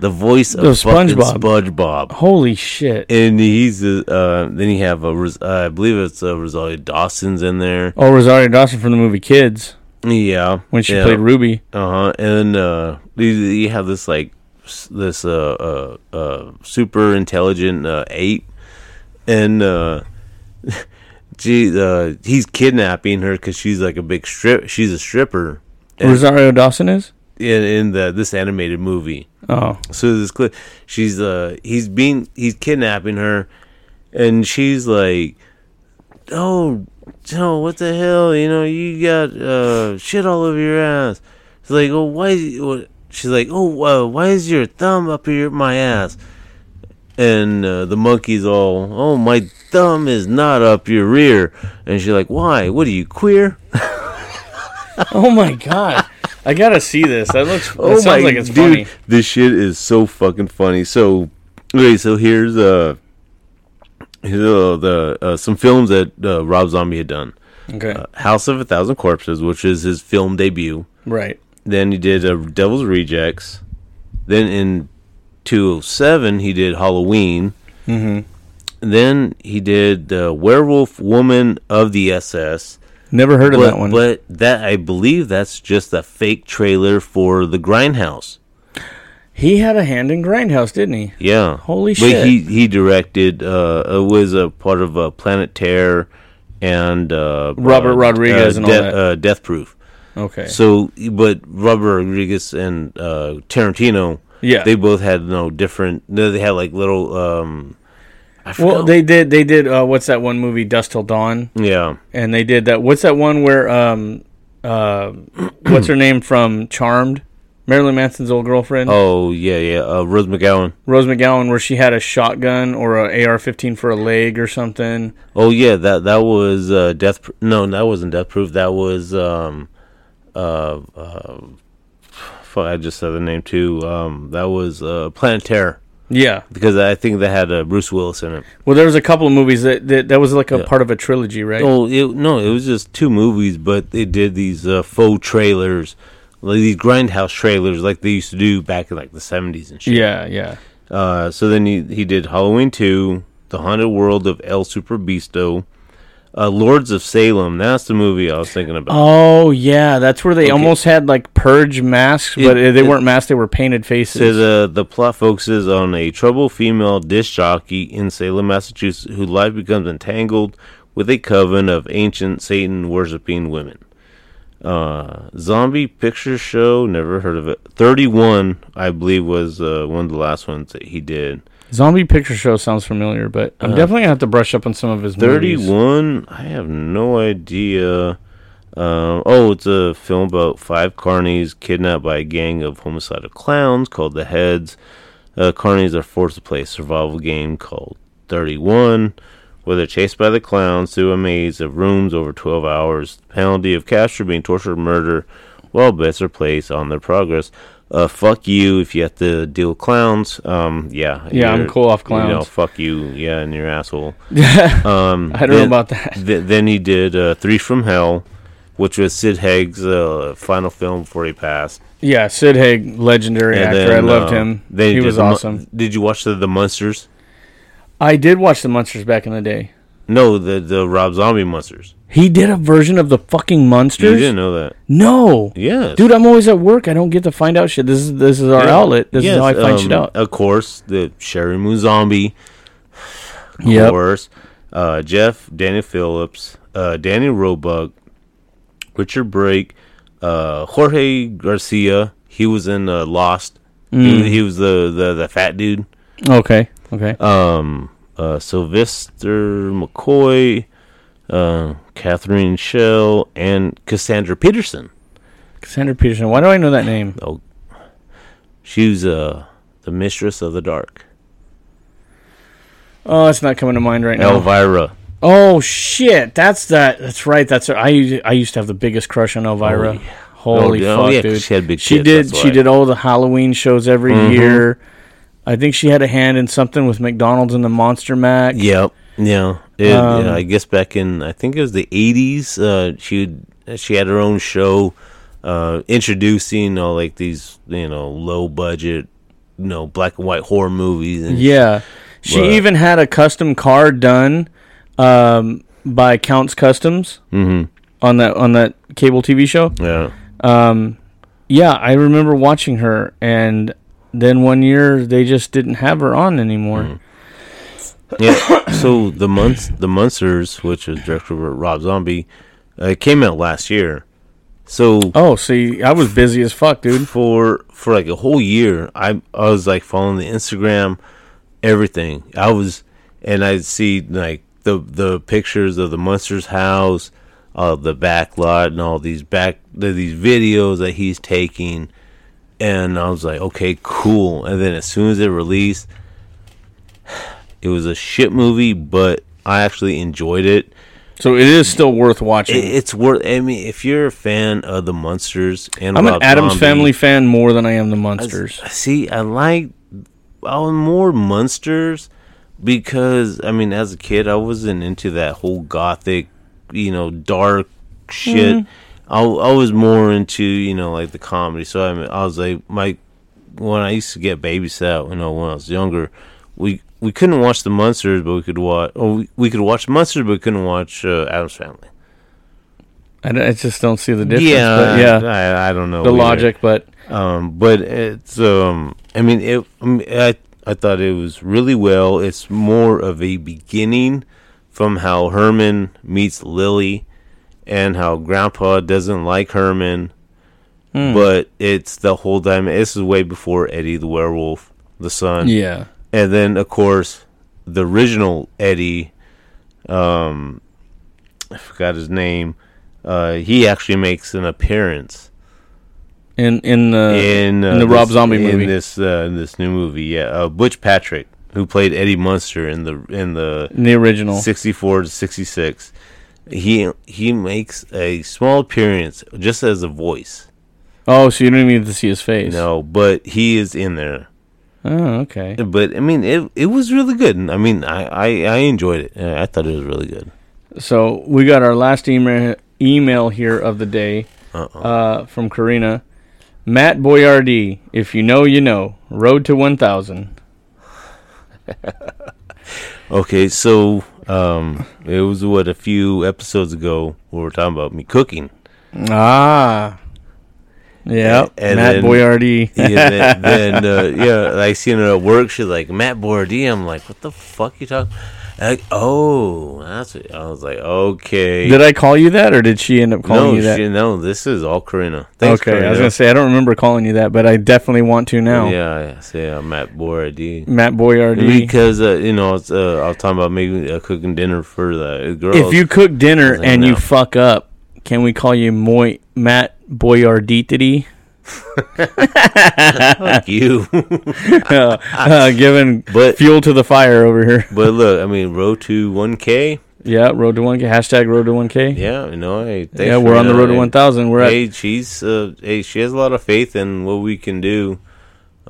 The voice of The fucking SpongeBob. SpongeBob. Holy shit! And he's uh, uh then you have a Ros- uh, I believe it's uh, Rosalia Dawson's in there. Oh, Rosario Dawson from the movie Kids Yeah. when she yeah. played Ruby. Uh huh. And uh, you, you have this like s- this uh uh, uh super intelligent uh, ape, and uh, [laughs] she uh, he's kidnapping her because she's like a big strip. She's a stripper Yeah. Rosario Dawson is. in, in the this animated movie. Oh, So this clip, she's uh, he's being he's kidnapping her, and she's like, "Oh, no, what the hell? You know, you got uh shit all over your ass." She's like, "Oh, why?" is- what-" She's like, "Oh, uh, why is your thumb up your my ass?" And uh, the monkey's all, "Oh, my thumb is not up your rear," and she's like, "Why? What are you queer?" oh my god! I gotta see this. That looks. That sounds like it's funny. Oh This shit is so fucking funny. So, okay, so here's uh, here's, uh the uh, some films that uh, Rob Zombie had done. Okay, House of a Thousand Corpses, which is his film debut. right. Then he did uh, Devil's Rejects. Then in 207, he did Halloween. Mm-hmm. Then he did the Werewolf Woman of the SS. Never heard of But that one. but that I believe that's just a fake trailer for the Grindhouse. he had a hand in Grindhouse, didn't he? Yeah. Holy but shit. he he directed uh it was a part of uh, Planet Terror and uh Robert uh, Rodriguez uh, and all Death- that. uh, Death Proof. Okay. So but Robert Rodriguez and uh Tarantino Yeah. they both had no different no, they had like little um I Well, forgot. they did. They did. Uh, what's that one movie, Dust Till Dawn? yeah. And they did that. What's that one where um, [clears throat] uh, what's her name from Charmed? Marilyn Manson's old girlfriend, Oh yeah, yeah. Uh, Rose McGowan. Rose McGowan, where she had a shotgun or a AR-15 for a leg or something. Oh yeah, that that was uh, death. Pr- no, that wasn't death proof. That was um, uh, uh, fuck. I just said the name too. Um, that was uh, Planet Terror Yeah. because I think that had uh, Bruce Willis in it. Well, there was a couple of movies that that, that was like a Yeah. part of a trilogy, right? Oh it, no, it was just two movies, but they did these uh, faux trailers, like these grindhouse trailers, like they used to do back in like the seventies and shit. Yeah, yeah. Uh, so then he, he did Halloween 2, The Haunted World of El Super Beasto, uh, Lords of Salem. That's the movie I was thinking about. Oh yeah, that's where they almost had like purge masks, but It- they it- weren't masks; they were painted faces. So the, the plot focuses on a troubled female disc jockey in Salem, Massachusetts, whose life becomes entangled with a coven of ancient Satan worshipping women. Uh, zombie picture show, never heard of it. 31, I believe, was uh, one of the last ones that he did. Zombie Picture Show sounds familiar, but Uh, I'm definitely gonna have to brush up on some of his movies. 31 i have no idea um, oh it's a film about five carnies kidnapped by a gang of homicidal clowns called the heads uh, carnies are forced to play a survival game called 31 where they're chased by the clowns through a maze of rooms over 12 hours the penalty of capture being torture or murder while bets are placed on their progress uh, fuck you if you have to deal with clowns. Um, yeah, Yeah, I'm you're- cool off You know, clowns. fuck you, yeah, and your asshole. I don't know about that. [laughs] Um, Th- then he did uh, Three from Hell, which was Sid Haig's uh, final film before he passed. Yeah, Sid Haig, legendary And actor. then, I loved uh, him. then He did was the Mon- awesome. did you watch the, the Monsters? I did watch the Munsters back in the day. No, the the Rob Zombie Monsters. He did a version of the fucking Munsters. You didn't know that? No. Yes. Dude, I'm always at work. I don't get to find out shit. This is this is our Yeah. outlet. This Yes, is how I find um, shit out. Of course, the Sherry Moon Zombie. Of Yep. course, uh, Jeff, Danny Phillips, uh, Danny Roebuck, Richard Brake, uh, Jorge Garcia. He was in uh, Lost. He, he was the, the the fat dude. Okay. Okay. um, uh, Sylvester McCoy, uh, Catherine Shell, and Cassandra Peterson. Cassandra Peterson. Why do I know that name? Oh, she was uh, the mistress of the dark, Oh, it's not coming to mind right now. Elvira. Oh shit! That's that. That's right. That's I. u- I used to have the biggest crush on Elvira. Oh, yeah. Holy Oh, yeah. fuck, Oh, yeah, 'cause dude! she had big She tits, did. that's She why. Mm-hmm. did all the Halloween shows every year. I think she had a hand in something with McDonald's and the Monster Mac. Yep. Yeah. It, Um, yeah, I guess back in I think it was the eighties. Uh, she she had her own show, uh, introducing all like these you know low budget, you know black and white horror movies and Yeah. She Right. even had a custom car done um, by Counts Customs Mm-hmm. on that on that cable TV show. yeah. Yeah, I remember watching her, and then one year they just didn't have her on anymore. Mm. Yeah. [coughs] so the months the Munsters, which was directed by Rob Zombie, uh, it came out last year. So Oh, see, I was busy as fuck, dude. for for like a whole year, I I was like following the Instagram, everything. I was, and I'd see like the the pictures of the Munsters house, uh, the back lot, and all these back the, these videos that he's taking, and I was like, okay, cool. And then as soon as it released, it was a shit movie, but I actually enjoyed it. So it is still worth It, watching. it's worth. I mean, if you're a fan of the Munsters and I'm an Rob Adams Zombie- Family fan more than I am the Munsters. See, I like I was more monsters because I mean, as a kid, I wasn't into that whole gothic, you know, dark shit. Mm-hmm. I, I was more into you know like the comedy. So I, mean, I was like my when I used to get babysat, you know, when I was younger, we we couldn't watch the monsters, but we could watch. Or we, we could watch monsters, but we couldn't watch uh, Adam's Family. I, d- I just don't see the difference. yeah, but yeah, I, I don't know uh, the either. logic, but Um, but it's um, I mean, it, I, mean, I I thought it was really well. It's more of a beginning from how Herman meets Lily, and how Grandpa doesn't like Herman. But it's the whole time. This is way before Eddie the Werewolf, the son, yeah, and then of course the original Eddie, um, I forgot his name. Uh, he actually makes an appearance in in the in, uh, in the Rob this- Zombie in movie. this uh, in this new movie. Yeah, uh, Butch Patrick, who played Eddie Munster in the in the in the original. 64 to 66 he he makes a small appearance just as a voice Oh, so you don't even need to see his face. no but he is in there Oh, okay. but i mean it it was really good i mean i i, I enjoyed it Uh, i thought it was really good So we got our last email email here of the day Uh-oh. uh, from Karina. Matt Boyardee, if you know, you know. Road to 1,000. okay so um it was what a few episodes ago we were talking about me cooking Ah. Yeah. And Matt then- Boyardee. yeah, then, then uh, yeah, I seen her at work. She's like Matt Boardie. I'm like, what the fuck you talking? Like, oh, that's. What, I was like, okay. Did I call you that, or did she end up calling no, you that? she- no, this is all Karina. Thanks, okay, I Karina. was gonna say I don't remember calling you that, but I definitely want to now. Yeah, I say I'm at Boardie. Matt Boyardee. Because uh, you know, I was, uh, I was talking about maybe uh, cooking dinner for the girls. If you cook dinner like, and you no. fuck up, can we call you Moy Matt Boyardee? fuck you, [laughs] uh, [laughs] uh, giving But- fuel to the fire over here. [laughs] but look, I mean, row to one k. Yeah, road to one k. Hashtag road to one k. Yeah, you know, hey, thanks yeah, we're for on the road to knowing. one thousand. We're Hey, she's uh, hey, she has a lot of faith in what we can do.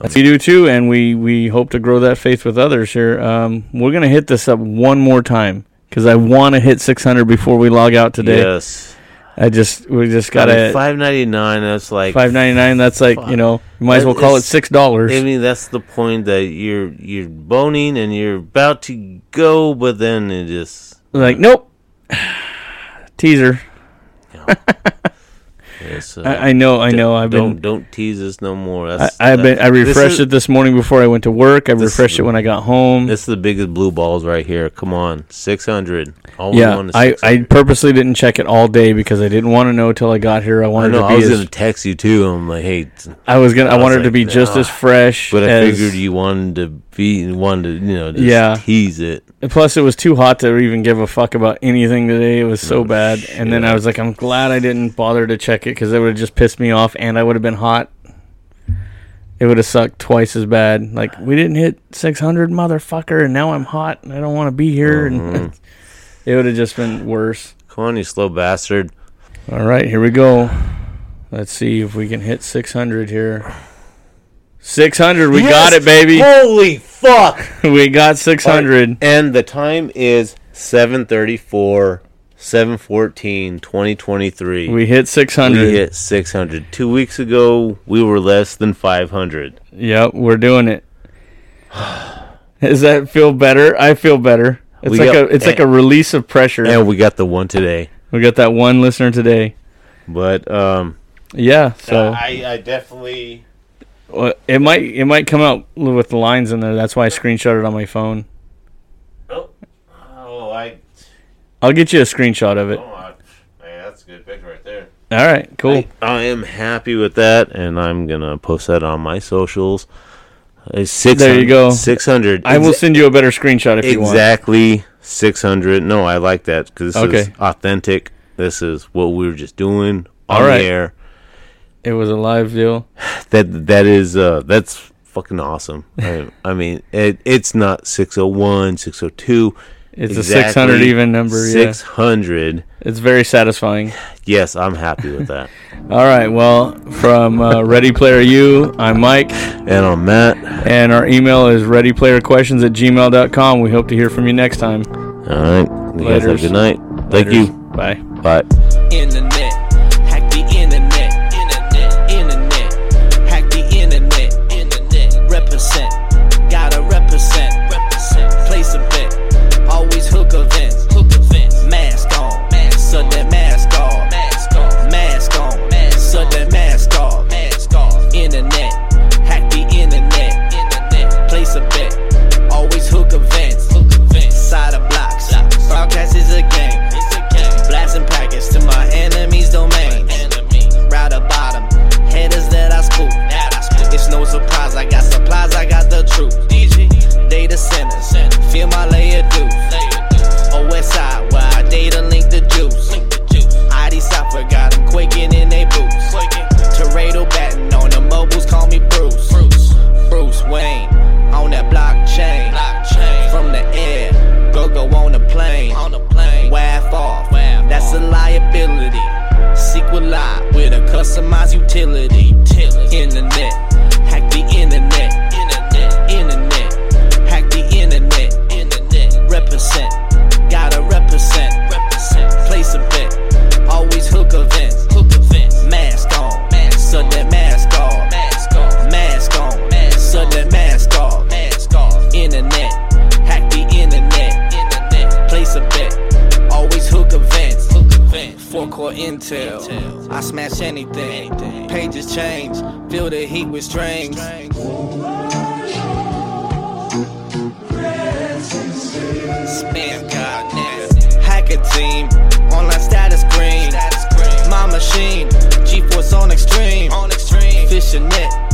at we do too, and we we hope to grow that faith with others here. Um, we're gonna hit this up one more time because I want to hit six hundred before we log out today. Yes. I just we just I got mean, to five ninety nine. That's like five ninety nine. That's like you know, you might as well That call it is- six dollars. I mean, that's the point that you're you're boning and you're about to go, but then it just Like nope, [sighs] teaser. it's, uh, I, I know, I know. I've don't been. don't tease us no more. I, That's, I've been. I that's- refreshed this it this morning before I went to work. I This- refreshed it when I got home. This is the biggest blue balls right here. Come on, six hundred. All we Yeah, want is I, I 600. purposely didn't check it all day because I didn't want to know till I got here. I I wanted know. to be. I was as, gonna text you too. I'm like, hey, t- I was gonna. I, was wanted to like, be just nah. as fresh. but I as- figured you wanted to be wanted to you know just Yeah. tease it. And Plus, it was too hot to even give a fuck about anything today. It was so bad. And then I was like, I'm glad I didn't bother to check it because it would have just pissed me off, and I would have been hot. It would have sucked twice as bad. Like we didn't hit 600, motherfucker, and now I'm hot and I don't want to be here. And [laughs] it would have just been worse. Come on, you slow bastard. All right, here we go. Let's see if we can hit 600 here. 600, we got Yes! it, baby. Holy fuck! [laughs] we got 600. And the time is 734, 714, 2023. We hit 600. We hit 600. Two weeks ago, we were less than 500. Yep, we're doing it. Does that feel better? I feel better. It's We like got- a it's like a release of pressure. And we got the one today. we got that one listener today. But um, Yeah, so I, I definitely. uh, it might it might come out li- with the lines in there. That's why I screenshot it on my phone. Oh, oh, I. I'll get you a screenshot of it. All I man, that's a good picture right there. right, cool. I, I am happy with that, and I'm going to post that on my socials. Uh, 600, There you go. 600. I will send you a better screenshot if you want. exactly 600 no i like that because this is Okay. authentic this is what we were just doing All on right. the air It was a live deal. that that is uh that's fucking awesome i, I mean [laughs] it, it's not 601 602 It's a 600 even number, yeah. 600 It's very satisfying. yes i'm happy [laughs] with that All right, well, from uh, Ready Player U, I'm Mike. and on that And our email is readyplayerquestions at gmail.com. We hope to hear from you next time. all right you guys have a Laters. good night thank you Bye. bye internet. Hack the internet. Internet. Internet. Hack the internet. Internet. Represent. Gotta represent. Represent. Place a bet. Always hook events. Hook events. Mask on. Mask. Sud that mask off. Mask on. Mask on. Mask. Sud that mask off. Mask off. Internet. Hack the internet. Internet. Place a bet. Always hook events. Hook events. Side of blocks. Broadcast is a game. It's a game. Blasting packets to my enemy much anything. Pages change, feel the heat with strings. Spam goddamn. Hacker team, online status green. My machine, G force on extreme. Fish a net,